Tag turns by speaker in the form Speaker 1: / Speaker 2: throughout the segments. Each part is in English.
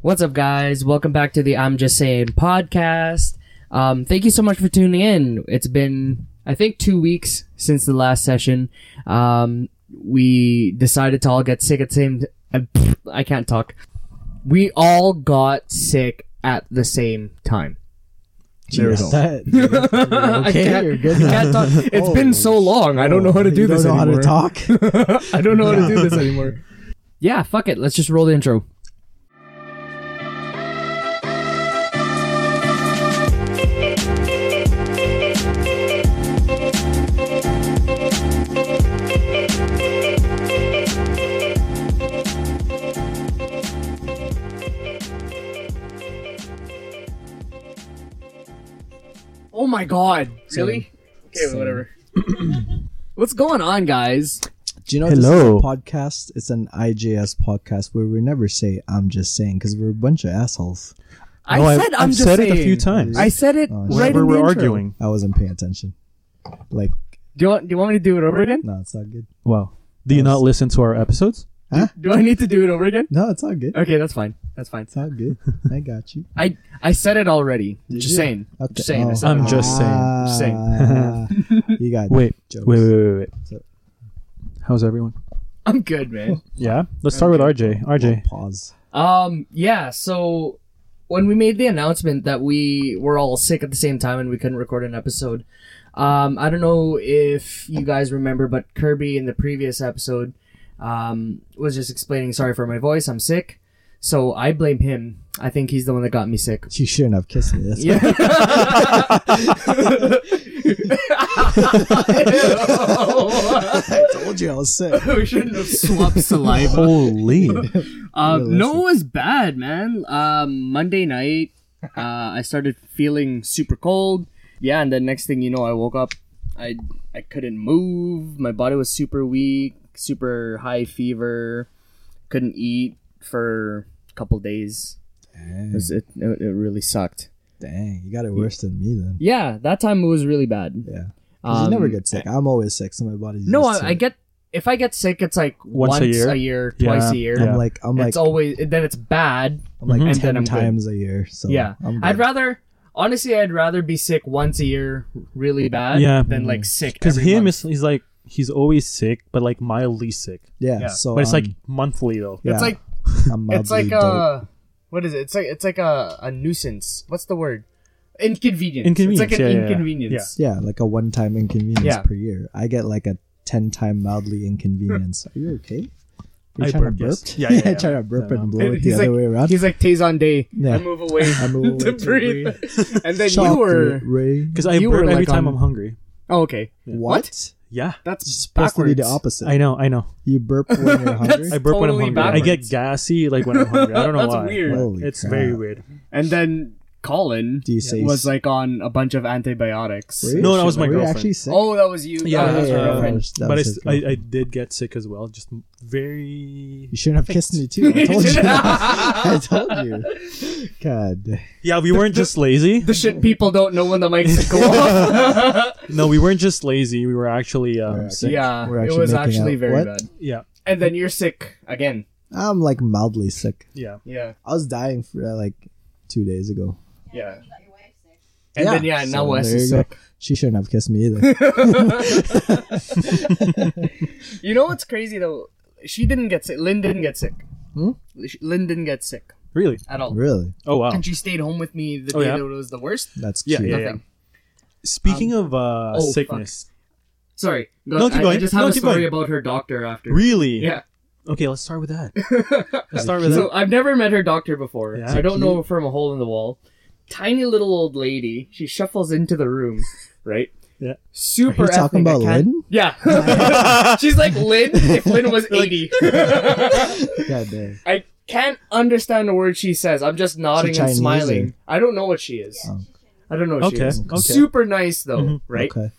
Speaker 1: What's up, guys? Welcome back to the I'm Just Saying podcast. Um, thank you so much for tuning in. It's been, I think, two weeks since the last session. Um, we decided to all get sick at the same. uh, pfft, I can't talk. We all got sick at the same time.
Speaker 2: There we go.
Speaker 1: I
Speaker 2: okay,
Speaker 1: can't-
Speaker 2: you're good
Speaker 1: I can't
Speaker 2: now.
Speaker 1: talk. It's been so long. I don't know how to do
Speaker 2: you
Speaker 1: this
Speaker 2: don't know
Speaker 1: anymore.
Speaker 2: how to talk.
Speaker 1: I don't know how to do this anymore. Yeah, fuck it. Let's just roll the intro. Oh my god. Really? Okay,
Speaker 2: Same.
Speaker 1: whatever. What's going on, guys?
Speaker 2: Do you know
Speaker 3: Hello.
Speaker 2: this is a podcast? It's an IJS podcast where we never say "I'm just saying" because we're a bunch of assholes.
Speaker 1: I
Speaker 3: No, I've-
Speaker 1: said i am
Speaker 3: I've
Speaker 1: just
Speaker 3: said it a
Speaker 1: saying.
Speaker 3: few times.
Speaker 1: I said it
Speaker 2: Oh,
Speaker 1: right
Speaker 3: Whenever
Speaker 1: in the
Speaker 3: we're
Speaker 1: intro.
Speaker 3: arguing.
Speaker 2: I wasn't paying attention. Like,
Speaker 1: Do you, want, do you want me to do it over again?
Speaker 2: no, it's not good.
Speaker 3: Wow. Do you not listen to our episodes?
Speaker 1: Do I need to do it over again?
Speaker 2: No, it's all good.
Speaker 1: Okay, that's fine. That's fine.
Speaker 2: It's all good. I got you.
Speaker 1: I I said it already. just
Speaker 2: you?
Speaker 1: saying.
Speaker 2: Okay.
Speaker 1: Just saying. I
Speaker 2: Oh.
Speaker 1: said it
Speaker 3: I'm
Speaker 1: already.
Speaker 3: just saying.
Speaker 1: Just
Speaker 2: saying. you got
Speaker 3: Wait,
Speaker 2: jokes.
Speaker 3: wait, wait, wait, wait.
Speaker 2: So-
Speaker 3: How's everyone?
Speaker 1: I'm good, man.
Speaker 3: Yeah. Let's start with RJ. RJ.
Speaker 2: Pause.
Speaker 1: Um, yeah. So when we made the announcement that we were all sick at the same time and we couldn't record an episode, um, I don't know if you guys remember, but Kirby in the previous episode, um, was just explaining. Sorry for my voice. I'm sick. So I blame him. I think he's the one that got me sick.
Speaker 2: You shouldn't have kissed me. That's
Speaker 1: Yeah.
Speaker 2: I told you I was sick.
Speaker 1: we shouldn't have swapped saliva.
Speaker 3: Holy.
Speaker 1: Um, no, it was bad, man. Um, Monday night, uh, I started feeling super cold. Yeah, and then next thing you know, I woke up. I I couldn't move. My body was super weak, super high fever. Couldn't eat for a couple days. It,
Speaker 2: Dang,
Speaker 1: was- it, it, it really sucked.
Speaker 2: dang, you got it worse than me then.
Speaker 1: Yeah, that time it was really bad.
Speaker 2: Yeah. 'Cause you never
Speaker 1: Um,
Speaker 2: get sick. I'm always sick, so my body's
Speaker 1: No,
Speaker 2: used to
Speaker 1: I, I
Speaker 2: it.
Speaker 1: get if I get sick, it's like once,
Speaker 3: Once a
Speaker 1: a year,
Speaker 3: year?
Speaker 1: twice
Speaker 3: Yeah,
Speaker 1: a year.
Speaker 3: yeah.
Speaker 2: I'm like I'm like
Speaker 1: it's always then it's bad.
Speaker 2: I'm like
Speaker 3: Mhm.
Speaker 1: and then
Speaker 2: 10
Speaker 1: I'm good.
Speaker 2: times a year. So
Speaker 1: yeah,
Speaker 2: I'm
Speaker 1: I'd
Speaker 2: good.
Speaker 1: rather honestly, I'd rather be sick once a year, really bad,
Speaker 3: Yeah.
Speaker 1: than like sick
Speaker 3: Because
Speaker 1: every
Speaker 3: him
Speaker 1: month.
Speaker 3: is he's like he's always sick, but like mildly sick.
Speaker 2: yeah,
Speaker 1: yeah.
Speaker 2: So
Speaker 3: but it's
Speaker 2: I'm-
Speaker 3: like monthly though.
Speaker 2: yeah,
Speaker 1: it's like
Speaker 2: I'm
Speaker 1: it's like
Speaker 2: mildly dope.
Speaker 1: uh, what is it? It's like it's like a, a nuisance. What's the word? Inconvenience. It's
Speaker 3: Inconvenience,
Speaker 1: like
Speaker 3: yeah,
Speaker 1: an
Speaker 3: yeah, yeah.
Speaker 1: inconvenience.
Speaker 2: yeah, like a one time inconvenience
Speaker 1: Yeah.
Speaker 2: per year. I get like a ten time mildly inconvenience. Are you okay? Are you
Speaker 3: I
Speaker 2: trying
Speaker 3: burped,
Speaker 2: to
Speaker 3: yes.
Speaker 2: burp?
Speaker 3: Yeah, yeah, yeah.
Speaker 2: trying to burp
Speaker 3: No, no.
Speaker 2: and blow it
Speaker 1: He's
Speaker 2: the other
Speaker 1: like-
Speaker 2: way around.
Speaker 1: He's like Tazan Day.
Speaker 2: Yeah.
Speaker 1: I move away.
Speaker 2: I move away
Speaker 1: to
Speaker 2: to
Speaker 1: breathe. and then you
Speaker 2: Chocolate
Speaker 1: were.
Speaker 2: rain.
Speaker 3: Because I
Speaker 1: You
Speaker 3: burp
Speaker 1: were,
Speaker 3: every
Speaker 1: like,
Speaker 3: time
Speaker 1: on-
Speaker 3: I'm hungry.
Speaker 1: Oh, okay.
Speaker 2: What?
Speaker 3: Yeah.
Speaker 1: That's
Speaker 2: It's supposed to be the
Speaker 1: backwards.
Speaker 2: opposite.
Speaker 3: I know, I know.
Speaker 2: you burp when you're hungry.
Speaker 1: That's-
Speaker 3: I burp when
Speaker 1: totally
Speaker 3: I'm hungry. I
Speaker 1: backwards.
Speaker 3: get gassy like when I'm hungry. I don't know
Speaker 1: That's
Speaker 3: why.
Speaker 1: weird.
Speaker 2: Holy
Speaker 3: It's
Speaker 2: crap.
Speaker 3: very weird.
Speaker 1: And then Colin
Speaker 2: Do you say
Speaker 1: was
Speaker 2: s-
Speaker 1: like on a bunch of antibiotics.
Speaker 2: Were you
Speaker 3: No,
Speaker 2: actually-
Speaker 3: that was my
Speaker 2: were you
Speaker 3: girlfriend.
Speaker 2: actually sick?
Speaker 1: Oh, that was you.
Speaker 3: Yeah,
Speaker 1: that
Speaker 2: yeah,
Speaker 1: was
Speaker 2: yeah,
Speaker 1: your
Speaker 2: yeah.
Speaker 1: girlfriend.
Speaker 2: That
Speaker 3: but
Speaker 2: was
Speaker 3: I, s-
Speaker 2: his
Speaker 3: I-
Speaker 2: girlfriend.
Speaker 3: I did get sick as well. Just very.
Speaker 2: You shouldn't have kissed me too. I told you. I told you. God.
Speaker 3: Yeah, we weren't just lazy.
Speaker 1: The shit people don't know when the mics go off.
Speaker 3: No, we weren't just lazy. We were actually um,
Speaker 2: Alright.
Speaker 3: sick.
Speaker 1: yeah,
Speaker 2: We're
Speaker 1: it
Speaker 2: actually
Speaker 1: was
Speaker 2: making
Speaker 1: actually
Speaker 2: out.
Speaker 1: very
Speaker 2: What?
Speaker 1: bad.
Speaker 3: Yeah,
Speaker 1: And then you're sick again.
Speaker 2: I'm like mildly sick.
Speaker 3: yeah.
Speaker 1: Yeah,
Speaker 2: I was dying for uh, like two days ago.
Speaker 1: yeah. And then yeah, now
Speaker 2: So
Speaker 1: Wes
Speaker 2: there
Speaker 1: is
Speaker 2: you go.
Speaker 1: sick.
Speaker 2: She shouldn't have kissed me either.
Speaker 1: You know what's crazy though? She didn't get sick. Lynn didn't get sick.
Speaker 2: Hmm?
Speaker 1: Sh- Lynn didn't get sick
Speaker 3: Really?
Speaker 1: at all.
Speaker 2: really?
Speaker 3: Oh wow.
Speaker 1: And she stayed home with me the
Speaker 3: Oh,
Speaker 1: day
Speaker 3: yeah?
Speaker 1: that it was the worst.
Speaker 2: That's
Speaker 3: Yeah,
Speaker 2: cute.
Speaker 3: yeah, yeah.
Speaker 1: Nothing.
Speaker 3: Speaking of uh,
Speaker 1: oh, fuck.
Speaker 3: sickness,
Speaker 1: Sorry.
Speaker 3: No, keep
Speaker 1: I- I
Speaker 3: going.
Speaker 1: just have
Speaker 3: No,
Speaker 1: a
Speaker 3: keep
Speaker 1: story
Speaker 3: going.
Speaker 1: about her doctor after.
Speaker 3: really?
Speaker 1: Yeah.
Speaker 3: Okay, let's start with that. Let's start with
Speaker 1: So
Speaker 3: that.
Speaker 1: I've never met her doctor before.
Speaker 3: Yeah.
Speaker 1: So I don't know from a hole in the wall. Tiny little old lady. She shuffles into the room, right?
Speaker 3: Yeah.
Speaker 1: Super.
Speaker 2: Are you talking
Speaker 1: ethnic. I
Speaker 2: about
Speaker 1: can't-
Speaker 2: Lynn?
Speaker 1: Yeah. She's like Lynn if Lynn was eighty.
Speaker 2: God damn.
Speaker 1: I can't understand a word she says. I'm just nodding and
Speaker 2: Chinese
Speaker 1: smiling.
Speaker 2: or-
Speaker 1: I don't know what she is.
Speaker 2: Oh.
Speaker 1: I don't know what she
Speaker 3: Okay,
Speaker 1: is.
Speaker 3: okay. Mm-hmm.
Speaker 1: Super nice though, right?
Speaker 2: Okay.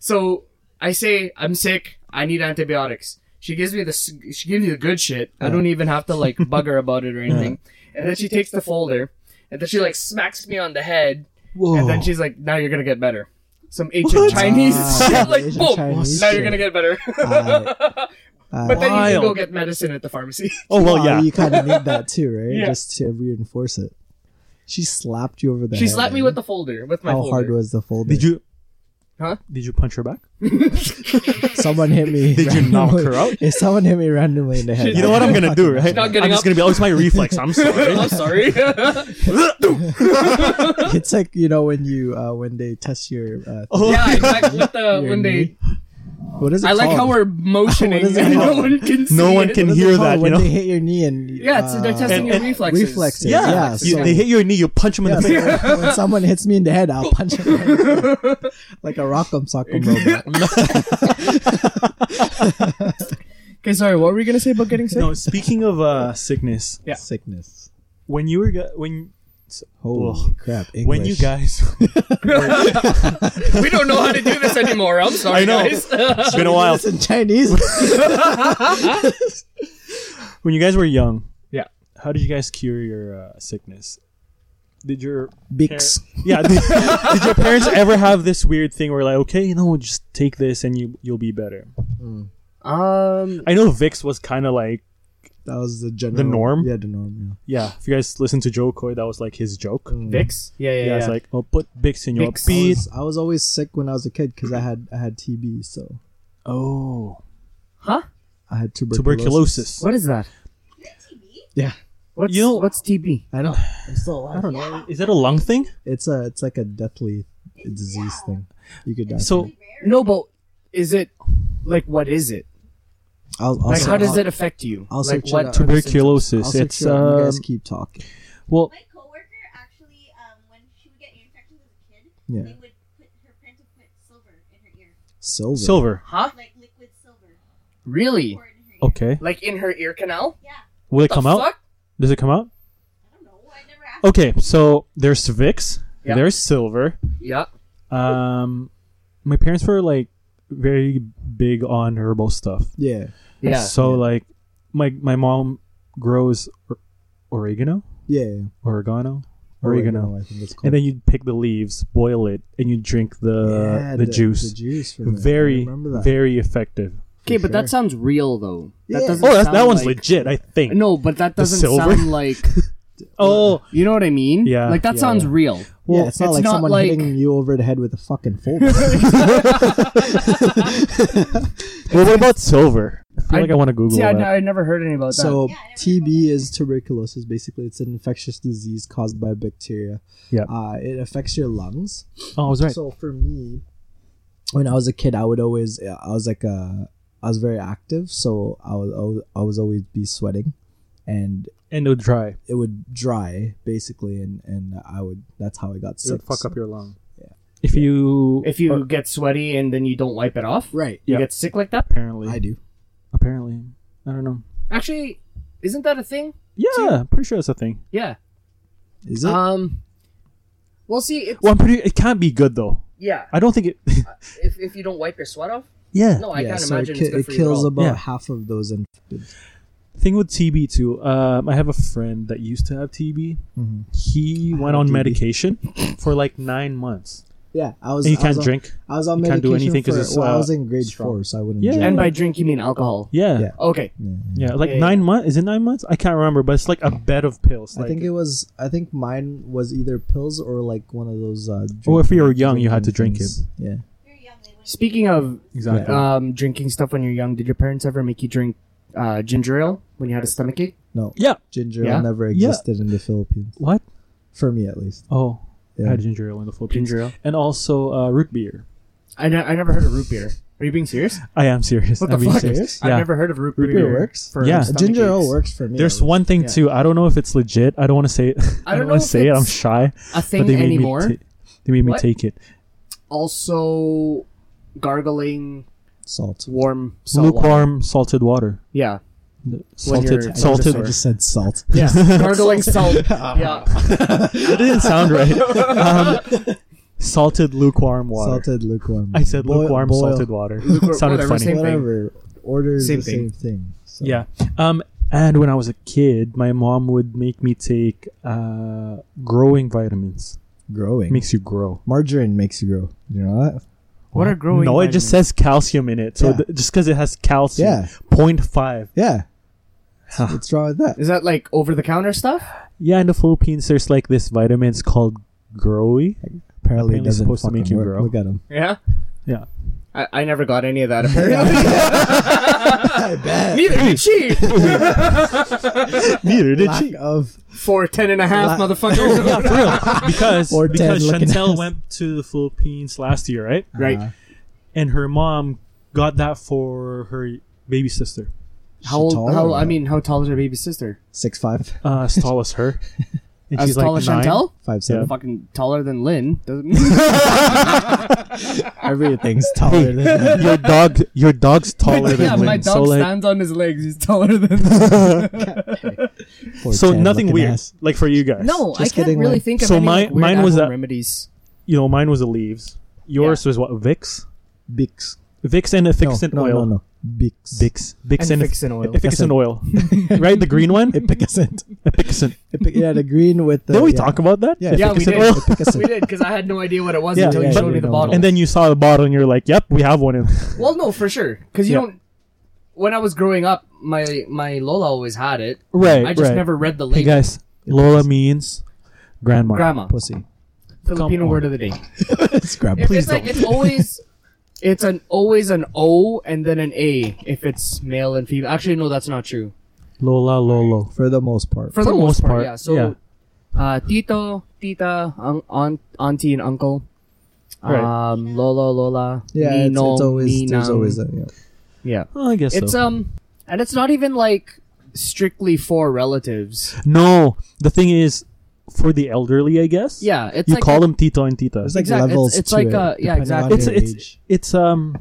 Speaker 1: So I say I'm sick. I need antibiotics. She gives me the s- she gives me the good shit. I don't even have to like bug her about it or anything. And then she takes the folder, and then she like smacks me on the head,
Speaker 3: Whoa.
Speaker 1: and then she's like, "Now you're gonna get better." Some ancient
Speaker 3: What?
Speaker 1: Chinese
Speaker 2: Ah,
Speaker 1: shit, like
Speaker 2: Asian
Speaker 1: boom.
Speaker 2: Chinese
Speaker 1: now
Speaker 2: shit.
Speaker 1: you're gonna get better.
Speaker 2: Ah, Uh,
Speaker 1: But then you can go
Speaker 3: Wild.
Speaker 1: get medicine at the pharmacy.
Speaker 3: Oh well, yeah.
Speaker 2: you kind of need that too, right?
Speaker 1: Yeah.
Speaker 2: Just to reinforce it. She slapped you over the.
Speaker 1: she
Speaker 2: head,
Speaker 1: slapped me
Speaker 2: man.
Speaker 1: with the folder, with my
Speaker 2: How
Speaker 1: folder.
Speaker 2: hard was the folder?
Speaker 3: Did you?
Speaker 1: Huh?
Speaker 3: Did you punch her back?
Speaker 2: Someone hit me.
Speaker 3: Did you knock her
Speaker 2: randomly.
Speaker 3: out?
Speaker 2: If someone hit me randomly in the head,
Speaker 3: You know what I'm gonna do, right?
Speaker 1: not getting
Speaker 3: I'm just
Speaker 1: up.
Speaker 3: gonna be. Oh, it's my reflex. I'm sorry.
Speaker 1: I'm sorry.
Speaker 2: It's like you know when you uh, when they test your. Uh,
Speaker 3: Oh,
Speaker 1: yeah, exactly. With the,
Speaker 2: Your
Speaker 1: uh, when they,
Speaker 2: knee. what is it?
Speaker 1: I like how
Speaker 2: called?
Speaker 1: we're motioning
Speaker 2: Oh. is it
Speaker 1: and no
Speaker 2: called?
Speaker 1: one can see
Speaker 3: No one
Speaker 1: it.
Speaker 3: can
Speaker 2: What is it
Speaker 3: hear
Speaker 2: called
Speaker 3: that, you
Speaker 2: when
Speaker 3: know?
Speaker 2: they hit your knee and uh,
Speaker 1: Yeah, it's, they're testing your
Speaker 3: And- Uh, and-
Speaker 1: reflexes.
Speaker 2: reflexes,
Speaker 3: yeah.
Speaker 2: yeah,
Speaker 3: You-
Speaker 2: so-
Speaker 3: they hit you in the knee. You punch them in
Speaker 2: Yeah,
Speaker 3: the
Speaker 2: so
Speaker 3: face.
Speaker 2: when- when someone hits me in the head, I'll punch him like a rock'em sock'em robot.
Speaker 1: Okay, sorry, what were we gonna say about getting sick?
Speaker 3: No, speaking of uh, sickness,
Speaker 1: Yeah.
Speaker 2: Sickness.
Speaker 3: when you were gu- when
Speaker 2: Holy
Speaker 3: Ugh.
Speaker 2: crap! English.
Speaker 3: when you guys,
Speaker 1: we don't know how to do this anymore. I'm sorry,
Speaker 3: I know.
Speaker 1: guys.
Speaker 3: it's been a while.
Speaker 2: It's in Chinese.
Speaker 3: When you guys were young,
Speaker 1: Yeah.
Speaker 3: How did you guys cure your uh, sickness? Did your
Speaker 2: Bix.
Speaker 3: yeah did, did your parents ever have this weird thing where like okay you know just take this and you you'll be better?
Speaker 1: um,
Speaker 3: I know Vicks was kind of like
Speaker 2: That was the general.
Speaker 3: norm?
Speaker 2: Yeah, the norm.
Speaker 3: yeah. If you guys listen to Joe Coy, that was like his joke.
Speaker 2: Yeah. Mm.
Speaker 1: Vicks. Yeah, yeah,
Speaker 3: Yeah,
Speaker 1: yeah.
Speaker 3: it's like oh put Vicks in your
Speaker 1: Vicks.
Speaker 2: I
Speaker 3: beat.
Speaker 2: was, I was always sick when I was a kid because I had I had TB, so
Speaker 3: Oh
Speaker 1: huh?
Speaker 2: I had tuberculosis.
Speaker 3: tuberculosis.
Speaker 1: What is that?
Speaker 2: Yeah,
Speaker 1: What's,
Speaker 3: You know-
Speaker 1: what's TB?
Speaker 2: I know. I'm still alive. I don't know.
Speaker 3: Is that a lung thing?
Speaker 2: It's a it's like a deathly disease thing. You could die.
Speaker 3: So
Speaker 2: from it.
Speaker 1: No, but is it like what is it?
Speaker 2: I'll, I'll
Speaker 1: Like,
Speaker 2: se-
Speaker 1: how does
Speaker 2: I'll-
Speaker 1: it affect you?
Speaker 2: I'll
Speaker 1: like
Speaker 2: search it
Speaker 1: what
Speaker 2: up.
Speaker 1: are the symptoms?
Speaker 3: tuberculosis.
Speaker 2: I'll search
Speaker 3: it's
Speaker 2: it up. you
Speaker 3: um,
Speaker 2: guys keep talking.
Speaker 3: well
Speaker 4: My coworker actually, um, when she would get ear infections as a kid,
Speaker 2: Yeah.
Speaker 4: they would put her parents would put silver in her ear,
Speaker 2: Silver.
Speaker 3: silver.
Speaker 1: Huh?
Speaker 4: like liquid silver,
Speaker 1: Really?
Speaker 4: poured in her ear.
Speaker 3: Okay.
Speaker 1: Like in her ear canal?
Speaker 4: Yeah,
Speaker 3: Will it
Speaker 1: The
Speaker 3: come out?
Speaker 1: fuck?
Speaker 3: Does it come out?
Speaker 4: I don't know. I never asked.
Speaker 3: Okay, so there's Vicks,
Speaker 1: Yeah.
Speaker 3: there's silver.
Speaker 1: Yeah.
Speaker 3: Um, my parents were like very big on herbal stuff.
Speaker 2: Yeah.
Speaker 1: Yeah.
Speaker 3: So like, my my mom grows or- oregano,
Speaker 2: Yeah. yeah.
Speaker 3: oregano, oregano,
Speaker 2: I think it's called.
Speaker 3: and then you'd pick the leaves, boil it, and you drink the
Speaker 2: Yeah,
Speaker 3: the, juice.
Speaker 2: The juice. From it. I
Speaker 3: very
Speaker 2: remember that.
Speaker 3: very effective.
Speaker 2: for
Speaker 1: Okay, but
Speaker 2: sure.
Speaker 1: that sounds real though.
Speaker 2: Yeah.
Speaker 1: That doesn't
Speaker 3: Oh, that's,
Speaker 1: sound
Speaker 3: that one's
Speaker 1: like-
Speaker 3: legit. I think.
Speaker 1: No, uh, but that
Speaker 3: The
Speaker 1: doesn't
Speaker 3: silver?
Speaker 1: sound like.
Speaker 3: Oh,
Speaker 1: You know what I mean?
Speaker 3: Yeah,
Speaker 1: Like that
Speaker 3: yeah,
Speaker 1: sounds
Speaker 3: yeah.
Speaker 1: real.
Speaker 2: yeah,
Speaker 3: well,
Speaker 2: it's not
Speaker 1: it's
Speaker 2: like
Speaker 1: not
Speaker 2: someone
Speaker 1: like-
Speaker 2: hitting you over the head with a fucking folder.
Speaker 3: well, what about silver? I feel
Speaker 1: I-
Speaker 3: like I want to Google
Speaker 1: See, I,
Speaker 3: that.
Speaker 1: I never heard any about that.
Speaker 2: so
Speaker 4: Yeah, I never
Speaker 2: TB is tuberculosis. Basically, it's an infectious disease caused by bacteria.
Speaker 3: Yeah.
Speaker 2: Uh, it affects your lungs.
Speaker 3: oh, I was right.
Speaker 2: So for me, when I was a kid, I would always I was like uh, I was very active, so I was al- I was always be sweating, and
Speaker 3: and it'll dry.
Speaker 2: it would dry basically, and and I would that's how I got
Speaker 3: It'll
Speaker 2: sick.
Speaker 3: fuck up your lung.
Speaker 2: Yeah.
Speaker 3: If you
Speaker 1: if you get sweaty and then you don't wipe it off,
Speaker 2: Right.
Speaker 1: you
Speaker 3: Yeah.
Speaker 1: get sick like that.
Speaker 3: apparently
Speaker 2: I do.
Speaker 3: apparently I don't know.
Speaker 1: Actually, isn't that a thing?
Speaker 3: Yeah, pretty sure that's a thing.
Speaker 1: Yeah.
Speaker 2: Is it?
Speaker 1: Um. Well, see, it's,
Speaker 3: Well, I'm pretty. It can't be good though.
Speaker 1: yeah.
Speaker 3: I don't think it.
Speaker 1: If, if you don't wipe your sweat off,
Speaker 3: yeah.
Speaker 1: no, I
Speaker 2: yeah,
Speaker 1: can't
Speaker 2: so
Speaker 1: imagine
Speaker 2: it, ki-
Speaker 1: it's good
Speaker 2: it
Speaker 1: for
Speaker 2: kills
Speaker 1: you. at all.
Speaker 2: about
Speaker 3: Yeah.
Speaker 2: half of those infected.
Speaker 3: Thing with TB too. Um, I have a friend that used to have TB.
Speaker 2: Mhm.
Speaker 3: He
Speaker 2: I
Speaker 3: went
Speaker 2: have
Speaker 3: on
Speaker 2: TB.
Speaker 3: medication for like nine months,
Speaker 2: Yeah, I was.
Speaker 3: and you
Speaker 2: I was
Speaker 3: can't
Speaker 2: on,
Speaker 3: drink.
Speaker 2: I was on
Speaker 3: you
Speaker 2: medication
Speaker 3: can't do anything 'cause
Speaker 2: for-
Speaker 3: it's,
Speaker 2: well, I
Speaker 3: uh,
Speaker 2: was in grade
Speaker 3: strong.
Speaker 2: four, so I wouldn't.
Speaker 3: Yeah.
Speaker 2: drink.
Speaker 1: And by drink, you mean alcohol?
Speaker 3: Yeah.
Speaker 2: Yeah.
Speaker 3: Yeah.
Speaker 1: Okay.
Speaker 2: Yeah.
Speaker 3: like
Speaker 1: Yeah,
Speaker 3: nine
Speaker 1: yeah.
Speaker 3: months. Is it nine months? I can't remember, but it's like a bed of pills.
Speaker 2: I
Speaker 3: like-
Speaker 2: think it was. I think mine was either pills or like one of those. Uh,
Speaker 3: Or if you were
Speaker 2: drinking-
Speaker 3: young, you had to drink
Speaker 2: things. Yeah.
Speaker 4: Very young, they wouldn't.
Speaker 1: Speaking of
Speaker 3: exactly.
Speaker 1: um, drinking stuff when you're young, did your parents ever make you drink uh, ginger ale when you had a stomachache?
Speaker 2: No.
Speaker 3: Yeah.
Speaker 2: Ginger
Speaker 1: Yeah.
Speaker 2: ale never
Speaker 3: Yeah.
Speaker 2: existed in the Philippines,
Speaker 3: What?
Speaker 2: for me at least.
Speaker 3: Oh, I
Speaker 2: Yeah.
Speaker 3: had ginger ale in the Philippines,
Speaker 1: Ginger ale.
Speaker 3: and also uh, root beer.
Speaker 1: I, ne- I never heard of root beer. Are you being serious?
Speaker 3: I am serious.
Speaker 1: What
Speaker 3: I'm
Speaker 1: the
Speaker 3: being
Speaker 1: fuck?
Speaker 3: serious.
Speaker 1: I've
Speaker 3: Yeah.
Speaker 1: never heard of root beer.
Speaker 2: Root beer works?
Speaker 1: For
Speaker 3: Yeah.
Speaker 1: stomach
Speaker 2: Ginger ale
Speaker 1: aches.
Speaker 2: works for me. at
Speaker 3: There's
Speaker 2: least.
Speaker 3: one thing
Speaker 1: Yeah.
Speaker 3: too. I don't know if it's legit. I don't want to say it. I
Speaker 1: don't know
Speaker 3: don't want
Speaker 1: if
Speaker 3: to say it. I'm
Speaker 1: it's
Speaker 3: shy.
Speaker 1: A
Speaker 3: But
Speaker 1: thing
Speaker 3: they made
Speaker 1: anymore.
Speaker 3: me. ta- they made me
Speaker 1: What?
Speaker 3: take it.
Speaker 1: also, gargling
Speaker 2: salt.
Speaker 1: warm salt water.
Speaker 3: Lukewarm salted water.
Speaker 1: Yeah.
Speaker 3: The
Speaker 1: you're-
Speaker 3: Salted.
Speaker 1: when
Speaker 3: Salted.
Speaker 2: I
Speaker 1: you're-
Speaker 2: just said salt.
Speaker 1: Yeah. gargling salt. Yeah.
Speaker 3: It didn't sound right. Um, salted lukewarm water.
Speaker 2: Salted lukewarm.
Speaker 3: I said
Speaker 2: Boil-
Speaker 3: lukewarm
Speaker 2: boil-
Speaker 3: salted water.
Speaker 1: Lukewarm-
Speaker 3: Sounded
Speaker 1: whatever,
Speaker 3: funny.
Speaker 1: same- thing.
Speaker 2: Whatever. Order
Speaker 1: Same
Speaker 2: the
Speaker 1: thing.
Speaker 2: same thing. So.
Speaker 3: Yeah. Um. And when I was a kid, my mom would make me take uh, growing vitamins.
Speaker 2: Growing.
Speaker 3: Makes you grow.
Speaker 2: Margarine makes you grow. You know that?
Speaker 1: What are growing?
Speaker 3: no, it just
Speaker 1: vitamins?
Speaker 3: says calcium in it. So
Speaker 2: Yeah.
Speaker 3: th- just because it has calcium,
Speaker 2: Yeah.
Speaker 3: 0.5.
Speaker 2: Yeah.
Speaker 3: Huh.
Speaker 2: What's wrong with that?
Speaker 1: Is that like over the counter stuff?
Speaker 3: Yeah, in the Philippines, there's like this vitamin it's called
Speaker 2: Apparently,
Speaker 3: Growy.
Speaker 2: it
Speaker 3: Apparently it's
Speaker 2: doesn't
Speaker 3: supposed to
Speaker 2: fucking
Speaker 3: make you
Speaker 2: work.
Speaker 3: grow.
Speaker 2: Look at him.
Speaker 1: Yeah.
Speaker 3: Yeah.
Speaker 1: I, I never got any of that apparently. Neither did she.
Speaker 3: Neither did
Speaker 2: Lack
Speaker 3: she.
Speaker 2: of
Speaker 1: For ten and a half
Speaker 2: La-
Speaker 1: motherfuckers.
Speaker 3: yeah, for real. Because,
Speaker 2: Or
Speaker 3: because
Speaker 2: dead looking
Speaker 3: Chantel
Speaker 2: ass.
Speaker 3: went to the Philippines last year, right?
Speaker 1: Right.
Speaker 2: Uh,
Speaker 3: And her mom got that for her baby sister.
Speaker 1: how old?
Speaker 2: tall
Speaker 1: How
Speaker 2: or
Speaker 1: I
Speaker 2: what?
Speaker 1: mean, how tall is her baby sister?
Speaker 2: six five,
Speaker 3: Uh, as tall as her. And
Speaker 1: As tall as
Speaker 3: nine.
Speaker 1: Chantel?
Speaker 2: five seven.
Speaker 1: Fucking taller than Lynn. Doesn't
Speaker 2: Everything's taller than
Speaker 3: your dog, your dog's taller
Speaker 1: yeah,
Speaker 3: than
Speaker 1: my
Speaker 3: Lynn.
Speaker 1: dog
Speaker 3: So like,
Speaker 1: stands on his legs. He's taller than.
Speaker 2: Poor
Speaker 3: so
Speaker 2: Ted
Speaker 3: nothing
Speaker 2: looking
Speaker 3: weird.
Speaker 2: ass.
Speaker 3: Like for you guys,
Speaker 1: no, I
Speaker 2: Just
Speaker 1: can't
Speaker 2: kidding,
Speaker 1: really
Speaker 2: Lynn.
Speaker 1: think of
Speaker 3: So
Speaker 1: any
Speaker 3: my-
Speaker 1: like, weird
Speaker 3: mine was
Speaker 1: at-home
Speaker 3: a-
Speaker 1: remedies.
Speaker 3: you know, mine was the leaves. Yours was what? Vicks,
Speaker 2: Bix.
Speaker 3: Vicks, and
Speaker 2: no,
Speaker 3: efficient
Speaker 2: no, No,
Speaker 3: oil.
Speaker 2: no, Bix.
Speaker 3: Vicks, Vicks, and,
Speaker 1: And fixin' oil.
Speaker 3: efficient oil. right, the green one.
Speaker 2: Epicacent.
Speaker 3: Efficient.
Speaker 2: Epic, yeah, the green with the.
Speaker 3: Did we
Speaker 2: Oh, yeah.
Speaker 3: talk about that?
Speaker 2: Yeah,
Speaker 1: Yeah, we
Speaker 3: Efficacent
Speaker 1: did.
Speaker 3: oil.
Speaker 1: we did because I had no idea what it was
Speaker 3: Yeah,
Speaker 1: until
Speaker 3: yeah,
Speaker 1: you
Speaker 3: yeah,
Speaker 1: showed me the
Speaker 2: yeah.
Speaker 1: bottle.
Speaker 3: And then you saw the bottle, and you're like, "Yep, we have one." In.
Speaker 1: well, no, for sure, because you
Speaker 3: Yeah.
Speaker 1: don't. When I was growing up, my my Lola always had it.
Speaker 3: Right,
Speaker 1: I just
Speaker 3: right.
Speaker 1: never read the
Speaker 3: hey
Speaker 1: label.
Speaker 3: guys, Lola means grandma.
Speaker 1: Grandma,
Speaker 2: Pussy.
Speaker 1: Filipino
Speaker 3: on.
Speaker 1: word of the day.
Speaker 2: It's grab.
Speaker 1: If it's like it's always, it's an always an O and then an A if it's male and female. Actually, no, that's not true.
Speaker 3: Lola, Lolo.
Speaker 2: For the most part.
Speaker 1: For, the, most part, yeah. So,
Speaker 3: yeah.
Speaker 1: Uh, tito, tita, un- aunt, auntie, and uncle.
Speaker 3: Right.
Speaker 1: Um, Lolo, Lola,
Speaker 2: yeah, it's,
Speaker 1: Ninong,
Speaker 2: it's always there's
Speaker 1: Ninang.
Speaker 2: always a, yeah.
Speaker 1: yeah.
Speaker 3: Well, I guess
Speaker 1: It's
Speaker 3: so.
Speaker 1: um, and it's not even like strictly for relatives.
Speaker 3: no, the thing is, for the elderly, I guess.
Speaker 1: Yeah, it's
Speaker 3: you
Speaker 1: like
Speaker 3: call them Tito and Tita.
Speaker 2: There's like
Speaker 1: Exact- it's-
Speaker 2: levels
Speaker 1: it's
Speaker 2: to
Speaker 1: like
Speaker 2: it,
Speaker 1: a- yeah,
Speaker 2: depending
Speaker 1: exactly.
Speaker 2: on
Speaker 3: it's
Speaker 2: your
Speaker 3: it's
Speaker 2: age.
Speaker 3: it's um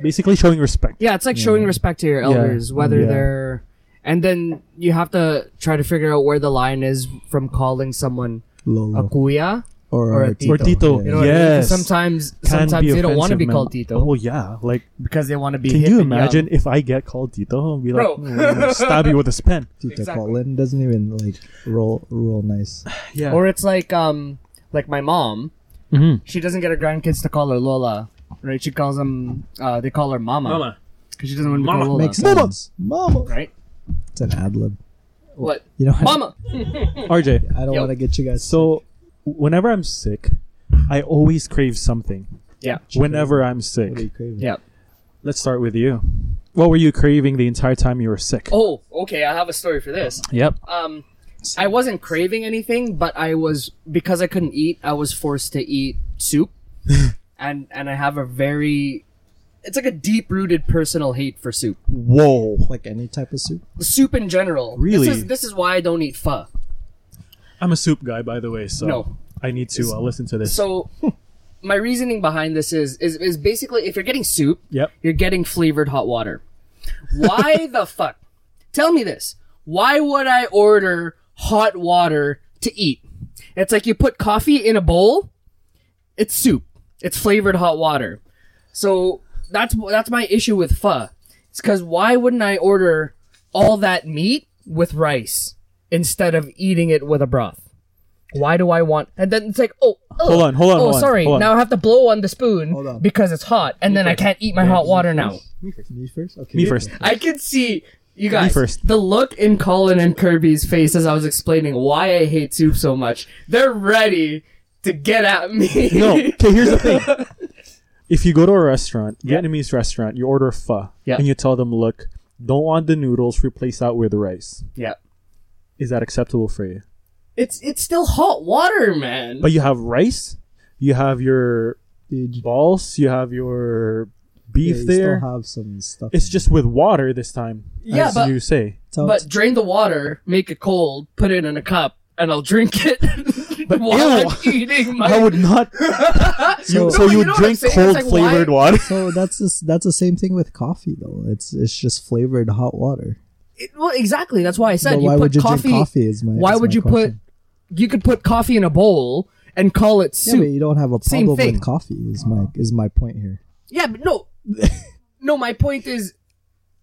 Speaker 3: basically showing respect.
Speaker 1: yeah, it's like showing respect to your elders, whether
Speaker 3: Yeah.
Speaker 1: they're, and then you have to try to figure out where the line is from calling someone a
Speaker 2: Lolo
Speaker 1: kuya.
Speaker 2: or,
Speaker 1: or a
Speaker 2: a
Speaker 1: Tito.
Speaker 3: Or Tito.
Speaker 2: yeah.
Speaker 1: You know what I mean? 'Cause
Speaker 3: Oh. Yes.
Speaker 1: Sometimes,
Speaker 3: Can
Speaker 1: sometimes
Speaker 3: be
Speaker 1: they don't want to
Speaker 3: offensive,
Speaker 1: be
Speaker 3: man.
Speaker 1: called Tito
Speaker 3: Oh yeah, like
Speaker 1: because they want to be.
Speaker 3: can
Speaker 1: hip
Speaker 3: you
Speaker 1: and young.
Speaker 3: imagine if I get called Tito and be like
Speaker 1: Bro.
Speaker 3: "Mm, stab you with this pen?
Speaker 2: Tito
Speaker 1: Exactly.
Speaker 2: Colin doesn't even like roll roll nice.
Speaker 3: Yeah.
Speaker 1: Or it's like, um, like my mom.
Speaker 3: Mhm.
Speaker 1: She doesn't get her grandkids to call her Lola, right? She calls them. Uh, they call her Mama. Because she doesn't want to call
Speaker 3: Mama.
Speaker 1: Lola.
Speaker 2: Makes
Speaker 3: Mama.
Speaker 2: sense. Mama.
Speaker 1: right?
Speaker 2: It's an ad lib.
Speaker 1: What?
Speaker 2: You know, I,
Speaker 1: Mama.
Speaker 3: RJ.
Speaker 2: I don't
Speaker 1: Yo.
Speaker 2: want to get you guys.
Speaker 3: So whenever I'm sick, I always crave something.
Speaker 1: Yeah.
Speaker 3: Whenever I'm
Speaker 2: What are you
Speaker 3: sick.
Speaker 2: craving?
Speaker 1: Yeah.
Speaker 3: Let's start with you. What were you craving the entire time you were sick?
Speaker 1: Oh, okay. I have a story for this.
Speaker 3: Yep.
Speaker 1: Um, I wasn't craving anything, but I was because I couldn't eat. I was forced to eat soup, and and I have a very, it's like a deep rooted personal hate for soup.
Speaker 3: Whoa.
Speaker 2: Oh, Like any type of soup.
Speaker 1: Soup in general.
Speaker 3: Really?
Speaker 1: This is, this is why I don't eat pho.
Speaker 3: I'm a soup guy, by the way, so
Speaker 1: No.
Speaker 3: I need to uh, listen to this.
Speaker 1: So, my reasoning behind this is is is basically if you're getting soup,
Speaker 3: Yep.
Speaker 1: you're getting flavored hot water. Why the fuck? Tell me this. Why would I order hot water to eat? It's like you put coffee in a bowl. It's soup. It's flavored hot water. So that's that's my issue with pho. It's because why wouldn't I order all that meat with rice instead of eating it with a broth? Why do I want? And then it's like, oh, oh,
Speaker 3: Hold on, hold on,
Speaker 1: Oh,
Speaker 3: hold on,
Speaker 1: sorry.
Speaker 3: hold on.
Speaker 1: Now I have to blow on the spoon
Speaker 2: Hold on.
Speaker 1: because it's hot, and then I can't eat my hot water now.
Speaker 2: Me first. Me first. Okay.
Speaker 3: Me first.
Speaker 1: I can see you guys.
Speaker 3: first.
Speaker 1: The look in Colin and Kirby's face as I was explaining why I hate soup so much. They're ready to get at me.
Speaker 3: No. Okay, here's the thing. If you go to a restaurant, Vietnamese restaurant, you order pho,
Speaker 1: Yeah.
Speaker 3: and you tell them, look, don't want the noodles, replace that with rice.
Speaker 1: yeah.
Speaker 3: Is that acceptable for you?
Speaker 1: It's it's still hot water, man.
Speaker 3: But you have rice, you have your balls, you have your
Speaker 2: Yeah,
Speaker 3: beef
Speaker 2: you
Speaker 3: there.
Speaker 2: still have some stuff.
Speaker 3: it's just with water this time,
Speaker 1: Yeah,
Speaker 3: as
Speaker 1: but-
Speaker 3: you say.
Speaker 2: Tell-
Speaker 1: but drain the water, make it cold, put it in a cup, and I'll drink it.
Speaker 3: But
Speaker 1: while
Speaker 3: ew.
Speaker 1: I'm eating my
Speaker 3: I would not.
Speaker 2: so,
Speaker 3: you,
Speaker 1: No,
Speaker 3: so
Speaker 1: you
Speaker 3: you
Speaker 1: know
Speaker 3: would
Speaker 1: what I'm
Speaker 3: drink
Speaker 1: saying? It's
Speaker 3: cold
Speaker 1: like, why-
Speaker 3: flavored water.
Speaker 2: so that's this, that's the same thing with coffee though. It's it's just flavored hot water.
Speaker 1: It- well, exactly. That's why I said
Speaker 2: But
Speaker 1: you
Speaker 2: why
Speaker 1: put
Speaker 2: would you drink
Speaker 1: coffee.
Speaker 2: coffee is my-
Speaker 1: why
Speaker 2: is
Speaker 1: would
Speaker 2: my
Speaker 1: you
Speaker 2: question.
Speaker 1: put? You could put coffee in a bowl and call it
Speaker 2: Yeah, but
Speaker 1: soup.
Speaker 2: you don't have a
Speaker 1: Same
Speaker 2: problem
Speaker 1: thing. Oh.
Speaker 2: with coffee. Is my is my point here?
Speaker 1: Yeah, but, no, no. My point is,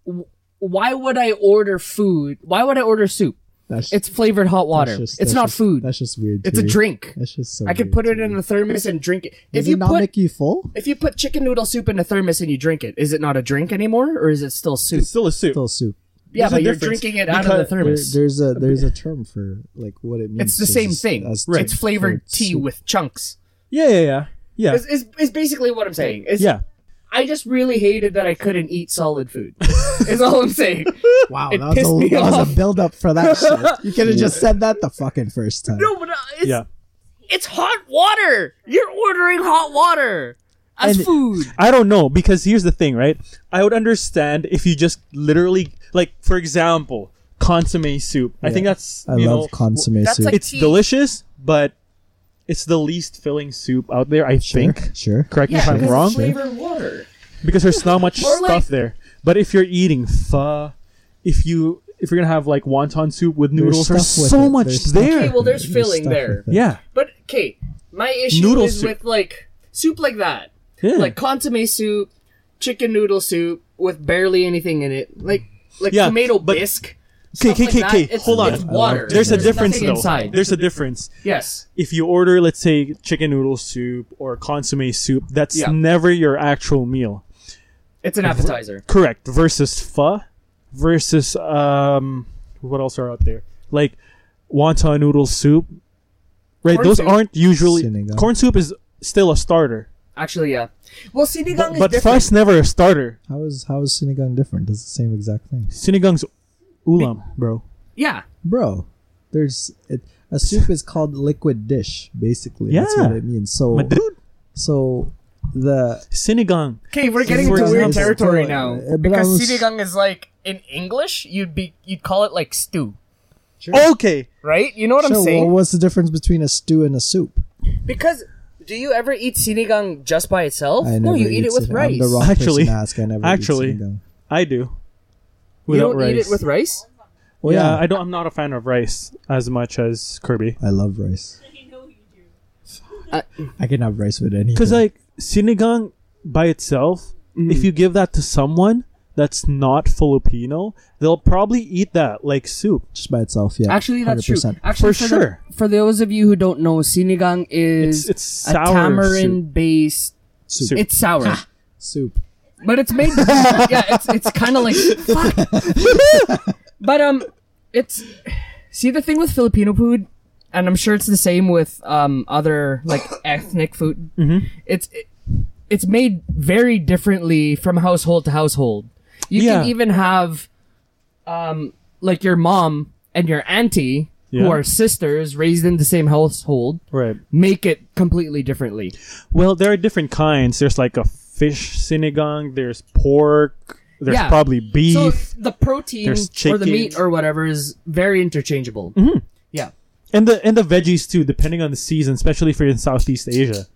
Speaker 1: wh- why would I order food? Why would I order soup?
Speaker 2: That's
Speaker 1: It's flavored hot water.
Speaker 2: that's just-
Speaker 1: it's
Speaker 2: that's
Speaker 1: not
Speaker 2: just-
Speaker 1: food.
Speaker 2: That's just weird. to
Speaker 1: It's a
Speaker 2: me.
Speaker 1: drink.
Speaker 2: That's just so.
Speaker 1: I could
Speaker 2: weird
Speaker 1: put
Speaker 2: to
Speaker 1: it
Speaker 2: me.
Speaker 1: in a thermos and drink it.
Speaker 2: Does
Speaker 1: if you
Speaker 2: it not
Speaker 1: put
Speaker 2: make you full?
Speaker 1: if you put chicken noodle soup in a thermos and you drink it, is it not a drink anymore, or is it still soup?
Speaker 3: It's still a soup.
Speaker 2: Still soup.
Speaker 1: yeah,
Speaker 3: there's a
Speaker 1: but you're
Speaker 3: difference
Speaker 1: drinking it out of
Speaker 3: because
Speaker 1: the
Speaker 2: There,
Speaker 1: thermos.
Speaker 2: there's a there's a term for like what it means.
Speaker 1: it's the
Speaker 2: to
Speaker 1: same
Speaker 2: just-
Speaker 1: thing.
Speaker 2: as
Speaker 1: It's
Speaker 2: to-
Speaker 1: flavored
Speaker 2: for
Speaker 1: tea
Speaker 2: soup.
Speaker 1: with chunks.
Speaker 3: Yeah, yeah, yeah. Yeah.
Speaker 1: Is, is, is basically what I'm saying. It's-
Speaker 3: yeah.
Speaker 1: I just really hated that I couldn't eat solid food. is all I'm saying.
Speaker 2: Wow,
Speaker 1: It
Speaker 2: that was,
Speaker 1: pissed me
Speaker 2: a, that was
Speaker 1: off.
Speaker 2: a build up for that shit. You could have just said that the fucking first time.
Speaker 1: No, but uh, it's,
Speaker 3: Yeah.
Speaker 1: it's hot water. You're ordering hot water as
Speaker 3: And-
Speaker 1: food.
Speaker 3: I don't know because here's the thing, right? I would understand if you just literally like for example, consomme soup. I think that's
Speaker 2: I
Speaker 3: you
Speaker 2: love
Speaker 3: know,
Speaker 2: consomme
Speaker 1: that's
Speaker 2: soup.
Speaker 1: like-
Speaker 3: It's delicious, but it's the least filling soup out there, I
Speaker 2: sure,
Speaker 3: think.
Speaker 2: sure.
Speaker 3: Correct me if I'm
Speaker 1: because
Speaker 3: wrong.
Speaker 1: it's flavored water.
Speaker 3: because there's not much
Speaker 1: Or,
Speaker 3: stuff
Speaker 1: like-
Speaker 3: there. But if you're eating pho, if you if you're gonna have like wonton soup with noodles, there's,
Speaker 2: stuff with
Speaker 3: so
Speaker 2: it.
Speaker 3: much
Speaker 2: There's stuff
Speaker 3: there.
Speaker 1: Okay, well, there's filling
Speaker 2: stuff
Speaker 1: there.
Speaker 2: with it.
Speaker 3: yeah,
Speaker 1: But okay, my issue
Speaker 3: Noodle
Speaker 1: is
Speaker 3: soup. Hmm.
Speaker 1: with like soup like that,
Speaker 3: yeah,
Speaker 1: like consomme soup, chicken noodle soup with barely anything in it, like like
Speaker 3: Yeah,
Speaker 1: tomato
Speaker 3: but-
Speaker 1: bisque.
Speaker 3: Okay,
Speaker 1: stuff
Speaker 3: okay,
Speaker 1: like
Speaker 3: okay,
Speaker 1: that.
Speaker 3: okay.
Speaker 1: It's-
Speaker 3: Hold on.
Speaker 1: it's water.
Speaker 3: There's a
Speaker 2: There's
Speaker 3: difference
Speaker 1: nothing
Speaker 3: though.
Speaker 1: Inside.
Speaker 3: There's a difference.
Speaker 1: yes,
Speaker 3: If you order, let's say, chicken noodle soup or consomme soup, that's
Speaker 1: Yeah.
Speaker 3: never your actual meal.
Speaker 1: it's an appetizer.
Speaker 3: Correct. Versus pho, versus um, what else are out there? Like wonton noodle soup, right?
Speaker 1: Corn
Speaker 3: Those
Speaker 1: soup.
Speaker 3: aren't usually
Speaker 2: Sinigang.
Speaker 3: corn soup is still a starter,
Speaker 1: Actually, yeah. Well, sinigang
Speaker 3: but,
Speaker 1: is
Speaker 3: but
Speaker 1: different.
Speaker 3: pho's never a starter.
Speaker 2: How is how is sinigang different? Does the same exact thing,
Speaker 3: Sinigang's ulam, bro.
Speaker 1: yeah,
Speaker 2: bro. There's it, a soup is called liquid dish. Basically, that's
Speaker 3: Yeah.
Speaker 2: what it means. So
Speaker 3: My dude,
Speaker 2: so the
Speaker 3: sinigang.
Speaker 1: Okay, we're getting
Speaker 2: For
Speaker 1: into weird
Speaker 2: example,
Speaker 1: territory
Speaker 2: uh,
Speaker 1: now
Speaker 2: uh, but
Speaker 1: because
Speaker 2: I was-
Speaker 1: sinigang is like in English, you'd be you'd call it like stew,
Speaker 3: Okay,
Speaker 1: right? You know what I'm
Speaker 2: so uh,
Speaker 1: saying?
Speaker 2: well, what's the difference between a stew and a soup?
Speaker 1: because do you ever eat sinigang just by itself?
Speaker 2: I
Speaker 1: no,
Speaker 2: never
Speaker 1: you eat it with
Speaker 2: sin-
Speaker 1: rice.
Speaker 2: I'm the wrong
Speaker 3: Actually-
Speaker 2: person to ask. I never
Speaker 3: actually,
Speaker 2: eat sinigang.
Speaker 3: I do.
Speaker 1: you
Speaker 3: Without
Speaker 1: don't
Speaker 3: rice.
Speaker 1: eat it with rice.
Speaker 2: Well,
Speaker 3: yeah,
Speaker 2: Oh, yeah.
Speaker 3: I don't. I'm not a fan of rice as much as Kirby.
Speaker 2: I love rice.
Speaker 4: I know you do.
Speaker 2: I can have rice with anything.
Speaker 3: Because like sinigang by itself, if you give that to someone that's not Filipino, they'll probably eat that like soup.
Speaker 2: just by itself, yeah.
Speaker 1: Actually, that's true.
Speaker 2: 100%.
Speaker 1: Actually,
Speaker 3: For
Speaker 1: the-
Speaker 3: sure.
Speaker 1: for those of you who don't know, sinigang is
Speaker 3: It's it's
Speaker 1: a
Speaker 3: sour soup.
Speaker 1: tamarind-based.
Speaker 2: Soup.
Speaker 3: Soup.
Speaker 1: It's sour,
Speaker 2: Soup.
Speaker 1: but it's made. yeah, it's it's kind of like fuck. but um, it's see the thing with Filipino food, and I'm sure it's the same with um other like ethnic food. Mm-hmm. It's it, it's made very differently from household to household. You
Speaker 3: Yeah.
Speaker 1: can even have um like your mom and your auntie.
Speaker 3: Yeah.
Speaker 1: Who are sisters raised in the same household
Speaker 3: Right.
Speaker 1: make it completely differently.
Speaker 3: Well, there are different kinds. There's like a fish sinigang. There's pork. There's
Speaker 1: Yeah.
Speaker 3: probably beef.
Speaker 1: So the protein
Speaker 3: There's
Speaker 1: or the
Speaker 3: chicken. Mm-hmm.
Speaker 1: meat or whatever is very interchangeable. Yeah.
Speaker 3: and the and the veggies too, depending on the season, especially if you're in Southeast Asia.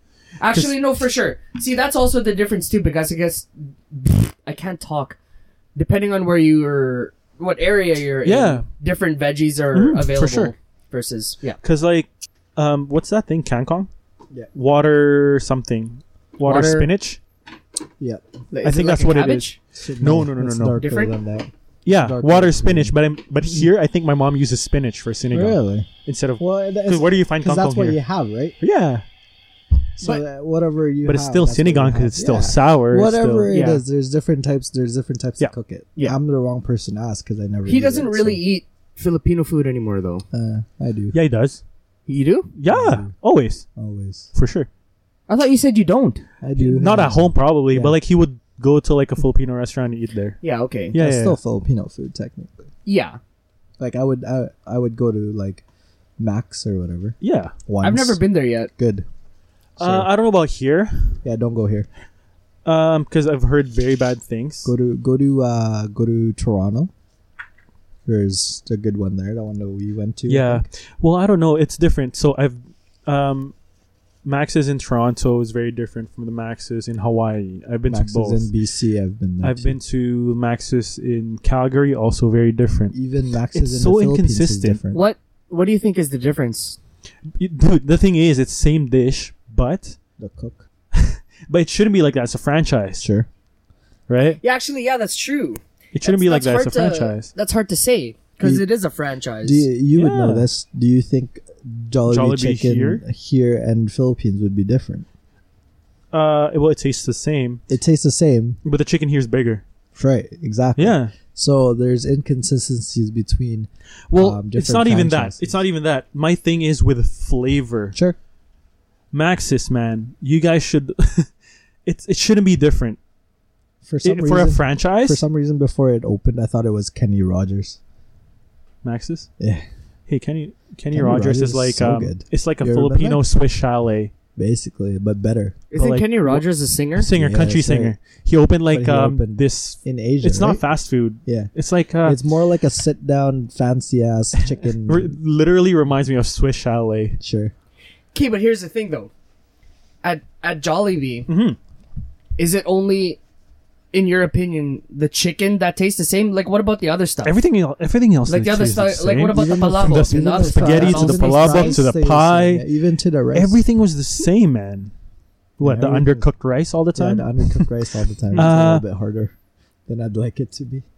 Speaker 1: Actually, no, for sure. See, that's also the difference too, because I guess I can't talk. Depending on where you're, what area you're
Speaker 3: Yeah.
Speaker 1: in, different veggies are
Speaker 3: Mhm, for
Speaker 1: available.
Speaker 3: sure.
Speaker 1: Versus, yeah,
Speaker 3: Cause like, um, what's that thing? Kangkong.
Speaker 2: Yeah.
Speaker 3: Water something. Water,
Speaker 1: Water-
Speaker 3: spinach.
Speaker 2: Yeah.
Speaker 1: Is it
Speaker 3: think that's
Speaker 1: a
Speaker 3: what it
Speaker 1: cabbage?
Speaker 3: No, no, no, no,
Speaker 2: it's
Speaker 3: no.
Speaker 2: darker
Speaker 1: Different?
Speaker 2: than that.
Speaker 3: Yeah,
Speaker 2: Dark
Speaker 3: water
Speaker 2: green.
Speaker 3: spinach. But I'm, but here I think my mom uses spinach for sinigang
Speaker 2: Really?
Speaker 3: instead of.
Speaker 2: Well,
Speaker 3: Because where do you find
Speaker 2: Because
Speaker 3: kangkong
Speaker 2: that's what you
Speaker 3: here?
Speaker 2: have, right?
Speaker 3: yeah,
Speaker 2: So that whatever you.
Speaker 3: but it's
Speaker 2: have,
Speaker 3: still
Speaker 2: that's what you
Speaker 3: sinigang
Speaker 2: have.
Speaker 3: because it's
Speaker 2: Yeah.
Speaker 3: still sour. it's
Speaker 2: Whatever
Speaker 3: still-
Speaker 2: it
Speaker 1: yeah.
Speaker 2: is, there's different types. There's different types
Speaker 3: Yeah.
Speaker 2: to cook it.
Speaker 1: Yeah.
Speaker 2: I'm the wrong person to ask because I never.
Speaker 1: He
Speaker 2: eat
Speaker 1: doesn't
Speaker 2: it,
Speaker 1: really eat Filipino food anymore, though.
Speaker 2: So, uh, I do
Speaker 3: Yeah, he does.
Speaker 1: You do?
Speaker 3: Yeah,
Speaker 2: Mm.
Speaker 3: always
Speaker 2: always.
Speaker 3: for sure.
Speaker 1: I thought you said you don't.
Speaker 2: I do.
Speaker 3: Not at home probably,
Speaker 2: Yeah.
Speaker 3: but like he would go to like a Filipino restaurant and eat there.
Speaker 1: Yeah. Okay.
Speaker 3: Yeah,
Speaker 2: That's
Speaker 3: yeah,
Speaker 2: still
Speaker 3: yeah.
Speaker 2: Filipino food technically.
Speaker 1: Yeah.
Speaker 2: Like I would, I, I would go to like Max or whatever.
Speaker 3: yeah.
Speaker 2: Once.
Speaker 1: I've never been there yet.
Speaker 2: good.
Speaker 3: Uh, I don't know about here,
Speaker 2: Yeah, don't go here.
Speaker 3: um, because I've heard very bad things.
Speaker 2: Go to go to uh go to Toronto. There's a good one there. That one that we went to. I
Speaker 3: Yeah.
Speaker 2: think.
Speaker 3: Well, I don't know. It's different. So I've um, Max's in Toronto is very different from the Max's in Hawaii. I've been
Speaker 2: Max
Speaker 3: to both.
Speaker 2: is in BC. I've been there.
Speaker 3: I've
Speaker 2: too.
Speaker 3: been to Max's in Calgary, also very different.
Speaker 2: Even Max
Speaker 3: It's
Speaker 2: is in
Speaker 3: so
Speaker 2: the Philippines is
Speaker 3: inconsistent.
Speaker 2: different.
Speaker 1: What What do you think is the difference?
Speaker 3: Dude, the thing is, it's same dish, but
Speaker 2: The cook.
Speaker 3: but it shouldn't be like that. It's a franchise,
Speaker 2: Sure.
Speaker 3: right?
Speaker 1: Yeah. Actually, yeah, that's true.
Speaker 3: It shouldn't be like that.
Speaker 1: That's-
Speaker 3: It's a
Speaker 1: that's hard to-
Speaker 3: franchise.
Speaker 1: That's hard to say because it is a franchise.
Speaker 2: Do you, you would know
Speaker 3: Yeah.
Speaker 2: this? Do you think Jollibee,
Speaker 3: Jollibee
Speaker 2: chicken
Speaker 3: here?
Speaker 2: here? and Philippines would be different?
Speaker 3: Uh, well, it tastes the same,
Speaker 2: It tastes the same,
Speaker 3: but the chicken here is bigger.
Speaker 2: right? Exactly.
Speaker 3: Yeah.
Speaker 2: So there's inconsistencies between.
Speaker 3: Well,
Speaker 2: um,
Speaker 3: it's
Speaker 2: different
Speaker 3: not even that.
Speaker 2: franchises.
Speaker 3: It's not even that. My thing is with flavor.
Speaker 2: Sure.
Speaker 3: Maxis, man, you guys should. it it shouldn't be different
Speaker 2: For some
Speaker 3: It-
Speaker 2: reason,
Speaker 3: for a franchise.
Speaker 2: for some reason, before it opened, I thought it was Kenny Rogers. Eh,
Speaker 3: Maxis.
Speaker 2: Yeah,
Speaker 3: Hey, Kenny Kenny,
Speaker 2: Kenny
Speaker 3: Rogers,
Speaker 2: Rogers
Speaker 3: is
Speaker 2: is
Speaker 3: like
Speaker 2: so
Speaker 3: um,
Speaker 2: good.
Speaker 3: it's like a
Speaker 2: You remember?
Speaker 3: Filipino Swiss chalet
Speaker 2: basically, but better
Speaker 1: Isn't
Speaker 3: but, like,
Speaker 1: Kenny Rogers a singer?
Speaker 3: singer,
Speaker 2: Yeah,
Speaker 3: country
Speaker 2: that's right.
Speaker 3: singer. He opened like
Speaker 2: he
Speaker 3: um
Speaker 2: opened
Speaker 3: this.
Speaker 2: in Asia.
Speaker 3: It's
Speaker 2: right?
Speaker 3: not fast food.
Speaker 2: Yeah,
Speaker 3: It's like uh,
Speaker 2: it's more like a sit down, fancy ass chicken.
Speaker 3: re- literally reminds me of Swiss chalet.
Speaker 2: sure.
Speaker 1: Okay, but here's the thing though. At at Jollibee,
Speaker 3: Mhm.
Speaker 1: is it only, in your opinion, the chicken that tastes the same? Like, what about the other stuff?
Speaker 3: Everything el- everything else
Speaker 1: like the other
Speaker 3: tastes
Speaker 1: stuff.
Speaker 3: same.
Speaker 1: Like, what about the
Speaker 2: Even the-
Speaker 1: palabok?
Speaker 3: the-
Speaker 1: and
Speaker 3: the
Speaker 1: other stuff?
Speaker 3: spaghetti
Speaker 1: That's
Speaker 3: to the
Speaker 1: all
Speaker 3: palabok
Speaker 1: tastes
Speaker 3: to the
Speaker 1: the
Speaker 2: Stay same,
Speaker 3: pie.
Speaker 2: yeah, even to the rice.
Speaker 3: everything was the same, man. What the
Speaker 2: Yeah, everything-
Speaker 3: undercooked rice all the
Speaker 2: Yeah,
Speaker 3: time?
Speaker 2: the undercooked rice all the time. It's a
Speaker 3: Uh,
Speaker 2: little bit harder than I'd like it to be.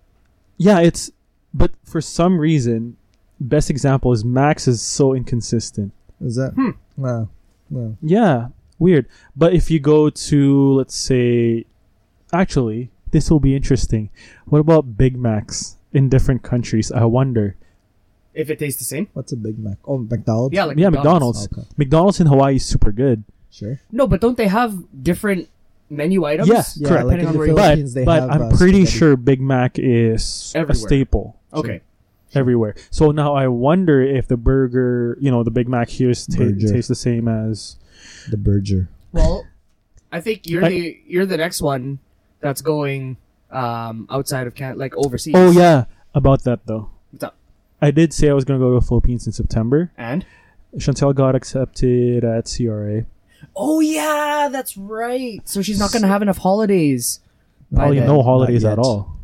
Speaker 3: Yeah, it's but for some reason, best example is Max is so inconsistent.
Speaker 2: Is that?
Speaker 1: Hmm.
Speaker 2: Wow. Wow.
Speaker 3: Yeah, weird. But if you go to let's say actually, this will be interesting. What about Big Macs in different countries? I wonder.
Speaker 1: same. If it tastes the same,
Speaker 2: What's a Big Mac? Oh, McDonald's.
Speaker 1: yeah, like
Speaker 3: yeah, McDonald's.
Speaker 2: Okay.
Speaker 3: McDonald's in Hawaii is super good.
Speaker 2: Sure.
Speaker 1: No, but don't they have different menu items?
Speaker 3: Yeah,
Speaker 2: Yeah,
Speaker 3: correct.
Speaker 2: like
Speaker 1: Depending
Speaker 2: in
Speaker 1: on
Speaker 2: the
Speaker 1: where you-
Speaker 3: But,
Speaker 2: Philippines, they
Speaker 3: but
Speaker 2: have.
Speaker 3: I'm
Speaker 2: uh,
Speaker 3: pretty
Speaker 2: spaghetti.
Speaker 3: sure Big Mac is
Speaker 1: Everywhere.
Speaker 3: a staple.
Speaker 1: Okay.
Speaker 3: everywhere. So now I wonder if the burger, you know, the Big Mac here is ta-
Speaker 2: Burger.
Speaker 3: tastes the same as.
Speaker 2: the burger.
Speaker 1: Well, I think you're
Speaker 3: Like-
Speaker 1: the you're the next one that's going um outside of Canada, like overseas.
Speaker 3: Oh yeah, about that though.
Speaker 1: What's up?
Speaker 3: I did say I was gonna go to the Philippines in September.
Speaker 1: And
Speaker 3: Chantel got accepted at CRA.
Speaker 1: oh yeah, that's right. So she's not gonna have enough holidays. by
Speaker 3: Probably
Speaker 1: then.
Speaker 3: no holidays
Speaker 2: Not
Speaker 3: at
Speaker 2: yet.
Speaker 3: all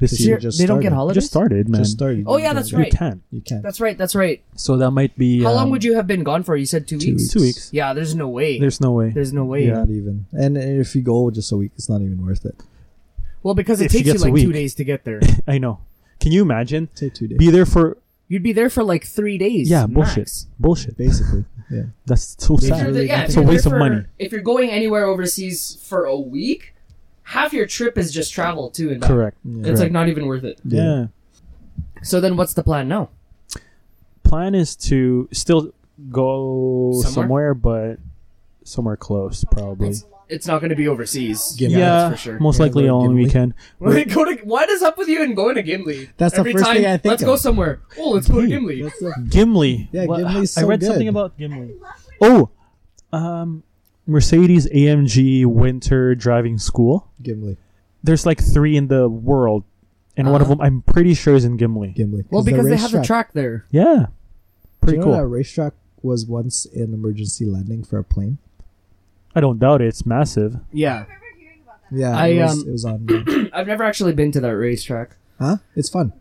Speaker 3: this
Speaker 2: This
Speaker 1: Ser-
Speaker 3: year.
Speaker 2: year. just
Speaker 1: they don't get
Speaker 2: started.
Speaker 1: holidays.
Speaker 3: Just started, man.
Speaker 2: Just started.
Speaker 1: Oh, yeah,
Speaker 2: You
Speaker 1: that's
Speaker 2: can't-
Speaker 3: You
Speaker 1: right.
Speaker 3: can.
Speaker 2: You can't.
Speaker 1: That's right. That's right.
Speaker 3: So that might be.
Speaker 1: How long
Speaker 3: um,
Speaker 1: would you have been gone for? You said two,
Speaker 2: Two
Speaker 1: weeks?
Speaker 2: weeks.
Speaker 3: Two weeks.
Speaker 1: Yeah, there's no way. There's,
Speaker 3: There's no way.
Speaker 1: no way.
Speaker 3: Yeah.
Speaker 2: Not even. And if you go just a week, it's not even worth it.
Speaker 1: Well, because it
Speaker 3: If she
Speaker 1: takes you
Speaker 3: gets a
Speaker 1: like two
Speaker 3: week.
Speaker 1: days to get there.
Speaker 3: I know. Can you imagine?
Speaker 2: Say two days.
Speaker 3: Be there for
Speaker 1: You'd be there for like three days.
Speaker 3: yeah,
Speaker 1: max.
Speaker 3: bullshit, bullshit.
Speaker 2: Basically. Yeah.
Speaker 3: That's so
Speaker 2: If
Speaker 1: If
Speaker 3: sad.
Speaker 1: you're
Speaker 2: Really
Speaker 1: there- yeah,
Speaker 2: nothing.
Speaker 1: if
Speaker 3: it's a
Speaker 1: you're
Speaker 3: waste
Speaker 1: there
Speaker 3: of
Speaker 1: for-
Speaker 3: money.
Speaker 1: If you're going anywhere overseas for a week, half your trip is just travel too. And back.
Speaker 3: Correct.
Speaker 2: Yeah.
Speaker 1: It's
Speaker 3: Correct.
Speaker 1: like not even worth it.
Speaker 3: yeah.
Speaker 1: So then, what's the plan now?
Speaker 3: plan is to still go
Speaker 1: Somewhere?
Speaker 3: somewhere, but somewhere close probably.
Speaker 1: It's not going to be overseas.
Speaker 2: Gimli.
Speaker 1: that's
Speaker 3: Yeah,
Speaker 1: for sure.
Speaker 3: most
Speaker 2: Yeah,
Speaker 3: likely
Speaker 2: go
Speaker 3: on
Speaker 2: Gimli.
Speaker 3: weekend.
Speaker 1: Wait, go to, what is up with you and going to Gimli?
Speaker 2: That's the
Speaker 1: Every
Speaker 2: first
Speaker 1: time,
Speaker 2: thing I think
Speaker 1: Let's go
Speaker 2: of.
Speaker 1: somewhere. Oh, let's go to Gimli.
Speaker 2: That's it.
Speaker 3: Gimli.
Speaker 2: Yeah, Gimli's
Speaker 3: I
Speaker 2: so
Speaker 3: read something
Speaker 2: good.
Speaker 3: about Gimli. Oh, um, Mercedes AMG Winter Driving School.
Speaker 2: Gimli.
Speaker 3: There's like three in the world, and one of
Speaker 1: Uh-huh.
Speaker 3: them I'm pretty sure is in Gimli.
Speaker 2: Gimli.
Speaker 1: Well, because they have the
Speaker 2: racetrack-
Speaker 1: track there.
Speaker 3: Yeah,
Speaker 2: Do
Speaker 3: pretty
Speaker 2: you know
Speaker 3: cool.
Speaker 2: that racetrack was once an emergency landing for a plane?
Speaker 3: I don't doubt it. It's massive.
Speaker 1: Yeah,
Speaker 2: Yeah,
Speaker 1: I,
Speaker 2: it, was,
Speaker 1: um,
Speaker 2: it was on. uh,
Speaker 1: I've never actually been to that racetrack,
Speaker 2: huh? It's fun.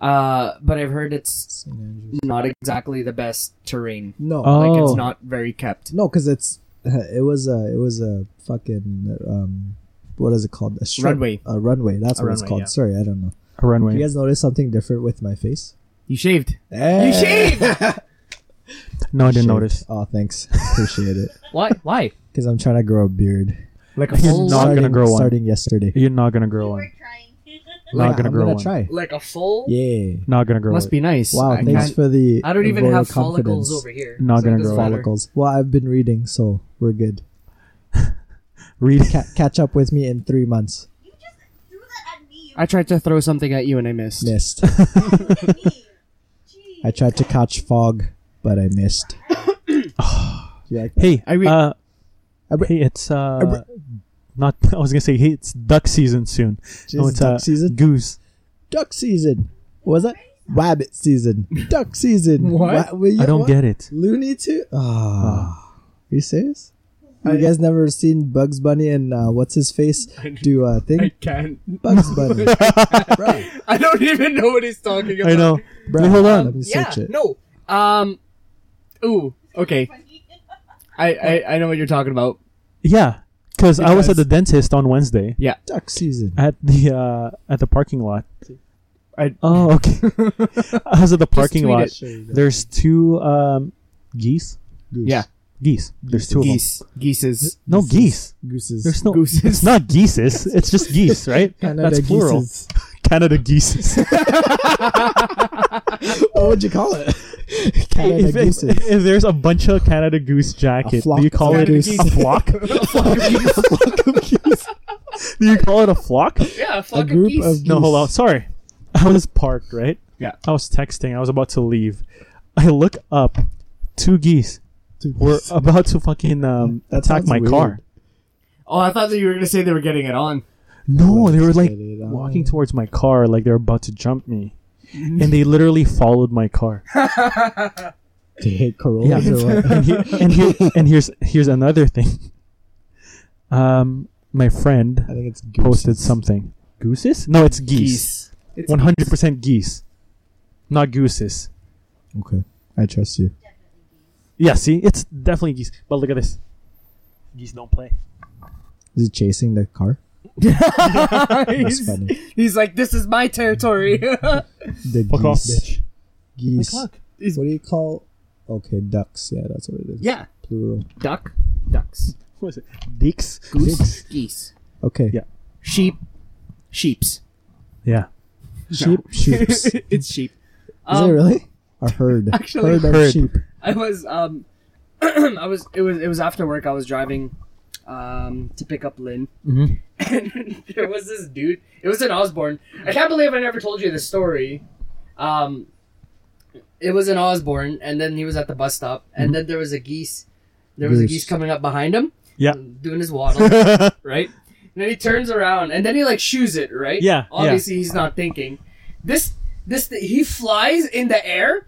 Speaker 1: uh, but I've heard it's
Speaker 2: St. Andrews.
Speaker 1: not exactly the best terrain.
Speaker 2: No,
Speaker 3: Oh.
Speaker 1: Like it's not very kept.
Speaker 2: no, because it's it was a it was a fucking um, what is it called? A strip-
Speaker 1: Runway.
Speaker 2: A runway. That's
Speaker 1: A
Speaker 2: what it's
Speaker 1: runway,
Speaker 2: called.
Speaker 1: yeah.
Speaker 2: Sorry, I don't know.
Speaker 3: A runway.
Speaker 2: You guys notice something different with my face?
Speaker 1: You shaved.
Speaker 2: Hey!
Speaker 1: You shaved.
Speaker 3: no, I didn't
Speaker 2: Shaved.
Speaker 3: notice.
Speaker 2: Oh, thanks. Appreciate it.
Speaker 1: Why? Why?
Speaker 2: Because I'm trying to grow a beard.
Speaker 1: Like a
Speaker 3: You're
Speaker 1: full,
Speaker 3: not gonna
Speaker 2: starting,
Speaker 3: grow one.
Speaker 2: Starting yesterday.
Speaker 3: You're not gonna grow
Speaker 4: You were
Speaker 3: one.
Speaker 4: trying.
Speaker 3: Not
Speaker 2: Yeah,
Speaker 3: gonna
Speaker 2: I'm
Speaker 3: grow
Speaker 2: gonna
Speaker 3: one.
Speaker 2: try.
Speaker 1: like a full.
Speaker 2: Yeah.
Speaker 3: Not gonna grow.
Speaker 1: Must
Speaker 3: it.
Speaker 1: be nice.
Speaker 2: Wow.
Speaker 1: I
Speaker 2: thanks
Speaker 1: can't-
Speaker 2: for the.
Speaker 1: I don't even
Speaker 2: vote
Speaker 1: have
Speaker 2: of confidence.
Speaker 1: follicles over here.
Speaker 3: Not
Speaker 1: it
Speaker 3: gonna
Speaker 1: doesn't
Speaker 3: grow out.
Speaker 1: matter.
Speaker 2: Follicles. Well, I've been reading, so we're good.
Speaker 3: Read.
Speaker 2: Ca- catch up with me in three months.
Speaker 4: You just threw that at me. You
Speaker 1: I tried to throw something at you and I missed.
Speaker 2: Missed.
Speaker 4: threw it at me. Jeez.
Speaker 2: I tried to catch fog, but I missed. You're like,
Speaker 3: Hey,
Speaker 1: I re-
Speaker 3: uh,
Speaker 2: I re-
Speaker 3: hey, it's uh,
Speaker 2: re-
Speaker 3: not. I was gonna say, hey, it's duck season soon.
Speaker 2: Jesus,
Speaker 3: no, it's
Speaker 2: duck
Speaker 3: uh,
Speaker 2: season.
Speaker 3: Goose.
Speaker 2: Duck season. What was that? Rabbit season. Duck season.
Speaker 1: What?
Speaker 2: Wa- were you-
Speaker 3: I don't
Speaker 2: what?
Speaker 3: get it.
Speaker 2: Looney Tune. Ah, are you serious? You guys never seen Bugs Bunny and uh, what's his face do a thing?
Speaker 1: can't.
Speaker 2: Bugs Bunny. bro,
Speaker 1: I don't even know what he's talking about.
Speaker 3: I know.
Speaker 2: bro,
Speaker 3: hold
Speaker 1: Um,
Speaker 2: Let me
Speaker 1: yeah.
Speaker 2: search it.
Speaker 1: No. Um. Ooh. Okay. I, I I know what you're talking about.
Speaker 3: Yeah, because I was
Speaker 1: Because-
Speaker 3: at the dentist on Wednesday
Speaker 2: Duck season.
Speaker 3: at the uh, at the parking lot.
Speaker 1: I
Speaker 3: Oh, okay. I was at the parking
Speaker 1: tweet
Speaker 3: lot.
Speaker 1: it.
Speaker 3: There's two um, geese.
Speaker 2: Goose.
Speaker 1: Yeah.
Speaker 3: Geese. There's two
Speaker 1: geese. Geeses.
Speaker 3: of them. No geese.
Speaker 2: Gooses.
Speaker 3: There's no.
Speaker 1: Gooses.
Speaker 3: It's not geeses. It's just geese, right?
Speaker 2: Canada
Speaker 3: That's plural.
Speaker 2: geeses.
Speaker 3: Canada geese.
Speaker 2: what would Oh, you call it? Canada
Speaker 3: if, if-
Speaker 2: geeses.
Speaker 3: if there's a bunch of Canada goose jacket, do
Speaker 2: flock
Speaker 3: you call
Speaker 2: of
Speaker 3: it
Speaker 2: goose.
Speaker 3: a flock? do you call it a flock?
Speaker 1: Yeah, a
Speaker 2: A
Speaker 1: flock
Speaker 2: group
Speaker 1: of geese.
Speaker 2: of
Speaker 3: No, hold on.
Speaker 2: geese.
Speaker 3: Sorry. I was parked, right?
Speaker 1: Yeah.
Speaker 3: I was texting. I was about to leave. I look up. Two geese
Speaker 2: Two
Speaker 3: were
Speaker 2: geese.
Speaker 3: about to fucking um,
Speaker 2: That
Speaker 3: attack
Speaker 2: sounds
Speaker 3: my
Speaker 2: weird.
Speaker 3: car.
Speaker 1: oh, I thought that you were gonna say they were getting it on.
Speaker 3: No, they were like
Speaker 2: Get it on.
Speaker 3: walking towards my car, like they're about to jump me,
Speaker 2: Mm.
Speaker 3: and they literally followed my car.
Speaker 2: They hate Corollas
Speaker 3: Yeah.
Speaker 2: or what?
Speaker 3: and, he, and, he, and here's here's another thing. Um, my
Speaker 2: I
Speaker 3: friend
Speaker 2: think it's gooses.
Speaker 3: posted something. Gooses? No, it's geese.
Speaker 1: It's
Speaker 3: One hundred percent geese, not gooses.
Speaker 2: Okay, I trust you.
Speaker 3: Yeah, see, it's definitely geese. But look at this. Geese don't play.
Speaker 2: Is he chasing the car? That's
Speaker 1: he's,
Speaker 2: funny.
Speaker 1: he's like, this is my territory.
Speaker 2: The
Speaker 3: Fuck off,
Speaker 2: geese.
Speaker 3: bitch.
Speaker 2: Geese.
Speaker 3: Like, look.
Speaker 1: He's-
Speaker 2: What do you call? Okay, ducks. Yeah, that's what it is.
Speaker 1: yeah,
Speaker 2: Plural.
Speaker 1: duck, ducks,
Speaker 3: What is it? Dicks.
Speaker 1: goose, geese,
Speaker 2: Okay.
Speaker 3: Yeah.
Speaker 1: sheep, sheeps.
Speaker 3: Yeah.
Speaker 2: Sheep. Sheeps. Is
Speaker 1: it's sheep.
Speaker 2: it
Speaker 1: Um,
Speaker 2: really? A herd.
Speaker 1: actually-
Speaker 2: herd of
Speaker 3: Herd.
Speaker 2: sheep.
Speaker 1: I was um I was it was it was after work I was driving um to pick up Lynn
Speaker 3: Mhm.
Speaker 1: and there was this dude it was in Osborne I can't believe I never told you this story um it was in Osborne and then he was at the bus stop
Speaker 3: Mm-hmm.
Speaker 1: and then there was a geese there was a
Speaker 2: Goose.
Speaker 1: geese coming up behind him
Speaker 3: Yeah.
Speaker 1: doing his waddle right and then he turns around and then he like shoes it right
Speaker 3: Yeah, yeah.
Speaker 1: obviously he's not thinking this this he flies in the air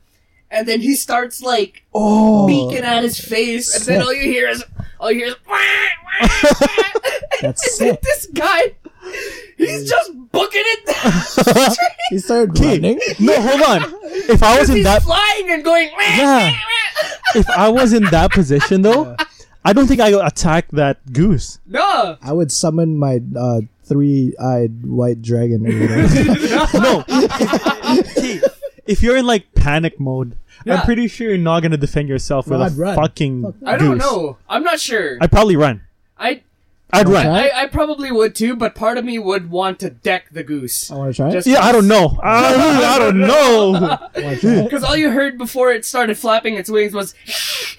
Speaker 1: and then he starts like
Speaker 2: Oh.
Speaker 1: beacon at his face, and then
Speaker 2: Sick.
Speaker 1: all you hear is all you hear is. "Wah, wah, wah."
Speaker 2: That's
Speaker 1: and then
Speaker 2: sick.
Speaker 1: this guy, he's just booking it down the street
Speaker 2: He started
Speaker 3: Okay.
Speaker 2: running.
Speaker 3: No, hold on. If I was
Speaker 1: because
Speaker 3: in
Speaker 1: he's
Speaker 3: that
Speaker 1: flying and going. "Wah,
Speaker 3: Yeah.
Speaker 1: wah, wah."
Speaker 3: if I was in that position though, I don't think I would attack that goose.
Speaker 1: No,
Speaker 2: I would summon my uh, three-eyed white dragon. or whatever.
Speaker 3: No. Keith, if you're in like panic mode,
Speaker 1: Yeah.
Speaker 3: I'm pretty sure you're not gonna defend yourself
Speaker 2: No,
Speaker 3: with
Speaker 2: I'd
Speaker 3: a
Speaker 2: run.
Speaker 3: fucking
Speaker 2: Fuck.
Speaker 1: I don't
Speaker 3: goose.
Speaker 1: know. I'm not sure.
Speaker 3: I'd probably run.
Speaker 1: I
Speaker 3: I'd run.
Speaker 2: Okay.
Speaker 1: I, I probably would too, but part of me would want to deck the goose
Speaker 2: I want to try.
Speaker 1: Just-
Speaker 2: Just
Speaker 3: Yeah, I don't know. I, I don't know.
Speaker 1: because all you heard before it started flapping its wings was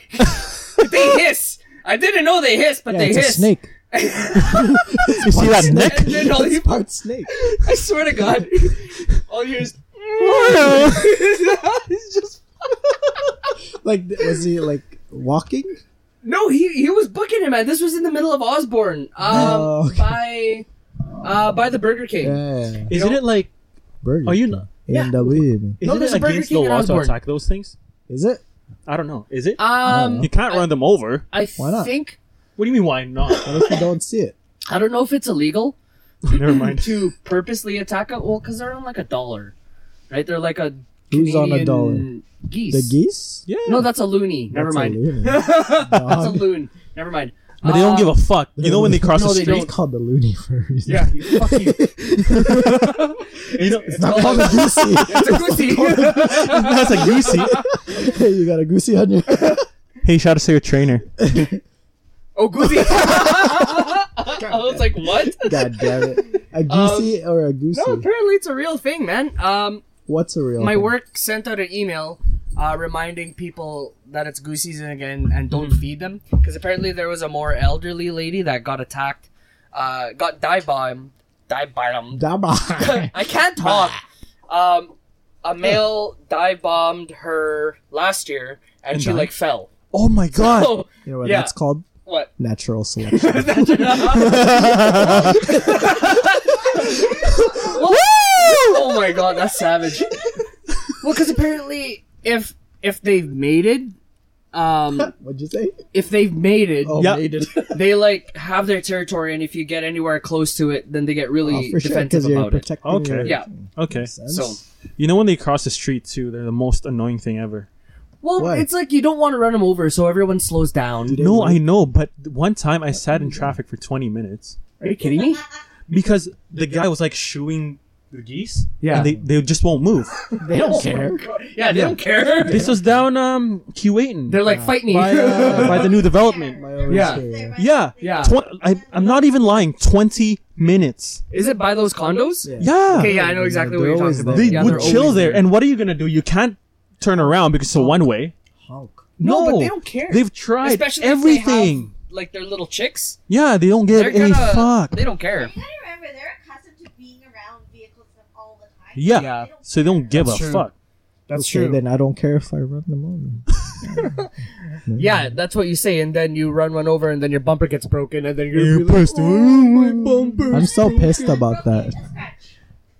Speaker 1: they hiss. I didn't know they hiss, but
Speaker 2: yeah,
Speaker 1: they
Speaker 2: it's
Speaker 1: hiss.
Speaker 2: a snake.
Speaker 3: You see that neck?
Speaker 1: And then all you,
Speaker 2: It's part snake.
Speaker 1: I swear to God, all you hear is. He's just
Speaker 2: Like, th- was he like walking?
Speaker 1: no. He he was booking him, man. This was in the middle of Osborne, um,
Speaker 2: Oh,
Speaker 1: by uh, by the Burger King.
Speaker 2: Yeah.
Speaker 3: Isn't it like
Speaker 2: Burger.
Speaker 3: Are you
Speaker 2: King.
Speaker 3: not-
Speaker 1: Yeah.
Speaker 2: A&W.
Speaker 1: No,
Speaker 3: isn't
Speaker 1: there's
Speaker 3: it
Speaker 1: a Burger
Speaker 3: against
Speaker 1: King in
Speaker 3: the law to
Speaker 1: Osborne.
Speaker 3: attack those things?
Speaker 2: Is it?
Speaker 3: I don't know. Is it?
Speaker 1: Um,
Speaker 2: Oh.
Speaker 3: you can't run them over.
Speaker 1: I
Speaker 2: Why not?
Speaker 1: think
Speaker 3: What do you mean why not?
Speaker 2: What if you don't see it?
Speaker 1: I don't know if it's illegal
Speaker 3: Never mind.
Speaker 1: to purposely attack a well because they're on like a dollar, right? They're like a
Speaker 2: Who's on a
Speaker 1: Canadian
Speaker 2: dollar?
Speaker 1: geese.
Speaker 2: The geese?
Speaker 3: Yeah.
Speaker 1: No, that's a loony. Never
Speaker 2: That's a
Speaker 1: mind.
Speaker 2: loony.
Speaker 1: That's a
Speaker 2: Dog.
Speaker 1: loon. Never mind.
Speaker 3: But they don't
Speaker 1: Uh,
Speaker 3: give a fuck. You know when they cross
Speaker 1: No,
Speaker 3: the
Speaker 1: they
Speaker 3: street?
Speaker 2: It's called the loony for a reason.
Speaker 1: Yeah, you- fuck you.
Speaker 3: You know,
Speaker 2: It's not called a goosey.
Speaker 1: It's a goosey.
Speaker 3: that's a goosey.
Speaker 2: hey, you got a goosey on your.
Speaker 3: Hey, shout out to your trainer.
Speaker 1: oh, goosey. I was like, what?
Speaker 2: God damn it. A goosey or a goosey?
Speaker 1: Um, No, apparently it's a real thing, man. Um,
Speaker 2: What's a real
Speaker 1: my
Speaker 2: thing?
Speaker 1: work sent out an email uh, reminding people that it's goose season again and don't feed them because apparently there was a more elderly lady that got attacked, uh, got dive bombed, dive bombed.
Speaker 2: Daba.
Speaker 1: I can't talk. Um, a male dive bombed her last year and,
Speaker 3: And
Speaker 1: she
Speaker 3: died?
Speaker 1: like fell.
Speaker 3: Oh my god.
Speaker 1: Oh,
Speaker 2: You know what
Speaker 1: Yeah.
Speaker 2: that's called?
Speaker 1: what?
Speaker 2: Natural selection.
Speaker 1: oh my god, that's savage. Well, because apparently, if if they've mated, um,
Speaker 2: What'd you say?
Speaker 1: if they've mated,
Speaker 2: Oh,
Speaker 3: Yeah.
Speaker 2: mated.
Speaker 1: they like have their territory, and if you get anywhere close to it, then they get
Speaker 2: Oh,
Speaker 1: really
Speaker 2: for sure,
Speaker 1: defensive
Speaker 2: because you're
Speaker 1: about it.
Speaker 2: protecting
Speaker 3: Okay.
Speaker 2: your-
Speaker 1: Yeah.
Speaker 3: Okay.
Speaker 2: Sense.
Speaker 1: So-
Speaker 3: You know when they cross the street too? They're the most annoying thing ever.
Speaker 1: Well,
Speaker 2: Why?
Speaker 1: it's like you don't want to run them over, so everyone slows down.
Speaker 2: They
Speaker 3: No,
Speaker 2: work.
Speaker 3: I know, but one time I sat in traffic for 20 minutes
Speaker 1: Are you kidding me?
Speaker 3: because the guy was like shooing
Speaker 1: The geese?
Speaker 3: and they, they just won't move.
Speaker 2: they don't care.
Speaker 1: Yeah, they don't care.
Speaker 3: this was down um Kuwaitin
Speaker 1: They're like fighting.
Speaker 2: By, uh,
Speaker 3: by the new development.
Speaker 1: Yeah.
Speaker 3: Yeah,
Speaker 1: Yeah.
Speaker 3: Tw- I, I'm not even lying. Twenty minutes.
Speaker 1: Is it by those condos?
Speaker 3: Yeah,
Speaker 1: Okay, yeah, I know exactly what
Speaker 2: They're
Speaker 1: you're
Speaker 2: always
Speaker 1: talking about.
Speaker 3: they
Speaker 1: yeah,
Speaker 3: would
Speaker 1: they're
Speaker 3: chill
Speaker 1: always
Speaker 3: there. And what are you gonna do? You can't turn around because it's a one way.
Speaker 2: Honk.
Speaker 1: No,
Speaker 3: No,
Speaker 1: but they don't care.
Speaker 3: They've tried
Speaker 1: Especially if they have,
Speaker 3: everything.
Speaker 1: like their little chicks.
Speaker 3: yeah, they don't
Speaker 1: They're
Speaker 3: get a
Speaker 1: gonna.
Speaker 3: fuck.
Speaker 1: They don't care.
Speaker 4: You gotta remember, they're accustomed to being around vehicles all the time.
Speaker 3: Yeah.
Speaker 1: Yeah.
Speaker 3: So they don't give
Speaker 1: That's
Speaker 3: a
Speaker 1: true.
Speaker 3: fuck.
Speaker 2: okay, Then I don't care if I run them over.
Speaker 1: Yeah, that's what you say, and then you run one over, and then your bumper gets broken, and then you're,
Speaker 3: You
Speaker 1: like,
Speaker 3: pissed. "Oh, my bumper."
Speaker 2: I'm so pissed about that.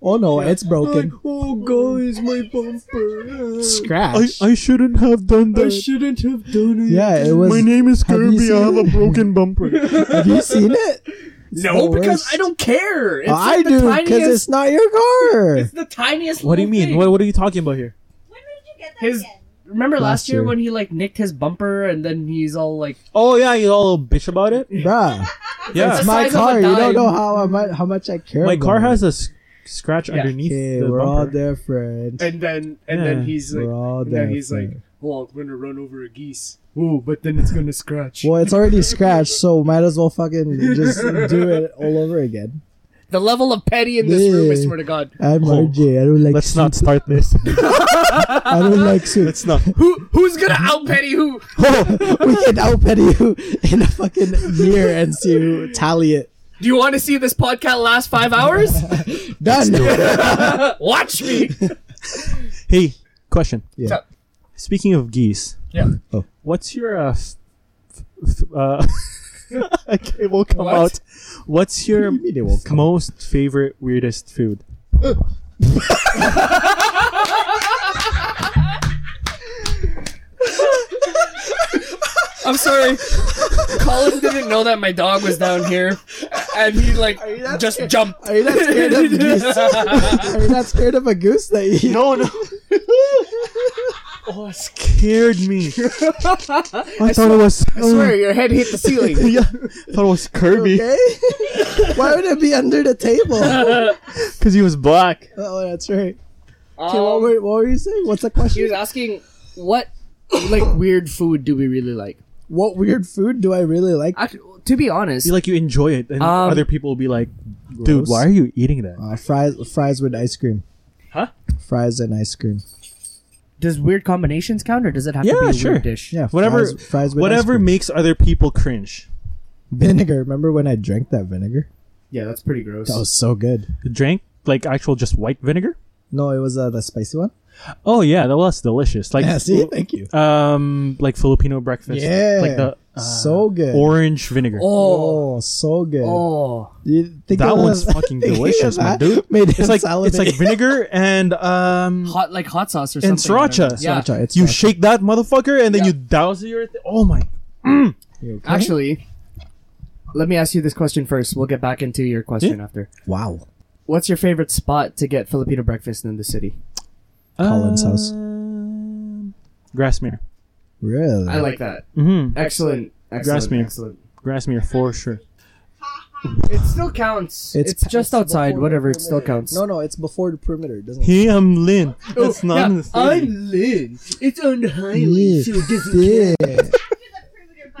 Speaker 2: Oh no, it's broken.
Speaker 1: "Oh, guys, my bumper!"
Speaker 3: I,
Speaker 2: Scratch.
Speaker 3: I shouldn't have done that.
Speaker 1: shouldn't have done
Speaker 2: yeah, it was.
Speaker 3: my name is
Speaker 2: have you
Speaker 3: Kirby. I have
Speaker 2: seen-
Speaker 3: a broken bumper.
Speaker 2: Have you seen it? It's
Speaker 1: No,
Speaker 2: the
Speaker 1: because
Speaker 2: worst.
Speaker 1: I don't care. It's
Speaker 2: I
Speaker 1: like the
Speaker 2: do because
Speaker 1: tiniest-
Speaker 2: it's not your car.
Speaker 1: It's the tiniest.
Speaker 3: what do you
Speaker 1: little
Speaker 3: mean?
Speaker 1: thing.
Speaker 3: What, what are you talking about here?
Speaker 4: When did you get that
Speaker 1: His-
Speaker 4: again?
Speaker 1: Remember last,
Speaker 2: Last
Speaker 1: year,
Speaker 2: year.
Speaker 1: when he like nicked his bumper, and then he's all like,
Speaker 3: Oh yeah, you all bitch about it.
Speaker 2: Bruh,
Speaker 3: Yeah,
Speaker 1: It's
Speaker 2: it's
Speaker 1: the
Speaker 2: my
Speaker 1: size of a
Speaker 2: car. You
Speaker 1: dime.
Speaker 2: don't know how I might, how much I care.
Speaker 3: my
Speaker 2: about
Speaker 3: car
Speaker 2: it.
Speaker 3: has a s- scratch
Speaker 1: Yeah.
Speaker 3: underneath
Speaker 2: Okay,
Speaker 3: the
Speaker 2: we're all
Speaker 3: bumper.
Speaker 2: different.
Speaker 1: and then and
Speaker 3: Yeah,
Speaker 1: then he's like,
Speaker 2: we're all
Speaker 1: and then
Speaker 2: different.
Speaker 1: he's like, "Well, I'm gonna run over a geese." Ooh, but then it's gonna scratch.
Speaker 2: well, it's already scratched, so might as well fucking just do it all over again.
Speaker 1: The level of petty in this room, I
Speaker 2: Yeah.
Speaker 1: swear to God.
Speaker 2: I'm
Speaker 3: Oh.
Speaker 2: RJ. I don't like.
Speaker 3: Let's
Speaker 2: soup.
Speaker 3: not start this.
Speaker 2: I don't like soup.
Speaker 3: Let's not.
Speaker 1: Who who's gonna out petty who?
Speaker 2: we can outpet you in a fucking year and see who tally it.
Speaker 1: Do you want to see this podcast last five hours?
Speaker 2: Done.
Speaker 1: Watch me.
Speaker 3: Hey, question.
Speaker 2: Yeah.
Speaker 3: Speaking of geese,
Speaker 1: Yeah.
Speaker 2: Oh.
Speaker 3: what's your uh, f- f- uh it will come
Speaker 1: What?
Speaker 3: out. What's your
Speaker 2: What do you mean it won't come out?
Speaker 3: most favorite weirdest food?
Speaker 1: I'm sorry. Colin didn't know that my dog was down here, and he like just jumped.
Speaker 2: Are you not scared of geese? Are you not scared of a goose that you?
Speaker 3: No, no. oh, it scared me. I, thought it was.
Speaker 1: I swear, your head hit the ceiling.
Speaker 3: yeah, I thought it was Kirby
Speaker 2: Okay. Why would it be under the table?
Speaker 3: because he was black.
Speaker 2: Oh, that's right. Okay, what,
Speaker 1: Um,
Speaker 2: were, what were you saying? What's the
Speaker 1: he was
Speaker 2: question?
Speaker 1: asking what like weird food do we really like?
Speaker 2: What weird food do I really like?
Speaker 1: Act- to be honest,
Speaker 3: You like you enjoy it, and
Speaker 1: Um,
Speaker 3: other people will be like, "Dude,
Speaker 2: Gross.
Speaker 3: why are you eating that?"
Speaker 2: Uh, fries, fries with ice cream.
Speaker 3: Huh?
Speaker 2: Fries and ice cream.
Speaker 1: does weird combinations count, or does it have to
Speaker 3: Yeah,
Speaker 1: be a
Speaker 3: sure.
Speaker 1: weird dish?
Speaker 2: Yeah,
Speaker 3: Whatever,
Speaker 2: Fries, fries with
Speaker 3: whatever
Speaker 2: ice cream.
Speaker 3: makes other people cringe.
Speaker 2: vinegar. Remember when I drank that vinegar?
Speaker 1: yeah, that's pretty gross.
Speaker 2: That was so good.
Speaker 3: Drank like actual just white vinegar.
Speaker 2: No, it was uh, the spicy one.
Speaker 3: Oh yeah, that was delicious. Like
Speaker 2: Yeah, see, thank you.
Speaker 3: um, like Filipino breakfast.
Speaker 2: Yeah,
Speaker 3: like the uh,
Speaker 2: so good.
Speaker 3: orange vinegar.
Speaker 1: oh,
Speaker 2: Oh, so good.
Speaker 1: oh,
Speaker 2: You think
Speaker 3: that
Speaker 2: of
Speaker 3: one's
Speaker 2: that-
Speaker 3: fucking
Speaker 2: thinking of
Speaker 3: delicious, man,
Speaker 2: that
Speaker 3: dude.
Speaker 2: Made
Speaker 3: It's like it's like vinegar and um,
Speaker 1: hot like hot sauce or
Speaker 3: And
Speaker 1: something. I don't know.
Speaker 3: sriracha.
Speaker 1: Yeah,
Speaker 2: It's
Speaker 3: you
Speaker 2: not-
Speaker 3: shake that motherfucker and then
Speaker 1: Yeah.
Speaker 3: you douse your. Th- oh my!
Speaker 2: you okay?
Speaker 1: actually, let me ask you this question first. We'll get back into your question after.
Speaker 2: wow.
Speaker 1: What's your favorite spot to get Filipino breakfast in the city?
Speaker 2: Colin's house.
Speaker 3: Um, Grassmere.
Speaker 2: Really?
Speaker 1: I like that.
Speaker 3: Mm-hmm.
Speaker 1: Excellent. Excellent.
Speaker 3: Grassmere.
Speaker 1: Excellent.
Speaker 3: Grassmere for sure.
Speaker 1: It still counts. It's, just outside.
Speaker 2: before
Speaker 1: Whatever.
Speaker 2: the
Speaker 1: It still
Speaker 2: perimeter.
Speaker 1: counts.
Speaker 2: No, no, it's before the perimeter, doesn't it?
Speaker 3: Hey, I'm Lin.
Speaker 2: Oh,
Speaker 3: That's not in the city.
Speaker 1: Oh, I'm Lynn. It's on the highway,
Speaker 2: Yeah.
Speaker 1: so it doesn't
Speaker 2: Yeah,
Speaker 4: Yeah.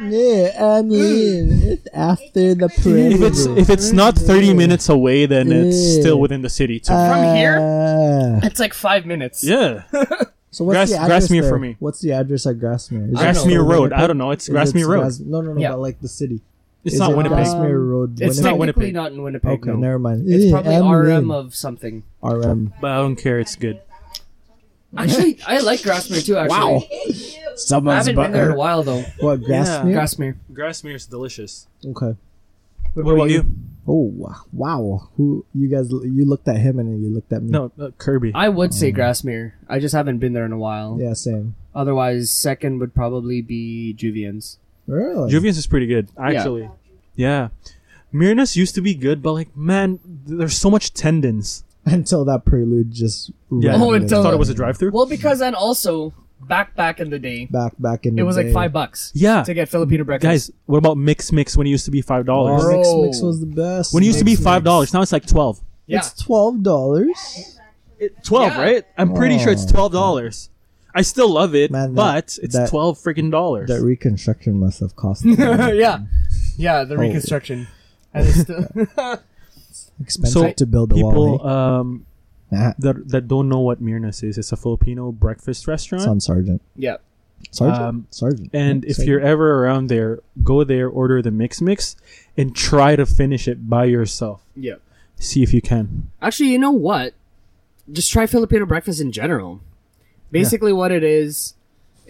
Speaker 2: yeah, I mean, it's after the perimeter.
Speaker 3: If it's if it's not 30 minutes away, then it's
Speaker 2: Yeah.
Speaker 3: still within the city. Too.
Speaker 2: Uh,
Speaker 1: From here?
Speaker 2: Ah.
Speaker 1: It's like five minutes.
Speaker 3: yeah,
Speaker 2: So what's
Speaker 3: Grass-
Speaker 2: the address
Speaker 3: Grassmere
Speaker 2: there?
Speaker 3: for me.
Speaker 2: What's the address at
Speaker 1: I
Speaker 2: Grassmere? Is it
Speaker 1: don't know.
Speaker 3: Grassmere
Speaker 2: still
Speaker 3: Road. I
Speaker 2: Winnipeg?
Speaker 3: don't know. It's
Speaker 2: Is it
Speaker 3: Grassmere Road.
Speaker 2: Gras- no, no, no,
Speaker 1: Yeah.
Speaker 2: but like the city.
Speaker 3: it's
Speaker 2: Is
Speaker 3: not
Speaker 2: it
Speaker 3: Winnipeg.
Speaker 1: Um,
Speaker 2: Grassmere Road.
Speaker 1: It's not
Speaker 3: Winnipeg.
Speaker 1: Winnipeg. Not in Winnipeg.
Speaker 2: Okay,
Speaker 1: no.
Speaker 2: never mind.
Speaker 1: It's
Speaker 2: Eh,
Speaker 1: probably
Speaker 2: I'm
Speaker 1: RM
Speaker 2: in.
Speaker 1: of something.
Speaker 2: RM.
Speaker 3: but I don't care. It's good.
Speaker 1: Actually, I like Grassmere too. Actually,
Speaker 2: Wow.
Speaker 1: I
Speaker 2: Someone's
Speaker 1: haven't been there in a while though.
Speaker 2: What Grassmere?
Speaker 1: Grassmere.
Speaker 3: Grassmere's delicious.
Speaker 2: Okay.
Speaker 3: What, about you?
Speaker 2: Oh wow. wow! Who you guys? You looked at him and then you looked at me.
Speaker 3: No, uh, Kirby.
Speaker 1: I would say Grassmere. I just haven't been there in a while.
Speaker 2: Yeah, same.
Speaker 1: Otherwise, second would probably be Juvians.
Speaker 2: Really?
Speaker 3: Juvians is pretty good, actually. Yeah. Myrnus used to be good, but like, man, th- there's so much tendons.
Speaker 2: until that prelude just.
Speaker 3: Yeah.
Speaker 2: ran
Speaker 1: Oh,
Speaker 2: away.
Speaker 1: until-
Speaker 3: Thought it was a drive-through.
Speaker 1: Well, because then also back back in the day,
Speaker 2: back back in.
Speaker 1: it
Speaker 2: the
Speaker 1: was like
Speaker 2: day.
Speaker 1: five bucks
Speaker 3: yeah,
Speaker 1: to get Filipino breakfast.
Speaker 3: guys. What about Mix Mix when it used to be five
Speaker 2: Oh,
Speaker 3: dollars?
Speaker 1: Bro.
Speaker 2: Mix Mix was the best.
Speaker 3: When it used to be
Speaker 2: Mix Mix.
Speaker 3: five dollars, now it's like twelve.
Speaker 1: Yeah.
Speaker 2: It's twelve
Speaker 4: It
Speaker 2: dollars.
Speaker 4: is actually.
Speaker 3: It, twelve,
Speaker 1: Yeah.
Speaker 3: right? I'm pretty sure it's
Speaker 2: Oh,
Speaker 3: twelve dollars. I still love it,
Speaker 2: Man, that-
Speaker 3: but it's
Speaker 2: that-
Speaker 3: twelve freaking dollars.
Speaker 2: That reconstruction must have cost.
Speaker 1: yeah, yeah, the
Speaker 2: Holy.
Speaker 1: reconstruction. And it's still
Speaker 2: expensive
Speaker 3: So,
Speaker 2: to build a
Speaker 3: People
Speaker 2: wall. eh?
Speaker 3: um,
Speaker 2: Nah,
Speaker 3: that that don't know what Mirnas is, it's a Filipino breakfast
Speaker 2: it's
Speaker 3: restaurant.
Speaker 2: on Sergeant.
Speaker 1: yeah,
Speaker 2: Sergeant.
Speaker 3: Um,
Speaker 2: Sergeant.
Speaker 3: and
Speaker 2: Yeah,
Speaker 3: if
Speaker 2: Sergeant.
Speaker 3: you're ever around there, go there, order the mix mix, and try to finish it by yourself.
Speaker 1: yeah.
Speaker 3: See if you can.
Speaker 1: Actually, you know what? Just try Filipino breakfast in general. Basically, what it is,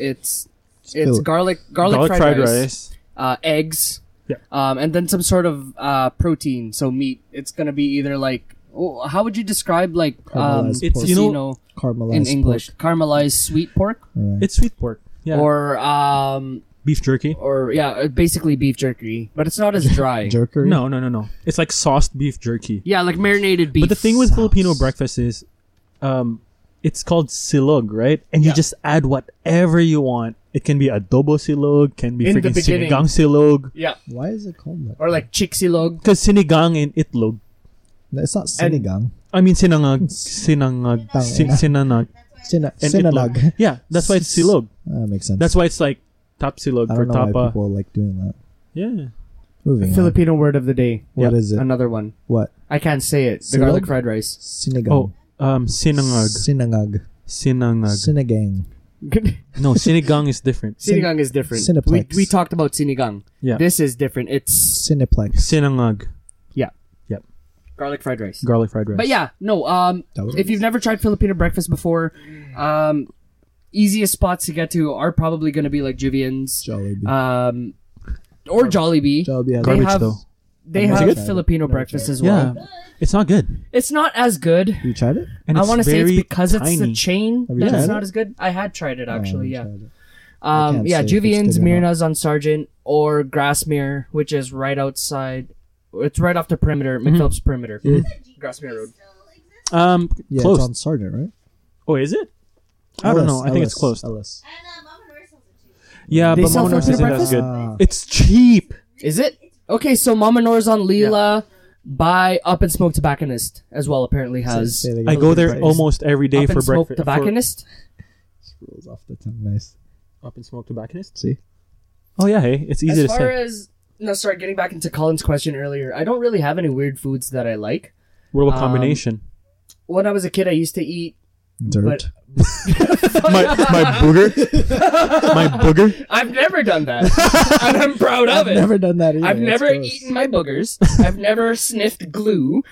Speaker 1: it's it's
Speaker 2: Fili-
Speaker 1: garlic garlic,
Speaker 3: Garlic
Speaker 1: fried, rice,
Speaker 3: rice.
Speaker 1: Uh, eggs,
Speaker 3: Yeah.
Speaker 1: um, and then some sort of uh, protein, so meat. It's gonna be either like oh, how would you describe like um,
Speaker 2: Caramelized It's,
Speaker 3: you know,
Speaker 1: tocino
Speaker 2: caramelized
Speaker 1: in English caramelized sweet pork
Speaker 2: pork. Alright.
Speaker 3: It's sweet pork. Yeah.
Speaker 1: or um
Speaker 3: beef jerky.
Speaker 1: or yeah uh, basically beef jerky, but it's not as dry.
Speaker 2: jerkery.
Speaker 3: No, no, no, no. It's like sauced beef jerky.
Speaker 1: yeah, like marinated beef.
Speaker 3: But the thing with
Speaker 2: sauce.
Speaker 3: Filipino breakfast is, um, it's called silog, right? And you
Speaker 1: Yeah.
Speaker 3: just add whatever you want. It can be adobo silog, can be
Speaker 1: In the
Speaker 3: freaking
Speaker 1: beginning.
Speaker 3: sinigang silog,
Speaker 1: yeah,
Speaker 2: Why is it called that?
Speaker 1: or like chiksilog.
Speaker 3: because sinigang and itlog.
Speaker 2: No, It's not sinigang.
Speaker 3: I mean sinangag, sinangag,
Speaker 2: Tang-
Speaker 3: sin- sinanag.
Speaker 4: That's why.
Speaker 2: Sin-
Speaker 3: and
Speaker 2: sinanag.
Speaker 3: itlog. Yeah, that's why it's silog.
Speaker 2: that makes sense.
Speaker 3: That's why it's like top silog
Speaker 2: I
Speaker 3: for
Speaker 2: don't know why
Speaker 3: tapa.
Speaker 2: people like doing that.
Speaker 3: Yeah.
Speaker 2: Moving on.
Speaker 1: Filipino word of the day.
Speaker 2: What
Speaker 3: Yeah.
Speaker 2: is it?
Speaker 1: Another one.
Speaker 2: What?
Speaker 1: I can't say it. The
Speaker 2: Silog?
Speaker 1: garlic fried rice.
Speaker 2: Sinigang.
Speaker 3: Oh, um, sinangag,
Speaker 2: Sinangag.
Speaker 3: sinangag.
Speaker 2: Sinagang.
Speaker 3: No, sinigang is different.
Speaker 1: sinigang is different. We,
Speaker 2: Cineplex.
Speaker 1: we talked about sinigang.
Speaker 3: Yeah.
Speaker 1: This is different. It's
Speaker 2: Cineplex.
Speaker 3: Sinangag,
Speaker 1: garlic fried rice.
Speaker 3: garlic fried rice.
Speaker 1: But yeah, no. Um,
Speaker 2: That was
Speaker 1: if you've never tried Filipino breakfast before, um, easiest spots to get to are probably going to be like Juvian's,
Speaker 2: Jollibee.
Speaker 1: um, or Jollibee.
Speaker 2: Jollibee
Speaker 1: They
Speaker 2: has
Speaker 3: Garbage
Speaker 1: have
Speaker 3: though.
Speaker 1: they
Speaker 2: Is it
Speaker 1: have
Speaker 2: good?
Speaker 1: Filipino breakfast as well.
Speaker 3: Yeah, it's not good.
Speaker 1: It's not as good.
Speaker 2: You tried it?
Speaker 3: And
Speaker 1: I
Speaker 3: it's
Speaker 1: want to say it's
Speaker 3: very
Speaker 1: because it's the
Speaker 3: tiny.
Speaker 1: chain
Speaker 2: Have you
Speaker 1: that
Speaker 2: tried
Speaker 1: it's
Speaker 2: it?
Speaker 1: not as good. I had tried it actually. yeah.
Speaker 2: Oh, you tried it. I
Speaker 1: Um,
Speaker 2: can't
Speaker 1: yeah,
Speaker 2: say if it's
Speaker 1: Juvian's
Speaker 2: good or not.
Speaker 1: Mirna's on Sargent or Grassmere, which is right outside. It's right off the perimeter,
Speaker 2: Mm-hmm.
Speaker 1: McPhillips perimeter. Grassmere Road.
Speaker 4: Still exists.
Speaker 3: Um,
Speaker 2: Yeah,
Speaker 3: close.
Speaker 2: it's on Sergeant, right?
Speaker 3: oh, is it? I
Speaker 2: Ellis,
Speaker 3: don't know. I think it's
Speaker 2: Ellis,
Speaker 3: close.
Speaker 2: Ellis.
Speaker 4: And uh, Mama Nora sells it too.
Speaker 3: Yeah,
Speaker 1: They
Speaker 3: but
Speaker 1: sell
Speaker 3: Monos
Speaker 1: food
Speaker 3: isn't
Speaker 1: for
Speaker 3: as
Speaker 1: breakfast?
Speaker 3: good.
Speaker 2: Ah,
Speaker 3: It's cheap.
Speaker 1: Is it okay? So Mama Nora's on Leela by Up and Smoke Tobacconist as well. Apparently has
Speaker 2: say it again.
Speaker 3: I go there
Speaker 2: It
Speaker 3: almost every day
Speaker 1: Up
Speaker 3: for
Speaker 1: and Smoke
Speaker 3: breakfast.
Speaker 1: Tobacconist.
Speaker 2: rolls off the tongue. Nice.
Speaker 3: For, up and smoke tobacconist.
Speaker 2: See?
Speaker 3: Oh yeah, hey, it's easy
Speaker 1: As
Speaker 3: to
Speaker 1: far
Speaker 3: say.
Speaker 1: as no, sorry, getting back into Colin's question earlier, I don't really have any weird foods that I like.
Speaker 3: What about
Speaker 1: um,
Speaker 3: combination?
Speaker 1: When I was a kid, I used to eat.
Speaker 2: Dirt.
Speaker 3: my my booger, my booger.
Speaker 1: I've never done that, and I'm proud of it.
Speaker 2: Never done that either.
Speaker 1: I've
Speaker 2: That's
Speaker 1: never
Speaker 2: gross.
Speaker 1: eaten my boogers. I've never sniffed glue.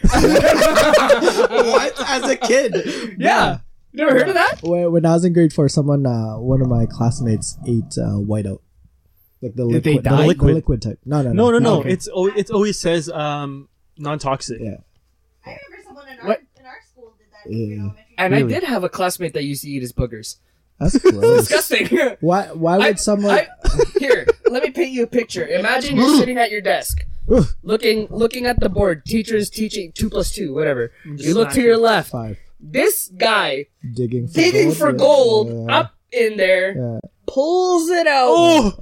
Speaker 2: what as a kid?
Speaker 1: Yeah. Never heard of that?
Speaker 2: When, when I was in grade four, someone, uh, one of my classmates, ate uh, whiteout, like the
Speaker 1: Did they
Speaker 2: liquid,
Speaker 1: die?
Speaker 2: the, li- the
Speaker 3: Liquid.
Speaker 2: liquid type. No, no,
Speaker 3: No,
Speaker 2: no,
Speaker 3: no, no.
Speaker 1: okay.
Speaker 3: It's al- it always says um non-toxic.
Speaker 2: Yeah.
Speaker 4: I remember someone in our,
Speaker 1: What?
Speaker 4: in our school did that.
Speaker 2: Yeah.
Speaker 4: in elementary
Speaker 1: And
Speaker 3: Really?
Speaker 1: I did have a classmate that used to eat his boogers.
Speaker 2: That's gross.
Speaker 1: Disgusting.
Speaker 2: why? Why would
Speaker 1: I-
Speaker 2: someone?
Speaker 1: I- here, let me paint you a picture. Imagine you're sitting at your desk, looking looking at the board. Teachers teaching two plus two, whatever. You look to your left.
Speaker 2: five
Speaker 1: This guy
Speaker 2: digging for
Speaker 1: digging
Speaker 2: gold,
Speaker 1: for
Speaker 2: yeah,
Speaker 1: gold
Speaker 2: yeah.
Speaker 1: up in there,
Speaker 2: Yeah.
Speaker 1: pulls it out,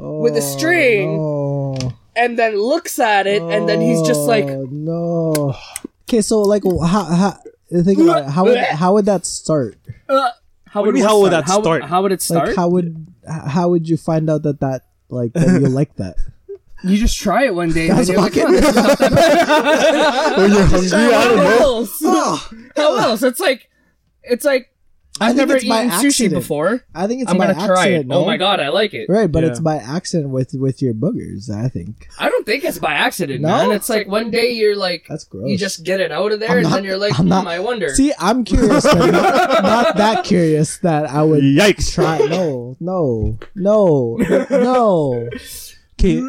Speaker 2: Oh,
Speaker 1: with a string.
Speaker 2: no.
Speaker 1: and then looks at it, and then he's just like,
Speaker 2: Oh, no. Okay, so like, wh- how, how think about it. How would how would that start?
Speaker 1: uh, how
Speaker 3: do you mean,
Speaker 1: what
Speaker 3: how would that start?
Speaker 1: How, would it start?
Speaker 2: Like, how would h- how would you find out that that like that you like that?
Speaker 1: You just try it one day. and
Speaker 2: That's
Speaker 1: you're like,
Speaker 2: fucking-
Speaker 1: "Huh,
Speaker 3: When you're hungry, I don't
Speaker 1: how
Speaker 3: know.
Speaker 1: else? How else? It's like, it's like
Speaker 2: I
Speaker 1: I've
Speaker 2: think
Speaker 1: never
Speaker 2: it's by
Speaker 1: eaten sushi
Speaker 2: accident.
Speaker 1: before.
Speaker 2: I think it's
Speaker 1: I'm
Speaker 2: by
Speaker 1: gonna
Speaker 2: accident.
Speaker 1: try it.
Speaker 2: No?
Speaker 1: Oh my god, I like it.
Speaker 2: Right, but
Speaker 3: Yeah.
Speaker 2: it's by accident with with your boogers. I think
Speaker 1: I don't think it's by accident,
Speaker 2: No?
Speaker 1: man. It's like one day you're like,
Speaker 2: that's gross.
Speaker 1: you just get it out of there,
Speaker 2: I'm
Speaker 1: and
Speaker 2: not-
Speaker 1: then you're like,
Speaker 2: I'm
Speaker 1: hmm,
Speaker 2: not-
Speaker 1: I wonder.
Speaker 2: see. I'm curious, but not, not that curious that I would
Speaker 3: Yikes!
Speaker 2: try. No, no, no, no.
Speaker 3: Okay,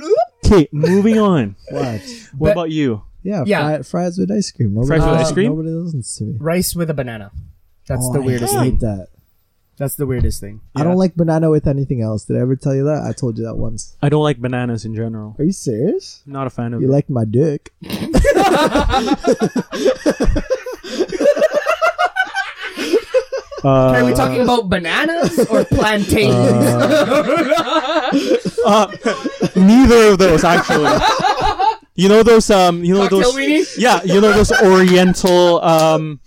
Speaker 3: okay. Moving on.
Speaker 2: What?
Speaker 3: What
Speaker 1: But-
Speaker 3: about you?
Speaker 2: Yeah,
Speaker 1: Yeah.
Speaker 2: Fri- fries with ice cream. Nobody
Speaker 3: Fries with
Speaker 2: listens-
Speaker 1: ice
Speaker 3: cream?
Speaker 2: Nobody listens to me.
Speaker 1: Rice with a banana. That's
Speaker 2: Oh, I hate that.
Speaker 1: That's the weirdest thing.
Speaker 2: I don't like banana with anything else. Did I ever tell you that? I told you that once.
Speaker 3: I don't like bananas in general.
Speaker 2: Are you serious?
Speaker 3: I'm not a fan of
Speaker 2: You
Speaker 3: it.
Speaker 2: like my dick?
Speaker 3: Uh,
Speaker 1: Are we talking about bananas or plantains?
Speaker 3: Uh, neither of those, actually. You know those um you know
Speaker 1: Cocktail
Speaker 3: those
Speaker 1: weenie?
Speaker 3: Yeah, you know those oriental um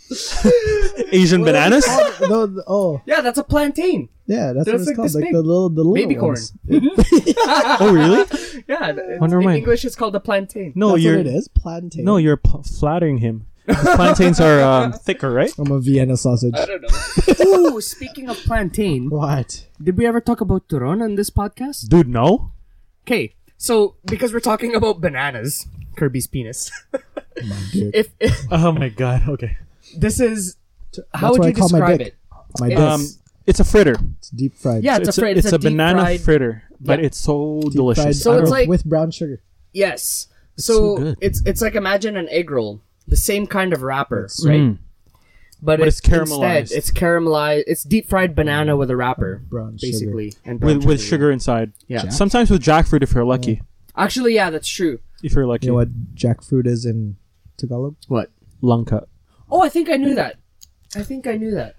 Speaker 3: Asian bananas?
Speaker 2: no, th- oh
Speaker 1: Yeah, that's a plantain.
Speaker 2: yeah, that's,
Speaker 1: That's
Speaker 2: what it's
Speaker 1: like
Speaker 2: called.
Speaker 1: this
Speaker 2: Like
Speaker 1: big
Speaker 2: the little, the little
Speaker 1: Baby corn.
Speaker 2: ones.
Speaker 3: Oh really?
Speaker 1: Yeah, it's,
Speaker 3: Wonder
Speaker 1: in
Speaker 3: why.
Speaker 1: English it's called a plantain.
Speaker 3: No,
Speaker 2: that's
Speaker 3: you're
Speaker 2: what it is. Plantain.
Speaker 3: No, you're pl- flattering him. 'Cause plantains are um, thicker, right?
Speaker 2: I'm a Vienna sausage.
Speaker 1: I don't know. Ooh, speaking of plantain,
Speaker 2: What?
Speaker 1: did we ever talk about Turon on this podcast?
Speaker 3: Dude, no.
Speaker 1: Okay, so because we're talking about bananas, Kirby's penis.
Speaker 2: My dude.
Speaker 1: if, if
Speaker 3: Oh my god. Okay.
Speaker 1: this is, how
Speaker 2: That's
Speaker 1: would
Speaker 2: what I
Speaker 1: you
Speaker 2: call my
Speaker 1: describe
Speaker 2: dick.
Speaker 1: it?
Speaker 2: My dick.
Speaker 3: Um it's a fritter.
Speaker 2: it's deep fried.
Speaker 1: Yeah, it's, a, fri- it's, a, deep
Speaker 3: banana
Speaker 1: fried-
Speaker 3: fritter, but
Speaker 1: Yeah.
Speaker 3: it's so
Speaker 2: Deep fried.
Speaker 3: delicious.
Speaker 1: So
Speaker 2: I
Speaker 1: it's
Speaker 2: don't-
Speaker 1: like-
Speaker 2: with brown sugar.
Speaker 1: Yes.
Speaker 3: so
Speaker 1: So,
Speaker 3: good.
Speaker 1: it's it's like imagine an egg roll, the same kind of wrapper,
Speaker 2: It's
Speaker 1: right?
Speaker 3: Mm.
Speaker 1: But,
Speaker 3: But
Speaker 1: it-
Speaker 3: it's caramelized.
Speaker 1: Instead, it's caramelized. It's deep fried banana with a wrapper,
Speaker 2: Brown sugar.
Speaker 1: basically, and brown
Speaker 3: with with
Speaker 1: sugar.
Speaker 3: sugar inside.
Speaker 1: Yeah. Jack-
Speaker 3: Sometimes with jackfruit if you're lucky.
Speaker 1: Actually, yeah, that's true.
Speaker 3: If you're lucky.
Speaker 2: You know what jackfruit is in Tagalog?
Speaker 1: What?
Speaker 3: Lung cut.
Speaker 1: Oh, I think I knew that. I think I knew that.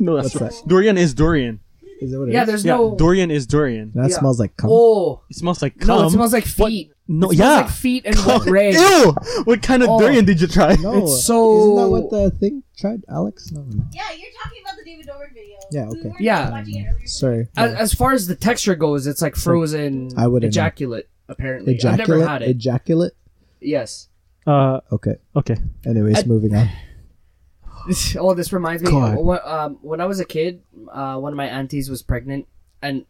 Speaker 3: No,
Speaker 2: that's What's right.
Speaker 3: Durian is durian.
Speaker 2: Is that what it is?
Speaker 1: Yeah, there's
Speaker 3: yeah,
Speaker 1: no.
Speaker 3: durian is durian.
Speaker 2: That
Speaker 1: Yeah.
Speaker 2: smells like cum.
Speaker 1: Oh
Speaker 3: It smells like cum.
Speaker 1: no, it smells like feet.
Speaker 3: No,
Speaker 1: It smells
Speaker 3: yeah.
Speaker 1: like feet and wet rag.
Speaker 3: Ew! What kind of
Speaker 1: Oh.
Speaker 3: durian did you try?
Speaker 2: No,
Speaker 1: It's so-
Speaker 2: isn't that what the thing tried, Alex? No, no.
Speaker 4: Yeah, you're talking about the David Dobrik video.
Speaker 2: Yeah,
Speaker 4: We
Speaker 2: okay.
Speaker 4: weren't
Speaker 1: Yeah.
Speaker 4: watching it earlier.
Speaker 2: Sorry,
Speaker 1: As, as far as the texture goes, it's like frozen
Speaker 2: I wouldn't know.
Speaker 1: ejaculate. Apparently, I've never had
Speaker 2: ejaculate,
Speaker 1: it.
Speaker 2: ejaculate.
Speaker 1: yes.
Speaker 3: Uh,
Speaker 2: Okay.
Speaker 3: okay.
Speaker 2: Anyways,
Speaker 1: I-
Speaker 2: moving on.
Speaker 1: This- oh, this reminds me.
Speaker 2: God.
Speaker 1: When, um, when I was a kid, uh, one of my aunties was pregnant, and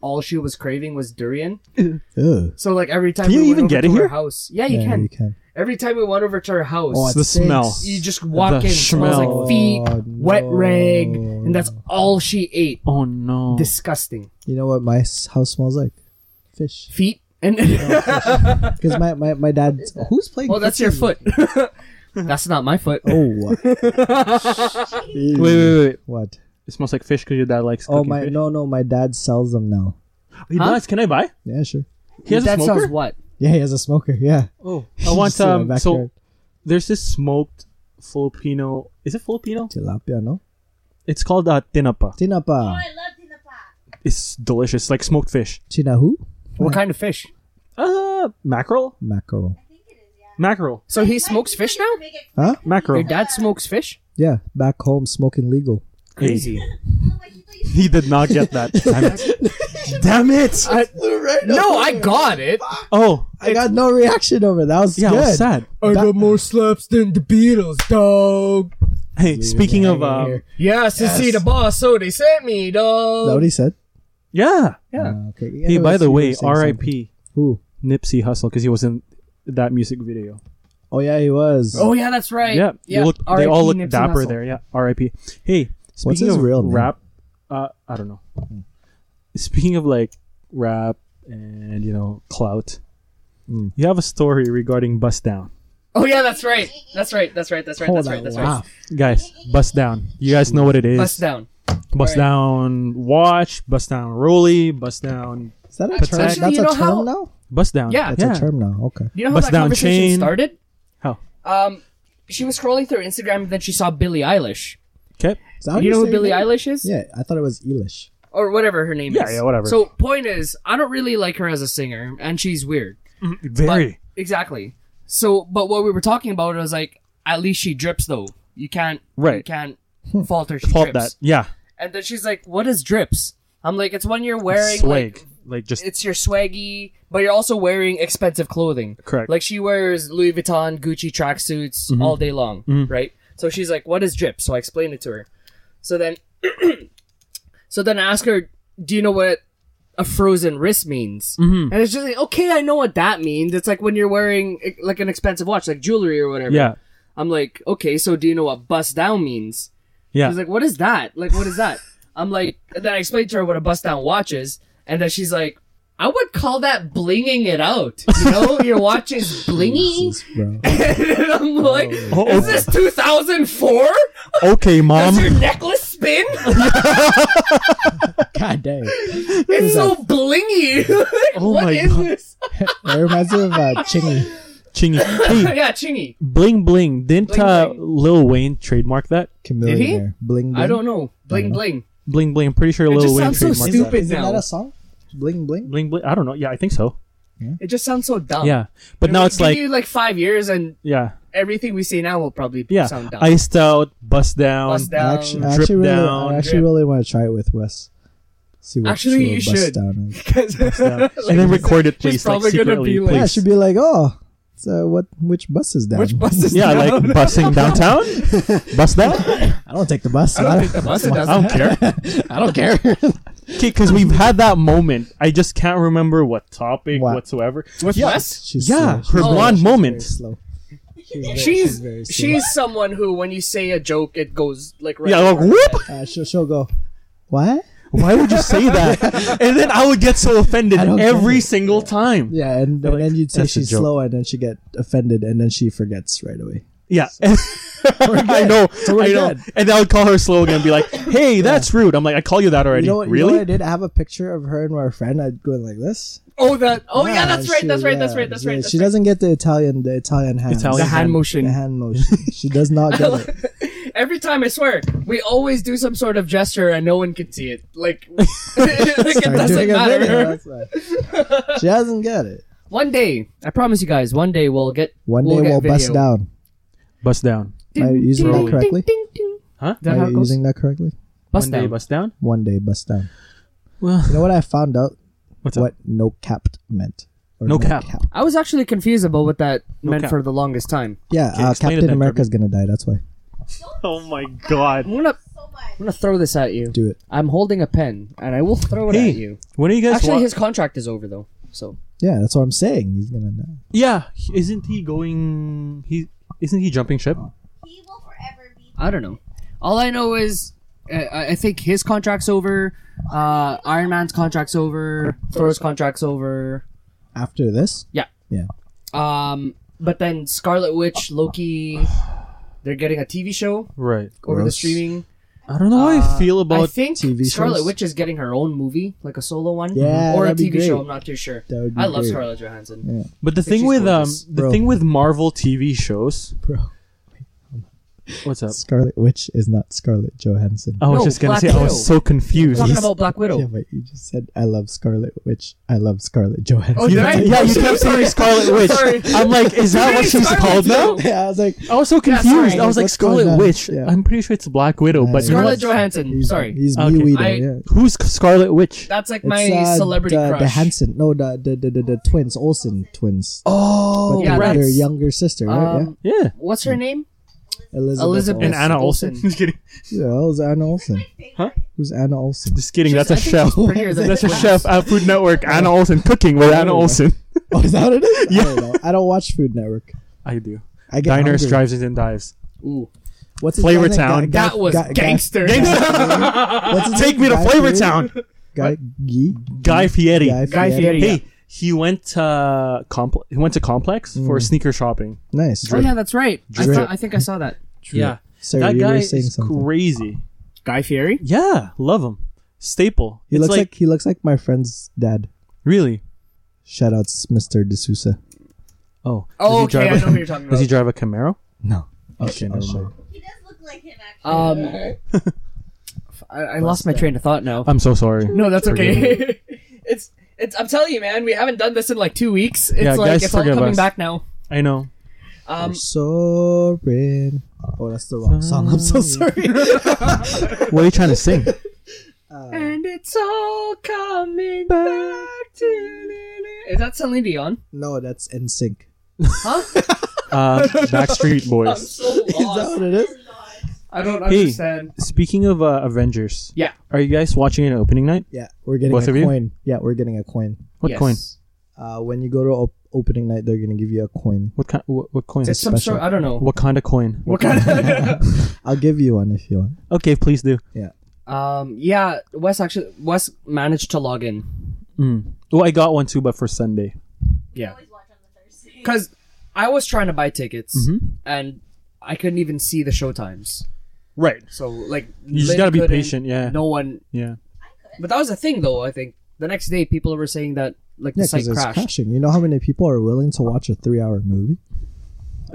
Speaker 1: all she was craving was durian.
Speaker 2: Ew.
Speaker 1: So like every time
Speaker 3: Can
Speaker 1: we
Speaker 3: you
Speaker 1: went
Speaker 3: even
Speaker 1: over
Speaker 3: get
Speaker 1: to
Speaker 3: it
Speaker 1: her
Speaker 3: here?
Speaker 1: house, yeah, you can.
Speaker 2: You can.
Speaker 1: Every time we went over to her house,
Speaker 2: Oh,
Speaker 3: It's the
Speaker 2: stinks.
Speaker 3: smell.
Speaker 1: you just walk
Speaker 3: The
Speaker 1: in, smells
Speaker 3: smell.
Speaker 1: like feet,
Speaker 2: Oh,
Speaker 1: wet
Speaker 2: no.
Speaker 1: rag, and that's all she ate.
Speaker 3: Oh no.
Speaker 1: Disgusting
Speaker 2: You know what my s- house smells like? Fish.
Speaker 1: feet and
Speaker 2: Because my, my, my dad. Who's playing?
Speaker 1: well, Oh, that's
Speaker 2: fish
Speaker 1: your
Speaker 2: in-
Speaker 1: foot. that's not my foot.
Speaker 2: Oh. what?
Speaker 3: wait, wait, wait, wait.
Speaker 2: What?
Speaker 3: It smells like fish because your dad likes.
Speaker 2: Oh
Speaker 3: cooking
Speaker 2: my!
Speaker 3: Fish.
Speaker 2: No, no, my dad sells them now.
Speaker 3: He
Speaker 1: Huh?
Speaker 3: does. Can I buy?
Speaker 2: Yeah, sure.
Speaker 3: He has a
Speaker 1: that
Speaker 3: smoker.
Speaker 1: sounds what?
Speaker 2: Yeah, he has a smoker. Yeah.
Speaker 3: oh, I
Speaker 2: Just
Speaker 3: want
Speaker 2: in the
Speaker 3: um. So
Speaker 2: backyard.
Speaker 3: there's this smoked Filipino. Is it Filipino?
Speaker 2: tilapia, no?
Speaker 3: It's called uh, tinapa.
Speaker 4: Oh,
Speaker 2: Tinapa.
Speaker 4: I love Tinapa.
Speaker 3: It's delicious, like smoked fish.
Speaker 2: Tinahu?
Speaker 1: What kind of fish?
Speaker 3: Uh, mackerel.
Speaker 2: Mackerel.
Speaker 4: I think it is, yeah.
Speaker 3: Mackerel.
Speaker 1: So he smokes fish now.
Speaker 2: Huh?
Speaker 1: Your
Speaker 3: Mackerel.
Speaker 1: dad smokes fish.
Speaker 2: Yeah, back home smoking legal.
Speaker 3: Hey.
Speaker 1: Crazy.
Speaker 4: Oh,
Speaker 3: He did not get that. Damn it. Damn it.
Speaker 1: No, I got it.
Speaker 3: Oh,
Speaker 2: I got no reaction over it. that. Was
Speaker 3: yeah,
Speaker 2: good.
Speaker 3: I was sad.
Speaker 1: I got more slaps than the Beatles, dog.
Speaker 3: Hey, speaking of
Speaker 2: Yeah,
Speaker 3: um,
Speaker 2: yeah,
Speaker 1: Yes, to see the boss, so they sent me,
Speaker 2: Is that
Speaker 1: dog.
Speaker 2: what he said?
Speaker 3: yeah.
Speaker 1: yeah.
Speaker 2: Uh, okay.
Speaker 3: Hey, by
Speaker 2: Anyways,
Speaker 3: the
Speaker 2: you were
Speaker 3: way,
Speaker 2: saying something.
Speaker 3: R.I.P.
Speaker 2: Who?
Speaker 3: Nipsey Hussle because he was in that music video.
Speaker 2: Oh yeah, he was.
Speaker 1: Oh yeah, that's right.
Speaker 3: Yeah, you look. They
Speaker 1: RIP
Speaker 3: all look
Speaker 1: Nipsey
Speaker 3: dapper
Speaker 1: Hussle.
Speaker 3: there. Yeah, R.I.P. Hey, speaking
Speaker 2: his
Speaker 3: of
Speaker 2: real name? Hmm.
Speaker 3: rap, uh, I don't know. Speaking of like rap and you know clout,
Speaker 2: Mm.
Speaker 3: you have a story regarding Bust Down,
Speaker 1: Oh yeah, that's right. That's right. That's right. That's right.
Speaker 2: Hold
Speaker 1: that's right.
Speaker 2: on,
Speaker 1: That's
Speaker 2: wow.
Speaker 1: right.
Speaker 3: guys. Bust Down. You guys know what it is.
Speaker 1: Bust down.
Speaker 3: Bust
Speaker 1: Right.
Speaker 3: Down. Watch. Bust Down. Rolly. Bust Down.
Speaker 2: Is that a
Speaker 1: Actually,
Speaker 2: term?
Speaker 1: you
Speaker 2: that's a
Speaker 1: know
Speaker 2: term
Speaker 1: how-
Speaker 2: now.
Speaker 3: Bust Down.
Speaker 1: Yeah.
Speaker 2: That's a term now. Okay.
Speaker 1: You know how
Speaker 3: Bust
Speaker 1: that
Speaker 3: down
Speaker 1: conversation
Speaker 3: chain.
Speaker 1: started?
Speaker 3: How?
Speaker 1: Um, she was scrolling through Instagram and then she saw Billie Eilish.
Speaker 3: Okay.
Speaker 2: Is that how
Speaker 1: you know who
Speaker 2: say
Speaker 1: Billie
Speaker 2: it?
Speaker 1: Eilish is?
Speaker 2: Yeah, I thought it was Elish.
Speaker 1: Or whatever her name
Speaker 3: Yeah,
Speaker 1: is.
Speaker 3: yeah, whatever.
Speaker 1: So point is, I don't really like her as a singer, and she's weird.
Speaker 3: Very.
Speaker 1: Exactly. So, but what we were talking about was like, at least she drips though. You can't, You
Speaker 3: Right. Hmm.
Speaker 1: can't falter. She
Speaker 3: fault
Speaker 1: drips.
Speaker 3: that. Yeah.
Speaker 1: And then she's like, "What is drips?" I'm like, "It's when you're wearing
Speaker 3: Swag.
Speaker 1: like
Speaker 3: Like, just
Speaker 1: it's your swaggy, but you're also wearing expensive clothing.
Speaker 3: Correct. Mm-hmm.
Speaker 1: Like she wears Louis Vuitton, Gucci tracksuits all day long, right? So she's like, "What is drip?" So I explained it to her. So then, so then I ask her, "Do you know what a frozen wrist means?" Mm-hmm. And it's just like, "Okay, I know what that means. It's like when you're wearing eh, like an expensive watch, like jewelry or whatever."
Speaker 3: yeah.
Speaker 1: I'm like, "Okay, so do you know what bust down means?"
Speaker 3: Yeah.
Speaker 1: She's like, "What is that? Like, what is that?" I'm like, and then I explained to her what a bust down watch is, and then she's like, "I would call that blinging it out. You know, your watch is blingy."
Speaker 2: Jesus, bro.
Speaker 1: and I'm like,
Speaker 3: Oh. Um,
Speaker 1: "Is this 2004?
Speaker 3: okay, mom.
Speaker 1: Does your necklace spin?
Speaker 2: God dang.
Speaker 1: it's so blingy. Like,
Speaker 3: Oh
Speaker 1: what
Speaker 3: my
Speaker 1: is
Speaker 3: God.
Speaker 1: this?"
Speaker 2: It reminds me of uh, Chingy.
Speaker 3: Chingy. Hey,
Speaker 1: yeah, chingy.
Speaker 3: bling bling. Didn't
Speaker 1: Bling
Speaker 3: uh,
Speaker 1: bling.
Speaker 3: Lil Wayne trademark that?
Speaker 2: Chameleon.
Speaker 1: Did he?
Speaker 2: there. Bling bling.
Speaker 1: I don't know. Bling
Speaker 2: know.
Speaker 1: bling.
Speaker 3: Bling bling. I'm pretty sure
Speaker 1: It
Speaker 3: Lil
Speaker 1: just
Speaker 3: Wayne
Speaker 1: sounds so
Speaker 3: trademarked
Speaker 1: stupid
Speaker 3: that.
Speaker 2: Isn't
Speaker 1: now.
Speaker 2: that a song? Bling bling.
Speaker 3: Bling bling. I don't know. Yeah, I think so. Yeah.
Speaker 1: It just sounds so dumb.
Speaker 3: yeah, but
Speaker 1: If
Speaker 3: now
Speaker 1: we
Speaker 3: it's
Speaker 1: give
Speaker 3: like
Speaker 1: you like five years, and
Speaker 3: yeah,
Speaker 1: everything we say now will probably
Speaker 3: yeah,
Speaker 1: sound dumb.
Speaker 3: iced out, bust down.
Speaker 1: Bust down.
Speaker 2: I Um, actually, I
Speaker 3: Drip
Speaker 2: actually really,
Speaker 3: down,
Speaker 2: I
Speaker 1: Um,
Speaker 2: actually
Speaker 1: drip.
Speaker 2: really want to try it with Wes. See what
Speaker 1: Actually,
Speaker 2: she will
Speaker 1: you
Speaker 2: bust
Speaker 1: should.
Speaker 2: down. is.
Speaker 1: 'Cause-
Speaker 3: down.
Speaker 1: like,
Speaker 3: and then
Speaker 1: she's-
Speaker 3: record it,
Speaker 1: she's
Speaker 3: please, like
Speaker 1: probably gonna
Speaker 3: secretly,
Speaker 1: be like-
Speaker 2: Yeah,
Speaker 3: please.
Speaker 2: she'd be like, oh, so what? Which bus is down?
Speaker 1: Which bus is
Speaker 3: yeah,
Speaker 1: down?
Speaker 3: like busing downtown, bus down.
Speaker 2: I don't take the bus.
Speaker 1: I don't think the bus it
Speaker 3: I
Speaker 1: does.
Speaker 3: don't care.
Speaker 2: I don't care.
Speaker 3: Okay, because we've had that moment. I just can't remember what topic
Speaker 2: What?
Speaker 3: whatsoever.
Speaker 1: With
Speaker 3: Yeah.
Speaker 1: Wes?
Speaker 2: She's
Speaker 3: Yeah,
Speaker 2: slow.
Speaker 3: her
Speaker 2: She's
Speaker 3: blonde
Speaker 2: very-
Speaker 3: moment.
Speaker 2: She's very slow. She's very-
Speaker 1: She's
Speaker 2: very slow.
Speaker 1: she's someone who when you say a joke it goes like right
Speaker 3: Yeah, like
Speaker 1: over.
Speaker 3: whoop.
Speaker 2: Uh, she'll, she'll go. What?
Speaker 3: Why would you say that? and then I would get so offended
Speaker 2: I don't get
Speaker 3: every
Speaker 2: it.
Speaker 3: single time.
Speaker 2: Yeah, and,
Speaker 3: They're
Speaker 2: and
Speaker 3: like,
Speaker 2: then you'd say
Speaker 3: "That's a
Speaker 2: she's
Speaker 3: joke."
Speaker 2: slow, and then she get offended, and then she forgets right away.
Speaker 3: Yeah. I know.
Speaker 2: we're
Speaker 3: I know.
Speaker 2: good.
Speaker 3: And I would call her slow again and be like, hey, that's rude. I'm like, I call you that already.
Speaker 2: You know, what- you know
Speaker 3: really?
Speaker 2: what I did? I have a picture of her and our friend. I'd go like this.
Speaker 1: Oh that oh yeah, that's right,
Speaker 2: she-
Speaker 1: that's right,
Speaker 2: yeah,
Speaker 1: that's right, that's
Speaker 2: yeah,
Speaker 1: right. that's
Speaker 2: she
Speaker 1: right.
Speaker 2: doesn't get the Italian, the Italian hand,
Speaker 3: Italian-
Speaker 1: the hand
Speaker 3: hand-
Speaker 2: the
Speaker 1: motion.
Speaker 2: hand motion. she does not get it.
Speaker 1: Every time I swear, we always do some sort of gesture and no one can see it. Like, like it
Speaker 2: Start
Speaker 1: doesn't
Speaker 2: doing a video,
Speaker 1: matter.
Speaker 2: that's why. she doesn't get it.
Speaker 1: One day, I promise you guys, one day we'll get
Speaker 2: One
Speaker 1: we'll
Speaker 2: day
Speaker 1: get
Speaker 2: we'll
Speaker 1: video.
Speaker 2: bust down.
Speaker 3: bust down.
Speaker 2: Am I using
Speaker 3: ding,
Speaker 2: that
Speaker 3: ding,
Speaker 2: correctly?
Speaker 3: Huh?
Speaker 1: Is that
Speaker 2: Am
Speaker 1: how
Speaker 2: I
Speaker 1: it goes?
Speaker 2: using that correctly?
Speaker 1: Bust
Speaker 3: One day
Speaker 1: down.
Speaker 3: bust down?
Speaker 2: One day bust down.
Speaker 3: Well,
Speaker 2: You know what I found out?
Speaker 3: what's up?
Speaker 2: what no capped meant. Or
Speaker 3: No cap.
Speaker 1: I was actually confused about what that meant
Speaker 3: cap.
Speaker 1: for the longest time.
Speaker 2: Yeah,
Speaker 3: Okay,
Speaker 2: uh,
Speaker 3: explain it
Speaker 2: Captain
Speaker 3: then,
Speaker 2: America's gonna die. That's why.
Speaker 3: Oh my god.
Speaker 1: I'm gonna, I'm
Speaker 4: so much.
Speaker 1: gonna throw this at you.
Speaker 2: Do it.
Speaker 1: I'm holding a pen, and I will throw it
Speaker 3: Hey,
Speaker 1: at you.
Speaker 3: When are you guys
Speaker 1: Actually,
Speaker 3: wa-
Speaker 1: his contract is over though, so
Speaker 2: Yeah, that's what I'm saying. He's gonna die.
Speaker 3: Yeah, he- isn't he going he isn't he jumping ship?
Speaker 4: He will forever be.
Speaker 1: I don't know. All I know is uh, I I think his contract's over. Uh, Iron Man's contract's over. Thor's contract's over.
Speaker 2: After this,
Speaker 1: Um, but then Scarlet Witch, Loki, they're getting a TV show
Speaker 3: Right.
Speaker 1: over the
Speaker 2: Gross.
Speaker 1: streaming.
Speaker 3: I don't know how I
Speaker 1: Uh,
Speaker 3: feel
Speaker 1: I
Speaker 3: about
Speaker 1: think
Speaker 2: TV shows?
Speaker 1: Scarlet Witch is getting her own movie, like a solo one,
Speaker 2: Yeah,
Speaker 1: or a
Speaker 2: that'd be
Speaker 1: TV show.
Speaker 2: great.
Speaker 1: I'm not too sure.
Speaker 2: that would be
Speaker 1: I love
Speaker 2: great.
Speaker 1: Scarlett Johansson.
Speaker 2: Yeah.
Speaker 3: but the
Speaker 1: think
Speaker 3: thing
Speaker 1: she's
Speaker 3: with um
Speaker 1: gorgeous.
Speaker 3: the
Speaker 2: Bro.
Speaker 3: thing with Marvel TV shows
Speaker 2: Bro,
Speaker 3: what's up?
Speaker 2: Scarlet Witch is not Scarlet Johansson.
Speaker 3: I was
Speaker 1: No,
Speaker 3: just gonna
Speaker 1: Black
Speaker 3: say I was
Speaker 1: Widow.
Speaker 3: so
Speaker 1: We're
Speaker 3: confused.
Speaker 1: talking about Black
Speaker 2: Yeah,
Speaker 1: Widow.
Speaker 2: but you just said I love Scarlet Witch. I love Scarlet Johansson.
Speaker 1: Oh, did
Speaker 3: You-
Speaker 1: I?
Speaker 3: yeah, you
Speaker 1: Sorry,
Speaker 3: kept saying
Speaker 1: sorry.
Speaker 3: Scarlet Witch.
Speaker 1: Sorry.
Speaker 3: I'm like, is that what she's
Speaker 1: Scarlet
Speaker 3: called now?
Speaker 1: Widow.
Speaker 2: yeah, I was like,
Speaker 3: I was so
Speaker 1: Yeah,
Speaker 3: confused.
Speaker 1: sorry.
Speaker 3: I was like,
Speaker 2: What's going
Speaker 3: Scarlet
Speaker 2: on?
Speaker 3: Witch.
Speaker 2: Yeah.
Speaker 3: I'm pretty sure it's Black Widow, Oh, but you know
Speaker 1: Scarlett
Speaker 3: what?
Speaker 1: Johansson.
Speaker 2: uh, he's,
Speaker 1: Sorry,
Speaker 2: he's
Speaker 3: Okay.
Speaker 2: okay. Widow.
Speaker 1: I-
Speaker 2: yeah.
Speaker 3: Who's Scarlet Witch?
Speaker 1: that's like
Speaker 2: It's,
Speaker 1: my
Speaker 2: uh,
Speaker 1: celebrity
Speaker 2: the,
Speaker 1: crush.
Speaker 2: The Hanson, no, the the, the, the, the twins, Olsen twins.
Speaker 3: Oh,
Speaker 2: but
Speaker 1: yeah,
Speaker 2: they're
Speaker 1: right.
Speaker 2: their younger sister, right?
Speaker 1: Um,
Speaker 3: yeah.
Speaker 1: What's
Speaker 2: Hmm.
Speaker 1: her name?
Speaker 2: yeah, Elizabeth.
Speaker 1: Elizabeth
Speaker 3: And
Speaker 2: Olsen.
Speaker 3: Anna Olsen.
Speaker 1: Olsen.
Speaker 3: just kidding.
Speaker 2: Yeah, who's Anna Olsen?
Speaker 4: Favorite.
Speaker 3: Huh?
Speaker 2: Who's Anna Olsen?
Speaker 3: Just kidding.
Speaker 1: She's-
Speaker 3: That's a
Speaker 1: I think
Speaker 3: chef.
Speaker 1: she's prettier than
Speaker 3: That's a
Speaker 1: Wes.
Speaker 3: chef at Food Network. Anna Olsen cooking with Anna Olsen.
Speaker 2: Oh, is that what it is?
Speaker 3: Yeah.
Speaker 2: I don't know. I don't watch Food Network.
Speaker 3: I do.
Speaker 2: I get
Speaker 3: Diners,
Speaker 2: hungry.
Speaker 3: drives-ins, and dives.
Speaker 1: Ooh,
Speaker 2: What's his
Speaker 3: Flavor
Speaker 2: guy's name?
Speaker 3: Town.
Speaker 2: Guy-
Speaker 1: that was
Speaker 2: Guy- Guy-
Speaker 1: gangster.
Speaker 2: what's his
Speaker 3: Take
Speaker 2: name?
Speaker 3: me to
Speaker 2: Guy
Speaker 3: Flavor
Speaker 2: Fieri?
Speaker 3: Town.
Speaker 2: Guy Gee?
Speaker 3: Guy Fieri.
Speaker 2: Guy,
Speaker 1: Guy
Speaker 2: Fieri.
Speaker 1: Fieri.
Speaker 3: Hey, he went uh, compl- he went to Complex for sneaker shopping.
Speaker 2: Nice.
Speaker 1: Oh yeah, that's right. I,
Speaker 2: Drip.
Speaker 1: saw, I think I saw that.
Speaker 2: True.
Speaker 3: Yeah.
Speaker 2: Sorry,
Speaker 3: that
Speaker 2: you
Speaker 3: guy
Speaker 2: were
Speaker 3: is
Speaker 2: saying something.
Speaker 3: crazy.
Speaker 1: Guy Fieri.
Speaker 3: Yeah, love him. Staple.
Speaker 2: He
Speaker 3: it's
Speaker 2: looks like,
Speaker 3: like
Speaker 2: he looks like my friend's dad.
Speaker 3: really.
Speaker 2: Shoutouts, Mr. D'Souza.
Speaker 3: Oh,
Speaker 1: Oh, okay, I know
Speaker 3: a,
Speaker 1: who you're talking about.
Speaker 3: Does he drive a Camaro?
Speaker 2: No.
Speaker 3: Okay, never mind.
Speaker 4: He does look like him actually.
Speaker 1: Um, I, I lost my train of thought now.
Speaker 3: I'm so sorry.
Speaker 1: No, that's okay. it's it's. I'm telling you, man, we haven't done this in like two weeks. It's
Speaker 3: Yeah,
Speaker 1: like
Speaker 3: guys,
Speaker 1: it's all
Speaker 3: forgive
Speaker 1: coming
Speaker 3: us. Oh,
Speaker 1: back now.
Speaker 3: I know.
Speaker 1: Um,
Speaker 2: I'm sorry. Oh, that's the wrong song. I'm so sorry.
Speaker 3: What are you trying to sing?
Speaker 1: and it's all coming Oh. back to. Is that Celine Dion?
Speaker 2: no, that's In Sync.
Speaker 1: Huh?
Speaker 3: Uh, Backstreet
Speaker 1: I'm
Speaker 3: Boys.
Speaker 1: so
Speaker 2: Is that
Speaker 1: lost.
Speaker 2: what it is?
Speaker 1: I don't
Speaker 3: Hey.
Speaker 1: understand.
Speaker 3: Speaking of uh, Avengers,
Speaker 1: Yeah.
Speaker 3: are you guys watching an opening night?
Speaker 2: Yeah, we're getting
Speaker 3: Both
Speaker 2: a
Speaker 3: of you?
Speaker 2: coin. Yeah, we're getting a coin.
Speaker 3: What
Speaker 1: Yes.
Speaker 3: coin?
Speaker 2: Uh, when you go to op- opening night, they're gonna give you a coin.
Speaker 3: What kind? What, what coin?
Speaker 1: It's some
Speaker 2: special.
Speaker 1: sort. I don't know. What,
Speaker 3: What kind of coin?
Speaker 1: kind of?
Speaker 2: I'll give you one if you want.
Speaker 3: Okay, please do.
Speaker 1: um. Yeah. Wes actually. Wes managed to log in.
Speaker 3: Mm. Well, I got one too, but for Sunday.
Speaker 1: Yeah.
Speaker 4: Always watch on the Thursday.
Speaker 1: Because I was trying to buy tickets
Speaker 3: Mhm.
Speaker 1: and I couldn't even see the show times.
Speaker 3: Right.
Speaker 1: So like
Speaker 3: You just
Speaker 1: Lynn
Speaker 3: gotta be
Speaker 1: couldn't,
Speaker 3: patient. Yeah.
Speaker 1: No one.
Speaker 3: Yeah.
Speaker 1: But that was the thing, though. I think the next day people were saying that like
Speaker 2: Yeah,
Speaker 1: the site
Speaker 2: because it's
Speaker 1: crashed.
Speaker 2: crashing. You know how many people are willing to watch a three-hour movie?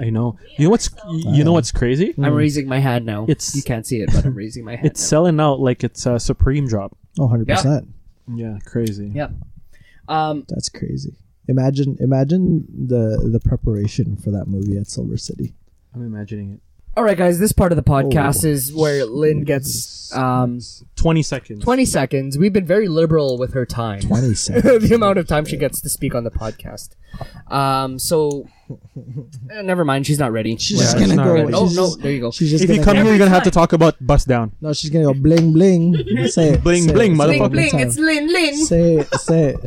Speaker 3: I know. You know what's? You know what's crazy?
Speaker 1: Uh, I'm raising my hand now.
Speaker 3: Mm. It's-
Speaker 1: you can't see it, but I'm raising my hand.
Speaker 3: It's selling out like it's a Supreme drop.
Speaker 2: Oh, 100 percent.
Speaker 3: Yeah, crazy.
Speaker 1: now. Um.
Speaker 2: That's crazy. Imagine, imagine the the preparation for that movie at Silver City.
Speaker 3: I'm imagining it.
Speaker 1: All right, guys. This part of the podcast
Speaker 2: Oh.
Speaker 1: is where Lynn gets um,
Speaker 3: 20 seconds.
Speaker 1: 20 seconds. We've been very liberal with her time.
Speaker 2: Twenty seconds.
Speaker 1: the amount of time she gets to speak on the podcast. Um, so eh, never mind. She's not ready.
Speaker 2: She's
Speaker 3: Yeah,
Speaker 2: just
Speaker 3: it's
Speaker 2: gonna
Speaker 3: not
Speaker 2: go.
Speaker 3: ready.
Speaker 1: Oh
Speaker 2: she's
Speaker 1: no!
Speaker 2: just-
Speaker 1: There you go.
Speaker 2: She's just
Speaker 3: If you
Speaker 2: gonna
Speaker 3: come
Speaker 2: go-
Speaker 3: here, you're going to have to talk about Bust Down.
Speaker 2: No, she's gonna go bling bling. Say it,
Speaker 3: Bling,
Speaker 2: say it, say
Speaker 3: bling,
Speaker 2: it
Speaker 3: motherfucker.
Speaker 1: Bling bling.
Speaker 2: one time.
Speaker 1: It's Lynn Lynn.
Speaker 2: Say it, say it.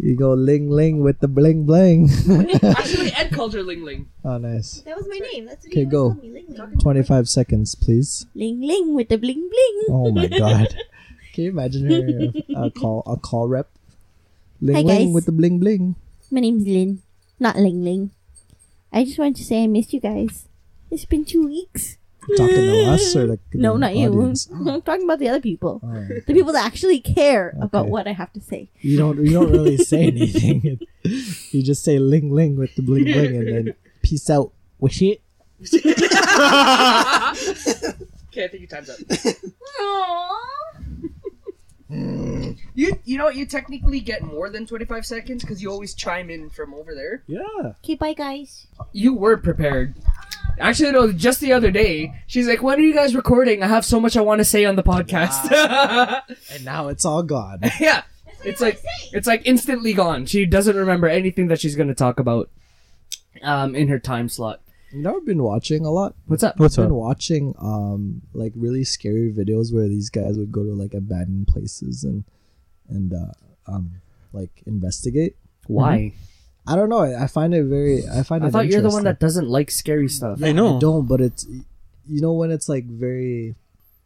Speaker 2: You go ling ling with the bling bling.
Speaker 1: Actually, Ed called her Ling Ling.
Speaker 2: oh, nice.
Speaker 4: That was my name. That's what
Speaker 2: Okay,
Speaker 4: you
Speaker 2: go.
Speaker 4: called me. Ling Ling.
Speaker 2: Twenty-five seconds, please.
Speaker 4: Ling Ling with the bling bling.
Speaker 2: Oh my god. Can you imagine her uh, a call a call rep? Ling
Speaker 4: Hi,
Speaker 2: ling
Speaker 4: guys.
Speaker 2: with the bling bling.
Speaker 4: My name's Lin, not Ling Ling. I just wanted to say I missed you guys. It's been two weeks.
Speaker 2: Talking to us or like
Speaker 4: No,
Speaker 2: the
Speaker 4: not
Speaker 2: audience?
Speaker 4: you. I'm talking about the other people.
Speaker 2: Oh, alright.
Speaker 4: The people that actually care about
Speaker 2: Okay.
Speaker 4: what I have to say.
Speaker 2: You don't you don't really say anything. you just say ling ling with the bling bling and then peace out. Wish it.
Speaker 1: Okay, I think your time's up.
Speaker 4: Aww.
Speaker 1: You you know you technically get more than twenty five seconds because you always chime in from over there.
Speaker 3: Yeah.
Speaker 4: Okay, bye guys.
Speaker 1: You were prepared. Actually, no. Just the other day, she's like, "When are you guys recording? I have so much I want to say on the podcast."
Speaker 2: And now it's all gone.
Speaker 1: yeah, it's like it's like instantly gone. She doesn't remember anything that she's gonna talk about, um, in her time slot.
Speaker 2: You know I've been watching a lot.
Speaker 1: What's up?
Speaker 3: What's
Speaker 2: I've
Speaker 3: up?
Speaker 2: been watching um like really scary videos where these guys would go to like abandoned places and and uh, um like investigate.
Speaker 1: Why?
Speaker 2: I don't know. I I find it very. I find
Speaker 1: I
Speaker 2: it.
Speaker 1: thought you're the one Oh.
Speaker 2: interesting.
Speaker 1: that doesn't like scary stuff.
Speaker 3: I know.
Speaker 2: I don't, but it's you know when it's like very,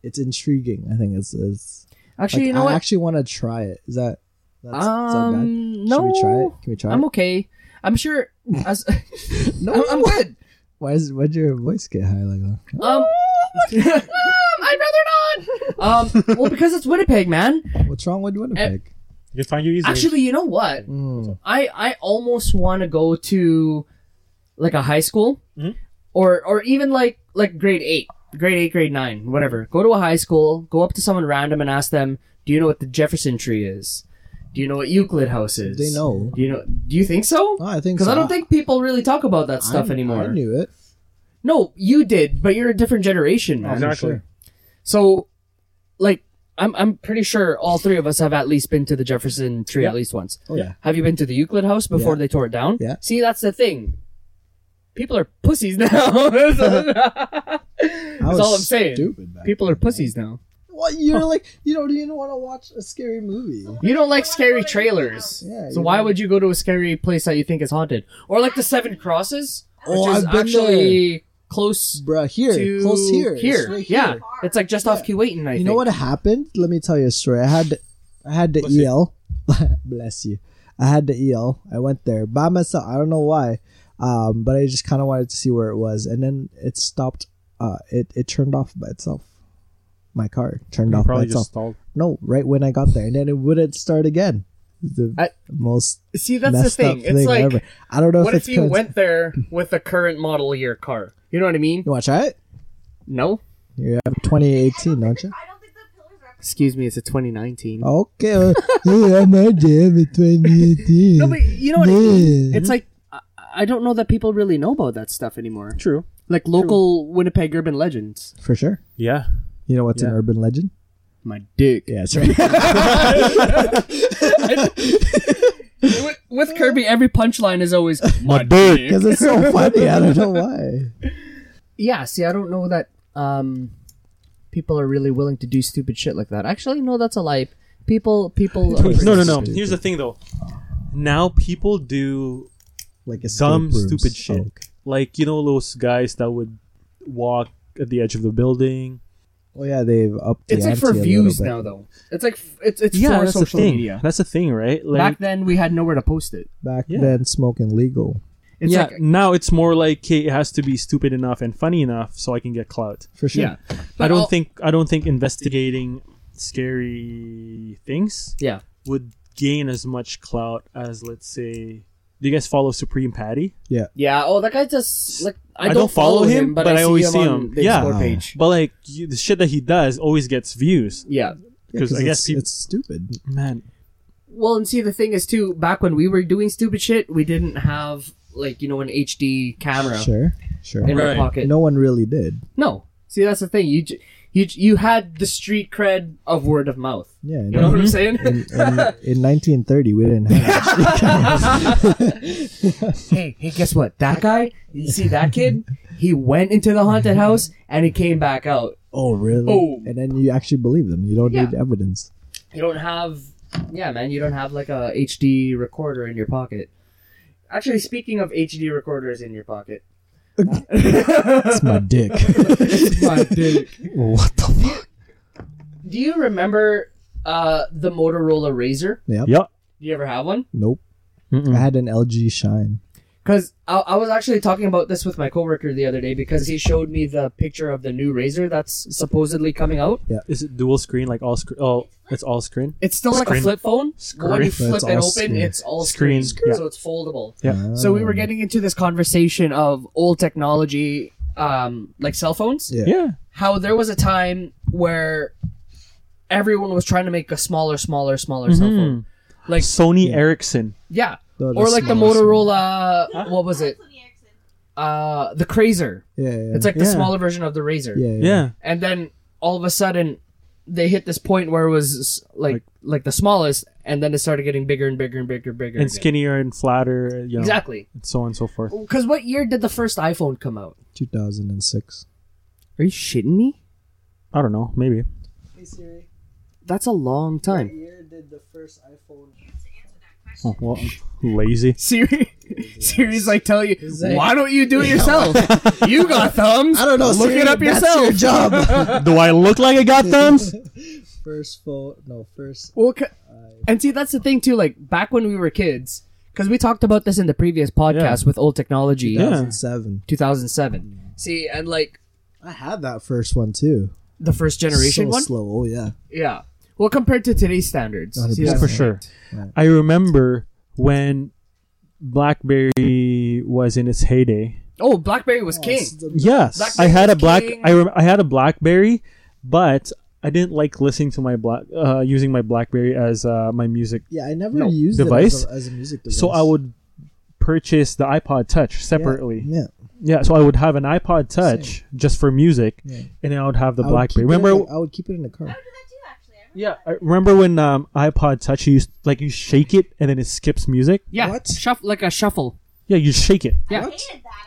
Speaker 2: it's intriguing. I think it's. it's
Speaker 1: Actually,
Speaker 2: like,
Speaker 1: you know
Speaker 2: I
Speaker 1: what?
Speaker 2: actually want to try it. Is that that's is that bad?
Speaker 1: um, no.
Speaker 2: Should we try it? Can we try
Speaker 1: I'm
Speaker 2: it?
Speaker 1: okay. I'm sure. As,
Speaker 2: No.
Speaker 1: I'm, I'm good.
Speaker 2: Why is why'd your voice get high like that?
Speaker 1: Um, I'd rather not. Um, well, because it's Winnipeg, man.
Speaker 2: What's wrong with Winnipeg?
Speaker 1: Eh.
Speaker 3: You can find you easily.
Speaker 1: Actually, you know what?
Speaker 2: Mm.
Speaker 1: I I almost want to go to like a high school,
Speaker 3: Mhm.
Speaker 1: or or even like like grade eight, grade eight, grade nine, whatever. Go to a high school, go up to someone random and ask them, "Do you know what the Jefferson Tree is? Do you know what Euclid House is?
Speaker 2: They know.
Speaker 1: Do you know? Do you think so?
Speaker 2: No, I think
Speaker 1: Because
Speaker 2: so.
Speaker 1: Eh. I don't think people really talk about that stuff
Speaker 2: I-
Speaker 1: anymore.
Speaker 2: I knew it.
Speaker 1: No, you did, but you're a different generation, man.
Speaker 3: Exactly.
Speaker 2: Sure.
Speaker 1: So, like, I'm I'm pretty sure all three of us have at least been to the Jefferson Tree
Speaker 3: Yeah.
Speaker 1: at least once.
Speaker 2: Oh yeah.
Speaker 1: Have you been to the Euclid House before
Speaker 2: Yeah.
Speaker 1: they tore it down?
Speaker 2: Yeah.
Speaker 1: See, that's the thing. People are pussies now.
Speaker 2: That's
Speaker 1: all I'm saying.
Speaker 2: Stupid. back
Speaker 1: People are
Speaker 2: then, man.
Speaker 1: pussies now.
Speaker 2: What you're like? You don't even want to watch a scary movie.
Speaker 1: You don't like scary trailers.
Speaker 2: Yeah,
Speaker 1: so
Speaker 2: you
Speaker 1: why
Speaker 2: don't-
Speaker 1: would you go to a scary place that you think is haunted? Or like the Seven Crosses, which
Speaker 2: Oh,
Speaker 1: is
Speaker 2: I've been
Speaker 1: actually close
Speaker 2: Bruh, here,
Speaker 1: to
Speaker 2: close here, It's
Speaker 1: Here.
Speaker 2: right
Speaker 1: yeah.
Speaker 2: here.
Speaker 1: It's like just off Kuwaitan, I
Speaker 2: You
Speaker 1: think.
Speaker 2: know what happened? Let me tell you a story. I had, I had the
Speaker 3: Bless you.
Speaker 2: EL. Bless you. I had the EL. I went there by myself. I don't know why, um, but I just kind of wanted to see where it was, and then it stopped. Uh, it it turned off by itself. My car turned
Speaker 3: You
Speaker 2: off by
Speaker 3: probably just
Speaker 2: itself.
Speaker 3: stalled.
Speaker 2: No, right when I got there, and then it wouldn't start again. The
Speaker 1: I-
Speaker 2: most
Speaker 1: See, that's the
Speaker 2: messed
Speaker 1: thing.
Speaker 2: up
Speaker 1: It's like
Speaker 2: ever. I don't know
Speaker 1: what
Speaker 2: if it's
Speaker 1: if you
Speaker 2: 'cause-
Speaker 1: went there with the current model year car? You know what I mean?
Speaker 2: You want to try it?
Speaker 1: No.
Speaker 2: You have 2018, don't you?
Speaker 4: I don't think the pillars are
Speaker 1: Excuse me, it's a 2019.
Speaker 2: Okay. well, yeah, I'm out there with 2018.
Speaker 1: No, but you know what I mean?
Speaker 2: Yeah.
Speaker 1: It's like I, I don't know that people really know about that stuff anymore.
Speaker 3: True.
Speaker 1: Like local Winnipeg urban legends.
Speaker 2: For sure.
Speaker 3: Yeah.
Speaker 2: You know what's an
Speaker 3: Yeah.
Speaker 2: urban legend?
Speaker 1: My dick.
Speaker 2: Yeah, that's right.
Speaker 1: With, with Kirby, every punchline is always my
Speaker 2: Because it's so funny. I don't know why.
Speaker 1: Yeah. See, I don't know that um, people are really willing to do stupid shit like that. Actually, no, that's a lie. People, people. Are
Speaker 3: No, no, no. Here's the thing, though. Now people do
Speaker 2: Like Oh, a
Speaker 3: dumb, stupid shit. Like, you know, those guys that would walk at the edge of the building.
Speaker 2: Oh, yeah, they've upped the
Speaker 1: It's like for
Speaker 2: ante a
Speaker 1: views
Speaker 2: little
Speaker 1: now, though. It's like f- it's it's
Speaker 3: yeah,
Speaker 1: for
Speaker 3: that's the
Speaker 1: social
Speaker 3: thing.
Speaker 1: media.
Speaker 3: That's the thing, right? Like,
Speaker 1: Back then, we had nowhere to post it.
Speaker 2: bit. Back
Speaker 3: Yeah.
Speaker 2: then, smoking legal.
Speaker 1: It's
Speaker 3: yeah,
Speaker 1: like
Speaker 3: now it's more like, hey, it has to be stupid enough and funny enough so I can get clout.
Speaker 2: For sure.
Speaker 1: yeah.
Speaker 3: I
Speaker 1: But
Speaker 3: don't
Speaker 1: I'll-
Speaker 3: think I don't think investigating scary things
Speaker 1: Yeah.
Speaker 3: would gain as much clout as let's say. Do you guys follow Supreme Patty?
Speaker 1: Yeah. Oh, that guy just like I,
Speaker 3: I
Speaker 1: don't, follow, him, but, I, always see him. on the
Speaker 3: Yeah.
Speaker 1: Explore
Speaker 2: Wow.
Speaker 1: page.
Speaker 3: But like you, the shit that he does always gets views.
Speaker 1: Yeah.
Speaker 2: Yeah,
Speaker 3: 'Cause I guess
Speaker 2: it's,
Speaker 3: peop-
Speaker 2: it's stupid.
Speaker 3: Man,
Speaker 1: Well, and see, the thing is, too, back when we were doing stupid shit, we didn't have, like, you know, an HD camera
Speaker 2: Sure, sure.
Speaker 1: in
Speaker 5: Right.
Speaker 1: our pocket.
Speaker 2: No one really did.
Speaker 1: No. See, that's the thing. You, j- you, j- you had the street cred of word of mouth.
Speaker 2: Yeah,
Speaker 1: You know
Speaker 2: in,
Speaker 1: what I'm saying?
Speaker 2: in, in 1930 we didn't have.
Speaker 1: hey, hey, guess what? That guy, you see that kid? He went into the haunted house and he came back out.
Speaker 2: oh really?
Speaker 1: Oh.
Speaker 2: And then you actually believe them. You don't
Speaker 1: Yeah.
Speaker 2: need evidence.
Speaker 1: You don't have, yeah, man, you don't have like a HD recorder in your pocket. Actually, speaking of HD recorders in your pocket,
Speaker 2: It's my dick.
Speaker 1: my dick.
Speaker 2: what the fuck?
Speaker 1: Do you remember uh, the Motorola Razor?
Speaker 2: Yep.
Speaker 3: Yup.
Speaker 1: Do you ever have one?
Speaker 2: Nope. I
Speaker 3: Mm-mm.
Speaker 2: had an LG Shine.
Speaker 1: Because I, I was actually talking about this with my coworker the other day because he showed me the picture of the new Razor that's supposedly coming out.
Speaker 3: Is it dual screen? Like all screen? Oh, it's all screen.
Speaker 1: It's still like a
Speaker 3: Screen.
Speaker 1: flip phone. But when you
Speaker 2: Screen. But
Speaker 1: flip
Speaker 2: it's
Speaker 1: it open,
Speaker 2: all screen.
Speaker 1: it's all
Speaker 3: Screen,
Speaker 1: screen,
Speaker 3: yeah.
Speaker 1: so it's foldable.
Speaker 3: Yeah.
Speaker 1: So we were
Speaker 2: Ah.
Speaker 1: getting into this conversation of old technology, um, like cell phones.
Speaker 2: Yeah.
Speaker 3: Yeah.
Speaker 1: How there was a time where everyone was trying to make a smaller, smaller, smaller cell phone.
Speaker 3: Mhm.
Speaker 1: Like
Speaker 3: Sony Ericsson.
Speaker 1: yeah,
Speaker 2: No,
Speaker 1: or
Speaker 2: that's
Speaker 1: like the
Speaker 2: nice.
Speaker 1: Motorola. What was it? Uh, the Crazer.
Speaker 2: Yeah, yeah.
Speaker 1: It's like the
Speaker 3: Yeah.
Speaker 1: smaller version of the Razor.
Speaker 2: yeah, yeah.
Speaker 3: Yeah.
Speaker 1: and then all of a sudden they hit this point where it was like like,
Speaker 3: Like-
Speaker 1: the smallest and then it started getting bigger and bigger and bigger and bigger
Speaker 3: And
Speaker 1: again.
Speaker 3: skinnier and flatter. You know,
Speaker 1: exactly
Speaker 3: And so on and so forth.
Speaker 1: because what year did the first iphone come out
Speaker 2: 2006.
Speaker 1: are you shitting me
Speaker 3: I don't know. Maybe.
Speaker 2: Hey Siri,
Speaker 1: that's a long time
Speaker 2: year did the first iPhone?
Speaker 3: Oh, well, lazy.
Speaker 1: siri siri's like tell you
Speaker 2: like-
Speaker 1: why don't you do it yourself you got thumbs
Speaker 2: I don't know.
Speaker 1: look
Speaker 2: Siri,
Speaker 1: it up
Speaker 2: that's
Speaker 1: yourself
Speaker 2: Your job.
Speaker 3: Do I look like I got thumbs?
Speaker 2: first phone. No, first.
Speaker 1: Well, c- and see, that's the thing too. Like back when we were kids, because we talked about this in the previous podcast with old technology,
Speaker 3: Yeah.
Speaker 2: 2007.
Speaker 1: 2007. See, and like
Speaker 2: I had that first one too.
Speaker 1: the first generation
Speaker 2: so
Speaker 1: one,
Speaker 2: slow. Oh yeah.
Speaker 1: yeah. Well, compared to today's standards, See,
Speaker 3: Yeah,
Speaker 1: that's-
Speaker 3: for sure.
Speaker 2: Right.
Speaker 3: I remember when BlackBerry was in its heyday.
Speaker 1: Oh, BlackBerry was king.
Speaker 3: Yes,
Speaker 1: Blackberry
Speaker 3: I had a
Speaker 1: was
Speaker 3: black.
Speaker 1: king.
Speaker 3: I, rem- I had a BlackBerry, but I didn't like listening to my black uh, using my BlackBerry as uh, my music.
Speaker 2: Yeah, I never
Speaker 3: No.
Speaker 2: used
Speaker 3: Device?
Speaker 2: it as a, as a music device.
Speaker 3: So I would purchase the iPod Touch
Speaker 2: Yeah,
Speaker 3: separately. Yeah.
Speaker 2: Yeah.
Speaker 3: so I would have an iPod Touch just for music,
Speaker 2: Yeah.
Speaker 3: and then I would have the
Speaker 2: I would keep
Speaker 3: BlackBerry.
Speaker 2: it in
Speaker 3: Remember?
Speaker 2: the- I would keep it in the car.
Speaker 3: yeah, I remember when um, iPod Touch you used, like you shake it and then it skips music.
Speaker 1: Yeah,
Speaker 2: What?
Speaker 1: shuff like a shuffle.
Speaker 3: Yeah, you shake it.
Speaker 1: Yeah,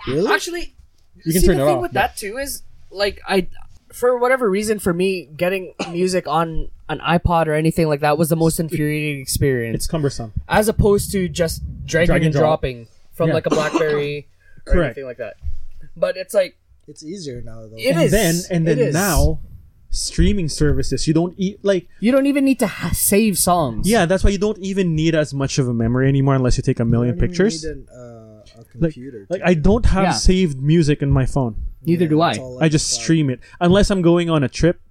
Speaker 2: Really?
Speaker 1: actually,
Speaker 3: You can
Speaker 1: see,
Speaker 3: turn
Speaker 1: the
Speaker 3: it
Speaker 1: thing
Speaker 3: off,
Speaker 1: with
Speaker 3: yeah.
Speaker 1: that too is like I, for whatever reason, for me, getting music on an iPod or anything like that was the most infuriating experience.
Speaker 3: It's cumbersome.
Speaker 1: as opposed to just dragging
Speaker 3: Drag and
Speaker 1: and
Speaker 3: drop.
Speaker 1: dropping from
Speaker 3: Yeah.
Speaker 1: like a BlackBerry or
Speaker 3: Correct.
Speaker 1: anything like that. But it's like
Speaker 2: It's easier now though.
Speaker 1: it
Speaker 3: and
Speaker 1: is.
Speaker 3: then
Speaker 1: It
Speaker 3: and then
Speaker 1: is.
Speaker 3: now streaming services you don't eat like
Speaker 1: you don't even need to ha- save songs.
Speaker 3: yeah that's why you don't even need as much of a memory anymore unless you take a million pictures
Speaker 2: uh,
Speaker 3: like, like i don't have
Speaker 1: Yeah. Oh,
Speaker 3: saved music in my phone
Speaker 1: neither do I.
Speaker 3: i just stream it unless i'm going on a trip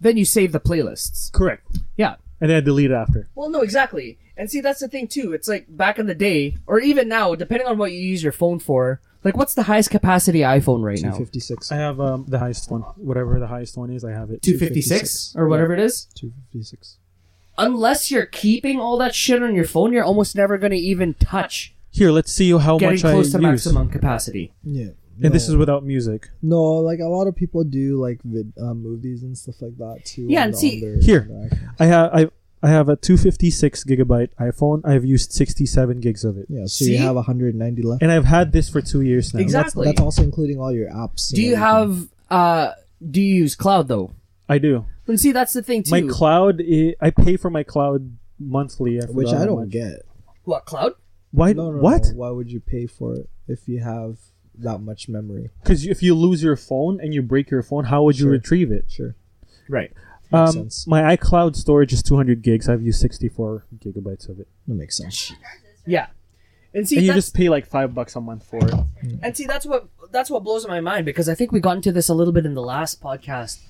Speaker 1: Then you save the playlists.
Speaker 3: correct
Speaker 1: Yeah.
Speaker 3: and then i delete it after
Speaker 1: Well, no, exactly. And see, that's the thing too. It's like back in the day, or even now, depending on what you use your phone for. Like, what's the highest capacity iPhone right now?
Speaker 2: 256.
Speaker 3: i have um, the highest one whatever the highest one is i have it
Speaker 1: Two fifty six or whatever it is.
Speaker 2: 256.
Speaker 1: Unless you're keeping all that shit on your phone, you're almost never gonna even touch
Speaker 3: here let's see how
Speaker 1: getting
Speaker 3: much i
Speaker 1: close
Speaker 3: use
Speaker 1: to maximum capacity.
Speaker 2: Yeah.
Speaker 3: and this is without music
Speaker 2: No, like a lot of people do like vid, uh, movies and stuff like that too.
Speaker 1: Yeah,
Speaker 2: on
Speaker 1: and
Speaker 2: the-
Speaker 1: see-
Speaker 2: on their-
Speaker 3: Here.
Speaker 2: on their-
Speaker 3: i have i I have a 256 gigabyte iPhone. I've used 67 gigs of it,
Speaker 2: yeah, so
Speaker 1: See?
Speaker 2: you have 190 left.
Speaker 3: and I've had this for two years now.
Speaker 1: Exact-
Speaker 2: That's-
Speaker 1: Exactly.
Speaker 2: That's, also including all your apps. and
Speaker 1: Do you
Speaker 2: everything.
Speaker 1: have uh do you use cloud though?
Speaker 3: I do.
Speaker 1: And see that's the thing too.
Speaker 3: my cloud i I pay for my cloud monthly I
Speaker 2: Which
Speaker 3: forgot
Speaker 2: I
Speaker 3: how
Speaker 2: don't
Speaker 3: much.
Speaker 2: get.
Speaker 1: what cloud?
Speaker 3: why
Speaker 2: No, no,
Speaker 3: what
Speaker 2: no, Why would you pay for it if you have that much memory?
Speaker 3: because if you lose your phone and you break your phone how would you
Speaker 2: Sure.
Speaker 3: retrieve it
Speaker 2: Sure.
Speaker 1: Right.
Speaker 2: Makes
Speaker 3: um,
Speaker 2: sense.
Speaker 3: my icloud storage is 200 gigs i've used 64 gigabytes of it
Speaker 2: That makes sense.
Speaker 1: Yeah. And see
Speaker 3: and you
Speaker 1: that's,
Speaker 3: just pay like five bucks a month for it
Speaker 1: and see that's what that's what blows my mind because I think we got into this a little bit in the last podcast.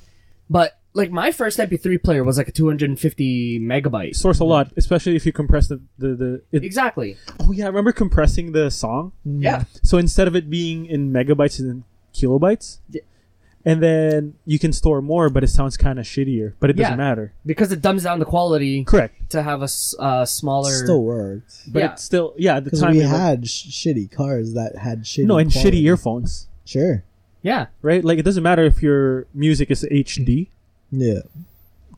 Speaker 1: But like my first MP3 player was like a 250 megabytes.
Speaker 3: source a lot especially if you compress the the, the it,
Speaker 1: Exactly.
Speaker 3: oh yeah I remember compressing the song
Speaker 2: Mm-hmm.
Speaker 1: Yeah.
Speaker 3: so instead of it being in megabytes and in kilobytes
Speaker 1: Yeah.
Speaker 3: and then you can store more, but it sounds kind of shittier. But it
Speaker 1: Yeah.
Speaker 3: doesn't matter.
Speaker 1: because it dumbs down the quality
Speaker 3: Correct.
Speaker 1: to have a s- uh, smaller.
Speaker 2: Still worked
Speaker 3: But
Speaker 1: Yeah.
Speaker 3: it's still yeah. At the
Speaker 2: because
Speaker 3: time,
Speaker 2: we
Speaker 3: it was-
Speaker 2: had sh- shitty cars that had shitty.
Speaker 3: no and
Speaker 2: quality.
Speaker 3: shitty earphones,
Speaker 2: Sure.
Speaker 1: yeah,
Speaker 3: right? Like it doesn't matter if your music is HD
Speaker 2: Yeah.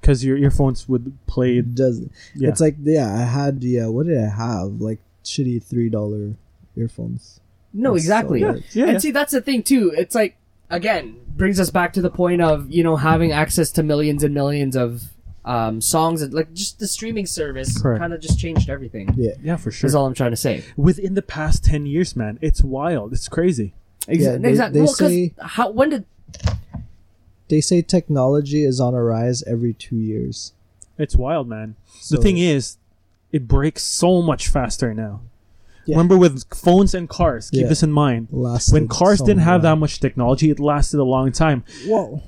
Speaker 3: because your earphones would play.
Speaker 2: It doesn't.
Speaker 3: Yeah.
Speaker 2: It's like yeah, I had yeah. What did I have? Like shitty three dollar earphones.
Speaker 1: no,
Speaker 2: That's so
Speaker 1: exactly.
Speaker 2: weird.
Speaker 3: yeah,
Speaker 1: and
Speaker 3: yeah.
Speaker 1: see, that's the thing too. It's like again brings us back to the point of you know having access to millions and millions of um, songs and like just the streaming service
Speaker 3: Correct.
Speaker 1: kind of just changed everything.
Speaker 2: Yeah.
Speaker 3: yeah, for
Speaker 1: Is
Speaker 3: sure.
Speaker 1: all I'm trying to say.
Speaker 3: Within the past ten years, man, it's wild. It's crazy.
Speaker 1: Ex-
Speaker 2: Yeah, they-
Speaker 1: exactly.
Speaker 2: they
Speaker 1: Well, 'cause
Speaker 2: say-
Speaker 1: how when did
Speaker 2: They say technology is on a rise every two years.
Speaker 3: It's wild, man.
Speaker 2: So-
Speaker 3: the thing is, it breaks so much faster now.
Speaker 2: Yeah.
Speaker 3: Remember with phones and cars. Keep
Speaker 2: Yeah.
Speaker 3: this in mind.
Speaker 2: Lasted
Speaker 3: When cars
Speaker 2: so
Speaker 3: didn't have that
Speaker 2: long.
Speaker 3: much technology, it lasted a long time.
Speaker 2: Whoa.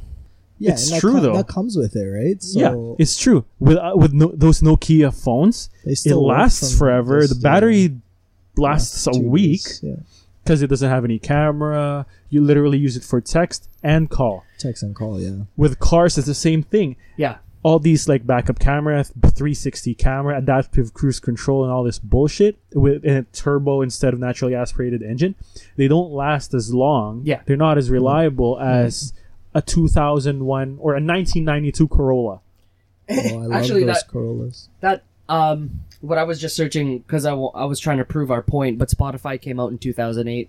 Speaker 2: Yeah,
Speaker 3: It's
Speaker 2: and that
Speaker 3: true,
Speaker 2: com-
Speaker 3: though.
Speaker 2: That comes with it, right?
Speaker 3: yeah, it's true. With uh, with no, those Nokia phones,
Speaker 2: they
Speaker 3: it
Speaker 2: still work
Speaker 3: lasts
Speaker 2: from
Speaker 3: forever.
Speaker 2: this
Speaker 3: The
Speaker 2: to
Speaker 3: battery lasts a
Speaker 2: two
Speaker 3: week
Speaker 2: years. Yeah,
Speaker 3: because it doesn't have any camera. You literally use it for text and call.
Speaker 2: text and call. Yeah,
Speaker 3: With cars, it's the same thing.
Speaker 1: yeah
Speaker 3: all these like backup camera, 360 camera, adaptive cruise control, and all this bullshit with in a turbo instead of naturally aspirated engine, they don't last as long.
Speaker 1: Yeah.
Speaker 3: they're not
Speaker 2: Mm-hmm.
Speaker 3: as reliable as a 2001 or a 1992 Corolla.
Speaker 2: oh, I love
Speaker 1: Actually,
Speaker 2: those
Speaker 1: that-
Speaker 2: Corollas.
Speaker 1: that um what I was just searching because I wa- I was trying to prove our point, but Spotify came out in 2008.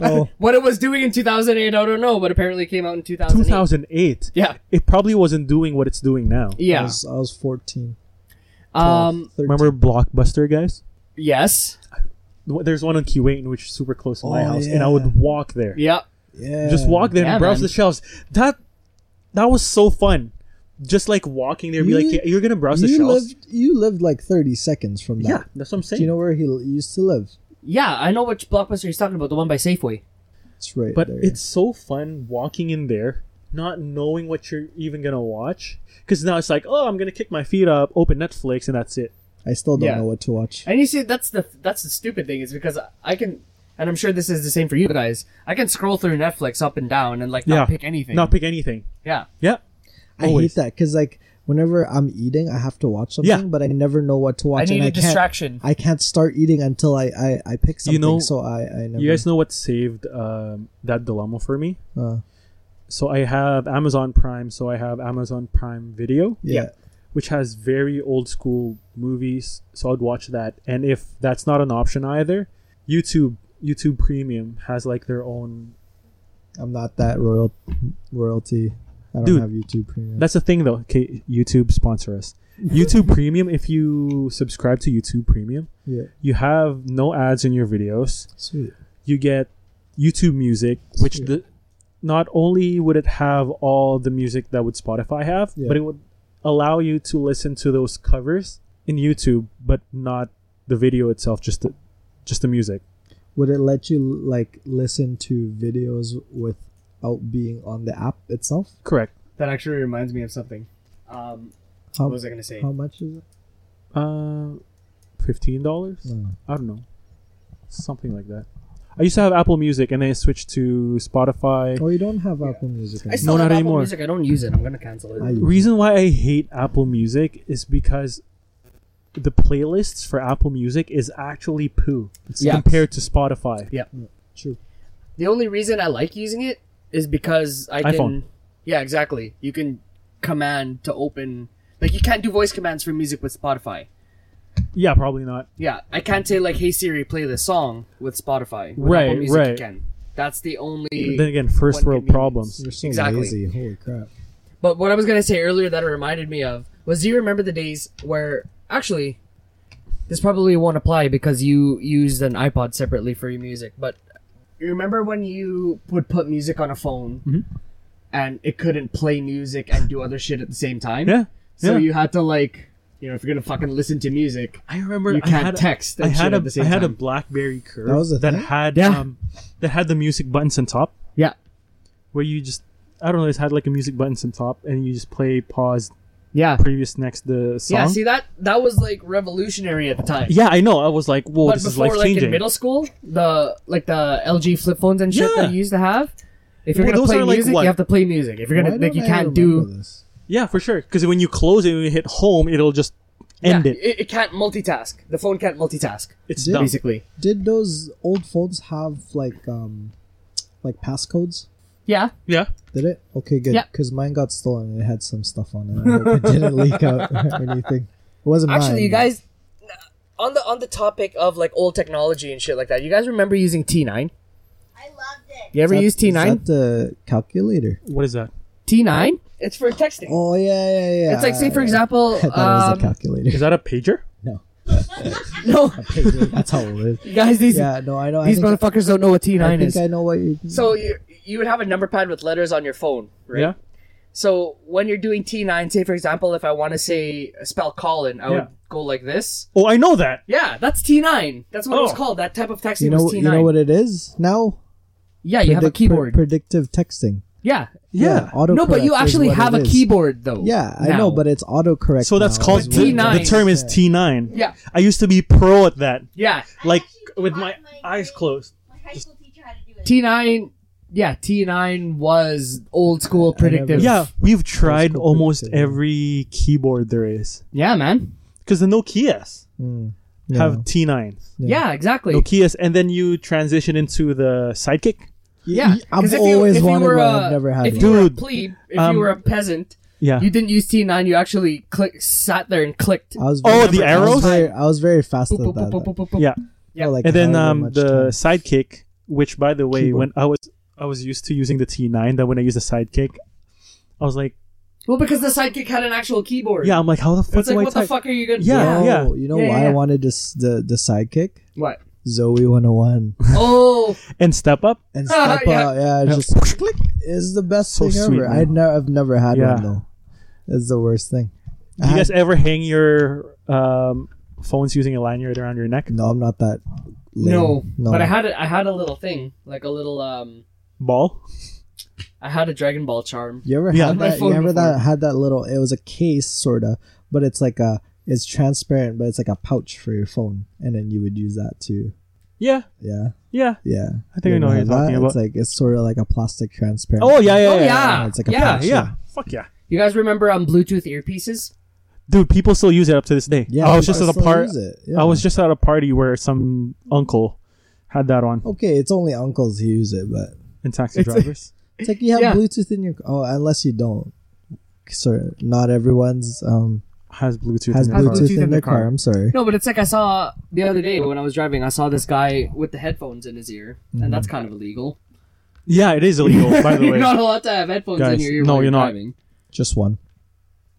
Speaker 2: Oh,
Speaker 1: What it was doing in 2008, I don't know, but apparently it came out in 2008.
Speaker 3: 2008.
Speaker 1: Yeah,
Speaker 3: It probably wasn't doing what it's doing now.
Speaker 2: I,
Speaker 1: yeah.
Speaker 2: was, I was fourteen. 12,
Speaker 1: Um,
Speaker 2: 13.
Speaker 3: Remember Blockbuster, guys?
Speaker 1: yes.
Speaker 3: There's one on Kuwait, which is super close to my
Speaker 2: Oh,
Speaker 3: house, and I
Speaker 2: yeah.
Speaker 3: would walk there.
Speaker 1: Yeah.
Speaker 2: Yeah,
Speaker 3: just walk there
Speaker 1: Yeah,
Speaker 3: and browse
Speaker 1: man.
Speaker 3: the shelves. That that was so fun. Just like walking there, be
Speaker 2: You-
Speaker 3: like, "Yeah, you're gonna browse the
Speaker 2: You
Speaker 3: shelves.
Speaker 2: lived. You lived like thirty seconds from that.
Speaker 3: yeah, that's what I'm saying.
Speaker 2: Do you know where he l- used to live?
Speaker 1: Yeah, I know which blockbuster he's talking about, the one by Safeway.
Speaker 2: It's right
Speaker 3: but
Speaker 2: there.
Speaker 3: it's so fun walking in there, not knowing what you're even gonna watch. Because now it's like, oh, I'm gonna kick my feet up, open Netflix, and that's it.
Speaker 2: I still don't
Speaker 1: Yeah.
Speaker 2: know what to watch.
Speaker 1: And you see, that's the that's the stupid thing is because I can, and I'm sure this is the same for you guys. I can scroll through Netflix up and down and like not
Speaker 3: Yeah.
Speaker 1: pick anything.
Speaker 3: Not pick anything.
Speaker 1: yeah,
Speaker 3: Yeah,
Speaker 2: I hate
Speaker 3: always.
Speaker 2: that because like whenever I'm eating, I have to watch something,
Speaker 3: Yeah.
Speaker 2: but I never know what to watch.
Speaker 1: I need
Speaker 2: and
Speaker 1: a
Speaker 2: I can't,
Speaker 1: distraction.
Speaker 2: I can't start eating until I I, I pick something.
Speaker 3: You know-
Speaker 2: so I I never.
Speaker 3: you guys know what saved um, that dilemma for me.
Speaker 2: uh,
Speaker 3: So I have Amazon Prime. So I have Amazon Prime Video.
Speaker 2: yeah.
Speaker 3: which has very old school movies, so I'd watch that. And if that's not an option either, YouTube YouTube Premium has like their own.
Speaker 2: I'm not that royal royalty. I don't
Speaker 3: Dude.
Speaker 2: have YouTube Premium.
Speaker 3: That's the thing though. Okay, YouTube sponsor us. YouTube Premium. If you subscribe to YouTube Premium,
Speaker 2: yeah,
Speaker 3: you have no ads in your videos.
Speaker 2: sweet.
Speaker 3: You get YouTube Music, which
Speaker 2: Sweet.
Speaker 3: the not only would it have all the music that would Spotify have,
Speaker 2: Yeah.
Speaker 3: but it would allow you to listen to those covers in YouTube, but not the video itself, just the just the music.
Speaker 2: Would it let you like listen to videos without being on the app itself?
Speaker 3: Correct.
Speaker 1: that actually reminds me of something. Um,
Speaker 2: How,
Speaker 1: what was I gonna say?
Speaker 2: how much is it?
Speaker 3: Uh, fifteen dollars.
Speaker 2: No.
Speaker 3: I don't know, something like that. I used to have Apple Music, and then I switched to Spotify.
Speaker 2: Oh, you don't have Apple Music.
Speaker 1: I
Speaker 2: Right?
Speaker 1: still
Speaker 3: not
Speaker 1: have Apple
Speaker 3: anymore.
Speaker 1: Music. I don't use it. I'm gonna cancel it.
Speaker 2: I-
Speaker 3: Reason why I hate Apple Music is because the playlists for Apple Music is actually poo
Speaker 1: Yeah.
Speaker 3: compared to Spotify.
Speaker 2: True.
Speaker 1: The only reason I like using it is because I can.
Speaker 3: iPhone.
Speaker 1: Yeah, exactly. You can command to open. Like you can't do voice commands for music with Spotify.
Speaker 3: Yeah, probably not.
Speaker 1: Yeah, I can't say like, "Hey Siri, play this song" with Spotify. With
Speaker 3: Right,
Speaker 1: Apple Music, You
Speaker 3: right.
Speaker 1: can. That's the only.
Speaker 3: But then again, first
Speaker 1: One
Speaker 3: world
Speaker 1: convenience.
Speaker 3: problems.
Speaker 2: You're so
Speaker 1: Exactly.
Speaker 2: lazy. Holy crap.
Speaker 1: But what I was gonna say earlier that it reminded me of was do you remember the days where actually this probably won't apply because you used an iPod separately for your music, but you remember when you would put music on a phone
Speaker 3: Mhm.
Speaker 1: and it couldn't play music and do other shit at the same time?
Speaker 3: Yeah,
Speaker 1: So
Speaker 3: yeah.
Speaker 1: you had to like you know, if you're gonna fucking listen to music,
Speaker 3: I remember
Speaker 1: you
Speaker 3: I
Speaker 1: can't
Speaker 3: had a-
Speaker 1: text and
Speaker 3: I had
Speaker 1: shit
Speaker 3: a
Speaker 1: at the same
Speaker 3: I had a
Speaker 1: time.
Speaker 3: BlackBerry curve
Speaker 2: That was a thing?
Speaker 3: had
Speaker 1: Yeah.
Speaker 3: um, that had the music buttons on top.
Speaker 1: Yeah.
Speaker 3: where you just I don't know, it had like a music buttons on top, and you just play pause
Speaker 1: yeah.
Speaker 3: previous next the song.
Speaker 1: Yeah, see that that was like revolutionary at the time.
Speaker 3: Yeah, I know. I was like, whoa,
Speaker 1: but
Speaker 3: this is
Speaker 1: before
Speaker 3: life
Speaker 1: like in
Speaker 3: changing.
Speaker 1: middle school the like the lg flip phones and shit
Speaker 3: Yeah.
Speaker 1: that you used to have If you're
Speaker 5: Well,
Speaker 1: gonna
Speaker 5: those
Speaker 1: play
Speaker 5: are, like,
Speaker 1: music,
Speaker 5: what?
Speaker 1: you have to play music. If you're gonna
Speaker 2: Why
Speaker 1: like,
Speaker 2: don't
Speaker 1: you
Speaker 2: I
Speaker 1: can't
Speaker 2: remember
Speaker 1: do.
Speaker 2: this?
Speaker 3: Yeah, for sure. Because when you close it and you hit home, it'll just end
Speaker 1: Yeah,
Speaker 3: it.
Speaker 1: it. It can't multitask. The phone can't multitask.
Speaker 3: It's
Speaker 2: Did-
Speaker 3: done.
Speaker 1: Basically,
Speaker 2: Did those old phones have like um like passcodes?
Speaker 1: yeah.
Speaker 3: Yeah.
Speaker 2: Did it? Okay, good.
Speaker 1: Yeah.
Speaker 2: Because mine got stolen. and It had some stuff on it. I hope it didn't leak out or anything. It wasn't mine,
Speaker 1: Actually, you
Speaker 2: but-
Speaker 1: guys, on the on the topic of like old technology and shit like that, you guys remember using T nine?
Speaker 4: I loved it.
Speaker 1: You ever
Speaker 2: Is that-
Speaker 1: use T
Speaker 2: Is
Speaker 1: nine?
Speaker 2: that the calculator?
Speaker 3: What is that?
Speaker 1: T nine? It's for texting.
Speaker 2: Oh yeah, yeah, yeah.
Speaker 1: it's like say for
Speaker 2: I-
Speaker 1: example,
Speaker 2: I thought it was a
Speaker 1: um,
Speaker 3: Is
Speaker 2: calculator.
Speaker 3: that a pager?
Speaker 1: no
Speaker 2: That's how old it is.
Speaker 1: guys, these
Speaker 2: Yeah, no, I know.
Speaker 1: these
Speaker 2: I think,
Speaker 1: motherfuckers don't know what T
Speaker 2: I,
Speaker 1: nine
Speaker 2: think
Speaker 1: is.
Speaker 2: I know what you.
Speaker 1: So you you would have a number pad with letters on your phone, right?
Speaker 3: Yeah.
Speaker 1: So when you're doing T nine, say for example, if I want to say uh, spell Colin, I
Speaker 3: Yeah.
Speaker 1: would go like this.
Speaker 3: Oh, I know that.
Speaker 1: Yeah, that's T nine. That's what it was
Speaker 3: Oh.
Speaker 1: called. That type of texting
Speaker 2: you know,
Speaker 1: was T
Speaker 2: you
Speaker 1: nine.
Speaker 2: know what it is now.
Speaker 1: yeah, you have a
Speaker 2: Predict- pre-
Speaker 1: keyboard.
Speaker 2: predictive texting.
Speaker 1: yeah.
Speaker 3: Yeah.
Speaker 2: autocorrect
Speaker 1: No, but you
Speaker 2: is
Speaker 1: actually
Speaker 2: what
Speaker 1: have a
Speaker 2: it is.
Speaker 1: keyboard though.
Speaker 2: Yeah, I
Speaker 1: now.
Speaker 2: know, but it's autocorrect.
Speaker 3: So that's
Speaker 2: now
Speaker 3: called
Speaker 2: as
Speaker 1: But
Speaker 2: well.
Speaker 3: the,
Speaker 1: T9.
Speaker 3: the term is T9.
Speaker 1: Yeah.
Speaker 3: I used to be pro at that.
Speaker 1: Yeah.
Speaker 3: Like
Speaker 4: actually
Speaker 3: with
Speaker 4: taught
Speaker 3: my
Speaker 4: my
Speaker 3: eyes
Speaker 4: grade-
Speaker 3: closed.
Speaker 4: My high school teacher had to do it.
Speaker 1: T nine. Yeah, T nine was old school
Speaker 2: I never-
Speaker 1: predictive.
Speaker 3: Yeah, we've tried
Speaker 2: cool
Speaker 3: almost
Speaker 2: predictive.
Speaker 3: every keyboard there is.
Speaker 1: yeah, man.
Speaker 3: Because the Nokias
Speaker 2: Mm, yeah.
Speaker 3: have T9.
Speaker 1: Yeah, exactly.
Speaker 3: Nokias, and then you transition into the sidekick.
Speaker 1: Yeah,
Speaker 2: I've
Speaker 1: 'cause if you-
Speaker 2: always
Speaker 1: if you
Speaker 2: wanted
Speaker 1: were
Speaker 2: one.
Speaker 1: a-
Speaker 2: I've never had
Speaker 1: If
Speaker 2: one.
Speaker 1: you were a
Speaker 3: Dude,
Speaker 1: plebe, if
Speaker 3: um,
Speaker 1: you were a peasant,
Speaker 3: Yeah.
Speaker 1: you didn't use T nine. You actually click, sat there and clicked.
Speaker 2: I was
Speaker 3: Oh,
Speaker 2: very-
Speaker 3: the
Speaker 2: I was
Speaker 3: arrows?
Speaker 2: very- I was very fast at
Speaker 1: Boop, boop, boop, boop,
Speaker 2: that.
Speaker 1: boop, boop, boop.
Speaker 3: yeah.
Speaker 1: yeah.
Speaker 2: Oh, like
Speaker 3: and then
Speaker 2: however
Speaker 3: um,
Speaker 2: much
Speaker 3: the
Speaker 2: time.
Speaker 3: sidekick, which by the way,
Speaker 2: Keyboard.
Speaker 3: when I was I was used to using the T9, that when I used the sidekick, I was like,
Speaker 1: Well, because the sidekick had an actual keyboard.
Speaker 3: yeah, I'm like, how the fuck
Speaker 1: It's
Speaker 3: do
Speaker 1: like,
Speaker 3: I
Speaker 1: what the
Speaker 3: type?
Speaker 1: fuck are you gonna?
Speaker 3: Yeah.
Speaker 2: No, Oh, You know
Speaker 1: Yeah,
Speaker 2: why
Speaker 1: yeah.
Speaker 2: I wanted this the the sidekick
Speaker 1: What?
Speaker 2: Zoe 101
Speaker 1: Oh,
Speaker 3: And step up.
Speaker 2: and
Speaker 1: Ah,
Speaker 2: step
Speaker 1: yeah.
Speaker 2: out. Yeah,
Speaker 3: Yeah.
Speaker 2: just click is the best
Speaker 3: So
Speaker 2: thing
Speaker 3: sweet,
Speaker 2: ever.
Speaker 3: man.
Speaker 2: I'd never, I've never had
Speaker 3: Yeah.
Speaker 2: one though. It's the worst thing. I
Speaker 3: Do you
Speaker 2: had-
Speaker 3: guys ever hang your um, phones using a lanyard around your neck?
Speaker 2: no, I'm not that. Lame.
Speaker 1: no.
Speaker 2: no.
Speaker 1: But I had a, I had a little thing, like a little um,
Speaker 3: Ball?
Speaker 1: I had a Dragon Ball charm.
Speaker 2: You ever
Speaker 3: Yeah.
Speaker 2: had
Speaker 1: My
Speaker 2: that? You
Speaker 1: phone
Speaker 2: ever
Speaker 1: before.
Speaker 2: that had that little? It was a case sorta, but it's like a it's transparent, but it's like a pouch for your phone, and then you would use that too.
Speaker 3: Yeah,
Speaker 2: Yeah,
Speaker 3: yeah.
Speaker 2: yeah.
Speaker 3: I think I
Speaker 2: You
Speaker 3: know what
Speaker 2: ever
Speaker 3: you're
Speaker 2: had that?
Speaker 3: talking
Speaker 2: It's
Speaker 3: about.
Speaker 2: like it's sort of like a plastic transparent.
Speaker 3: Oh yeah, yeah,
Speaker 1: Oh
Speaker 3: yeah,
Speaker 1: yeah,
Speaker 2: It's like a
Speaker 1: yeah.
Speaker 3: yeah.
Speaker 2: pouch.
Speaker 3: yeah. Fuck yeah,
Speaker 1: You guys remember um Bluetooth earpieces?
Speaker 3: dude. People still use it up to this day.
Speaker 2: yeah.
Speaker 3: I was
Speaker 2: people
Speaker 3: just at a
Speaker 2: still
Speaker 3: part.
Speaker 2: use it, yeah.
Speaker 3: I was just at a party where some uncle had that on
Speaker 2: okay. It's only uncles who use it, but
Speaker 3: in taxi drivers.
Speaker 2: It's like you have
Speaker 1: Yeah.
Speaker 2: Bluetooth in your oh, unless you don't. Sorry, not everyone's um
Speaker 3: has Bluetooth.
Speaker 2: has
Speaker 3: in their car.
Speaker 2: Bluetooth in their car. I'm sorry.
Speaker 1: No, but it's like I saw the other day when I was driving. I saw this guy with the headphones in his ear, and
Speaker 2: Mhm.
Speaker 1: that's kind of illegal.
Speaker 3: Yeah, it is illegal. By the
Speaker 1: you're
Speaker 3: way,
Speaker 1: not allowed to have headphones in
Speaker 3: Guys,
Speaker 1: your ear.
Speaker 3: no,
Speaker 1: while
Speaker 3: you're not.
Speaker 1: driving.
Speaker 2: Just one.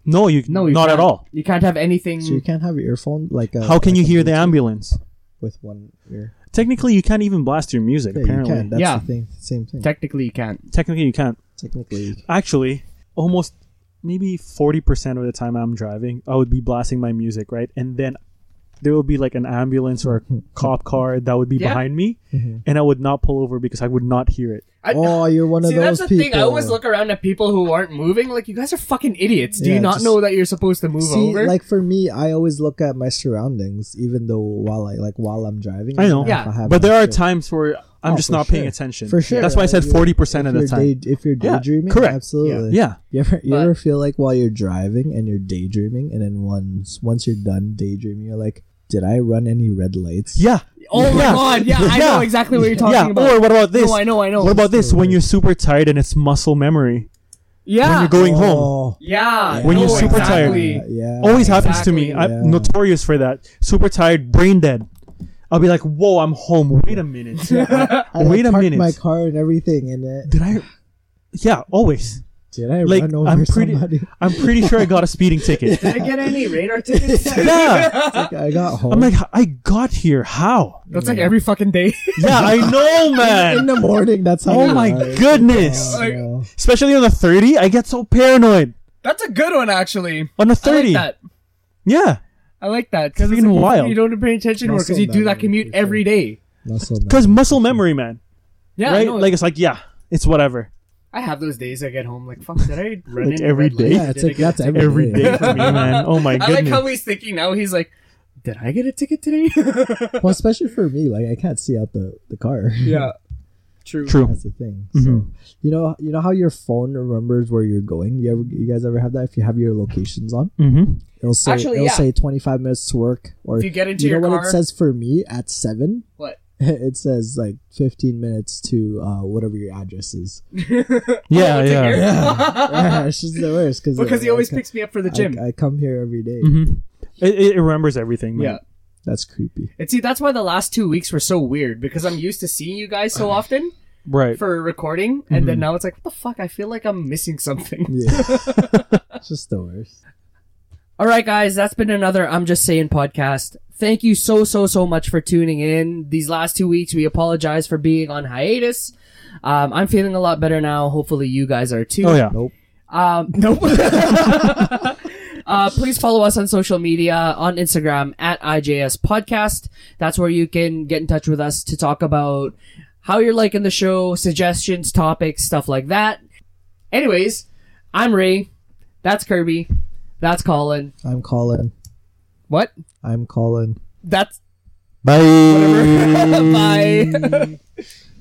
Speaker 3: no, you
Speaker 1: No,
Speaker 3: no,
Speaker 1: you
Speaker 3: not at
Speaker 1: can't.
Speaker 3: all.
Speaker 1: You can't have anything.
Speaker 2: So you can't have your earphone like a,
Speaker 3: How can
Speaker 2: like
Speaker 3: you
Speaker 2: a
Speaker 3: hear the
Speaker 2: Bluetooth
Speaker 3: ambulance?
Speaker 2: with one ear?
Speaker 3: Technically, you can't even blast your music.
Speaker 2: Yeah, you
Speaker 3: apparently,
Speaker 2: can. That's
Speaker 1: Yeah.
Speaker 2: the thing. Same thing.
Speaker 1: Technically, you can't.
Speaker 3: technically you can't.
Speaker 2: Technically,
Speaker 3: Actually, almost maybe forty percent of the time I'm driving, I would be blasting my music, right? And then there will be like an ambulance or
Speaker 2: Hmm.
Speaker 3: a cop car that would be
Speaker 1: Yeah.
Speaker 3: behind me,
Speaker 2: Mhm.
Speaker 3: and I would not pull over because I would not hear it.
Speaker 1: I-
Speaker 2: oh, you're one
Speaker 1: See,
Speaker 2: of
Speaker 1: that's
Speaker 2: those
Speaker 1: the
Speaker 2: people.
Speaker 1: thing. I always look around at people who aren't moving. Like, you guys are fucking idiots. Do you
Speaker 2: Yeah,
Speaker 1: not
Speaker 2: just-
Speaker 1: know that you're supposed to move
Speaker 2: See,
Speaker 1: over?
Speaker 2: like for me, I always look at my surroundings, even though while I like while I'm driving.
Speaker 3: I know.
Speaker 2: if
Speaker 1: Yeah.
Speaker 2: have
Speaker 3: But
Speaker 2: my
Speaker 3: there are
Speaker 2: shit.
Speaker 3: times where I'm
Speaker 2: Oh,
Speaker 3: just
Speaker 2: for
Speaker 3: not paying
Speaker 2: sure.
Speaker 3: attention.
Speaker 2: For sure,
Speaker 3: That's why I
Speaker 2: right?
Speaker 3: said
Speaker 2: If
Speaker 3: forty percent
Speaker 2: if
Speaker 3: of the
Speaker 2: you're
Speaker 3: time.
Speaker 2: Day, if you're
Speaker 3: Yeah,
Speaker 2: daydreaming,
Speaker 3: correct.
Speaker 2: absolutely.
Speaker 3: yeah.
Speaker 2: You ever you
Speaker 1: But-
Speaker 2: ever feel like while you're driving and you're daydreaming, and then once once you're done daydreaming, you're like, did I run any red lights?
Speaker 3: Yeah.
Speaker 1: oh my
Speaker 3: Yeah.
Speaker 1: god! Yeah, I know
Speaker 3: Yeah.
Speaker 1: exactly what you're talking
Speaker 3: yeah.
Speaker 1: about.
Speaker 3: Or what about this?
Speaker 1: No, I know, I know.
Speaker 3: What about this? When you're super tired and it's muscle memory.
Speaker 1: yeah,
Speaker 3: When you're going home.
Speaker 2: Oh,
Speaker 1: yeah.
Speaker 3: When
Speaker 1: no,
Speaker 3: you're super tired.
Speaker 1: exactly.
Speaker 2: Yeah, yeah.
Speaker 3: Always happens to me.
Speaker 1: Exactly.
Speaker 3: I'm
Speaker 2: Yeah.
Speaker 3: notorious for that. Super tired, brain dead. I'll be like, "Whoa, I'm home. Wait a minute.
Speaker 2: I, like,
Speaker 3: Wait a
Speaker 2: parked
Speaker 3: minute.
Speaker 2: My car and everything, and it,
Speaker 3: Did I?" Yeah, always.
Speaker 2: did I
Speaker 3: Like
Speaker 2: run over
Speaker 3: I'm pretty.
Speaker 2: somebody?
Speaker 3: I'm pretty sure I got a speeding ticket.
Speaker 1: Did I get any radar tickets?
Speaker 3: yeah.
Speaker 2: Like, I got home.
Speaker 3: I'm like, I got here. How?
Speaker 1: That's like every fucking day.
Speaker 3: Yeah, I know,
Speaker 2: in
Speaker 3: man.
Speaker 2: the morning. That's how.
Speaker 3: Oh
Speaker 2: you
Speaker 3: my
Speaker 2: are.
Speaker 3: goodness.
Speaker 2: Oh, no.
Speaker 3: Especially on the 30, I get so paranoid.
Speaker 1: That's a good one, actually.
Speaker 3: On the
Speaker 1: I like
Speaker 3: 30,
Speaker 1: that.
Speaker 3: yeah,
Speaker 1: I like that because
Speaker 3: Freaking wild.
Speaker 1: You don't pay attention more
Speaker 2: Muscle
Speaker 1: because you do that
Speaker 2: memory,
Speaker 1: commute
Speaker 2: for sure.
Speaker 1: every day.
Speaker 2: Not so
Speaker 3: because
Speaker 2: nice.
Speaker 3: muscle memory, man.
Speaker 1: Yeah, I
Speaker 3: right?
Speaker 1: know.
Speaker 3: Like it's like, yeah, it's whatever.
Speaker 1: I have those days I get home like fuck. Did I run
Speaker 3: Like
Speaker 1: into
Speaker 3: every
Speaker 1: red
Speaker 3: day?
Speaker 1: lights?
Speaker 2: yeah, it's
Speaker 1: Did I
Speaker 2: like
Speaker 1: get
Speaker 2: that's every
Speaker 3: Every day for me, man. Oh my
Speaker 1: I like
Speaker 3: goodness.
Speaker 1: how he's thinking now. He's like, did I get a ticket today?
Speaker 2: well, especially for me, like I can't see out the the car.
Speaker 1: yeah. True.
Speaker 3: True.
Speaker 2: That's the thing. So
Speaker 3: Mhm.
Speaker 2: you know, you know how your phone remembers where you're going. You ever, you guys ever have that? If you have your locations on,
Speaker 3: Mm-hmm.
Speaker 1: Oh,
Speaker 2: it'll say
Speaker 1: Actually,
Speaker 2: it'll
Speaker 1: yeah.
Speaker 2: say 25 minutes to work. Or
Speaker 1: If you get into
Speaker 2: you know
Speaker 1: your
Speaker 2: what
Speaker 1: car-
Speaker 2: it says for me at seven.
Speaker 1: What?
Speaker 2: It says like 15 minutes to uh, whatever your address is.
Speaker 3: Yeah,
Speaker 1: Oh, it's a
Speaker 3: yeah.
Speaker 1: hair.
Speaker 2: Yeah, it's just the worst cause uh,
Speaker 1: because Uh-huh. he always
Speaker 2: I,
Speaker 1: picks me up for the
Speaker 2: I-
Speaker 1: gym.
Speaker 2: I, come here every day.
Speaker 3: Mm-hmm. It, it remembers everything.
Speaker 1: yeah.
Speaker 3: Man.
Speaker 2: That's creepy.
Speaker 1: And see, that's why the last two weeks were so weird because I'm used to seeing you guys so often
Speaker 3: Right.
Speaker 1: for recording, and then now it's like, what the fuck? I feel like I'm missing something.
Speaker 2: Mm-hmm. Yeah, it's just the worst.
Speaker 1: All right, guys, that's been another I'm Just Saying podcast. Thank you so, so, so much for tuning in. These last two weeks, we apologize for being on hiatus. Um, I'm feeling a lot better now. Hopefully, you guys are too.
Speaker 3: oh yeah.
Speaker 2: Nope.
Speaker 1: Um, nope. uh, please follow us on social media on Instagram at IJS Podcast. That's where you can get in touch with us to talk about how you're liking the show, suggestions, topics, stuff like that. Anyways, I'm Ray. That's Kirby. That's Colin.
Speaker 2: I'm calling.
Speaker 1: What?
Speaker 2: I'm calling.
Speaker 1: That's
Speaker 3: Bye.
Speaker 1: whatever. Bye.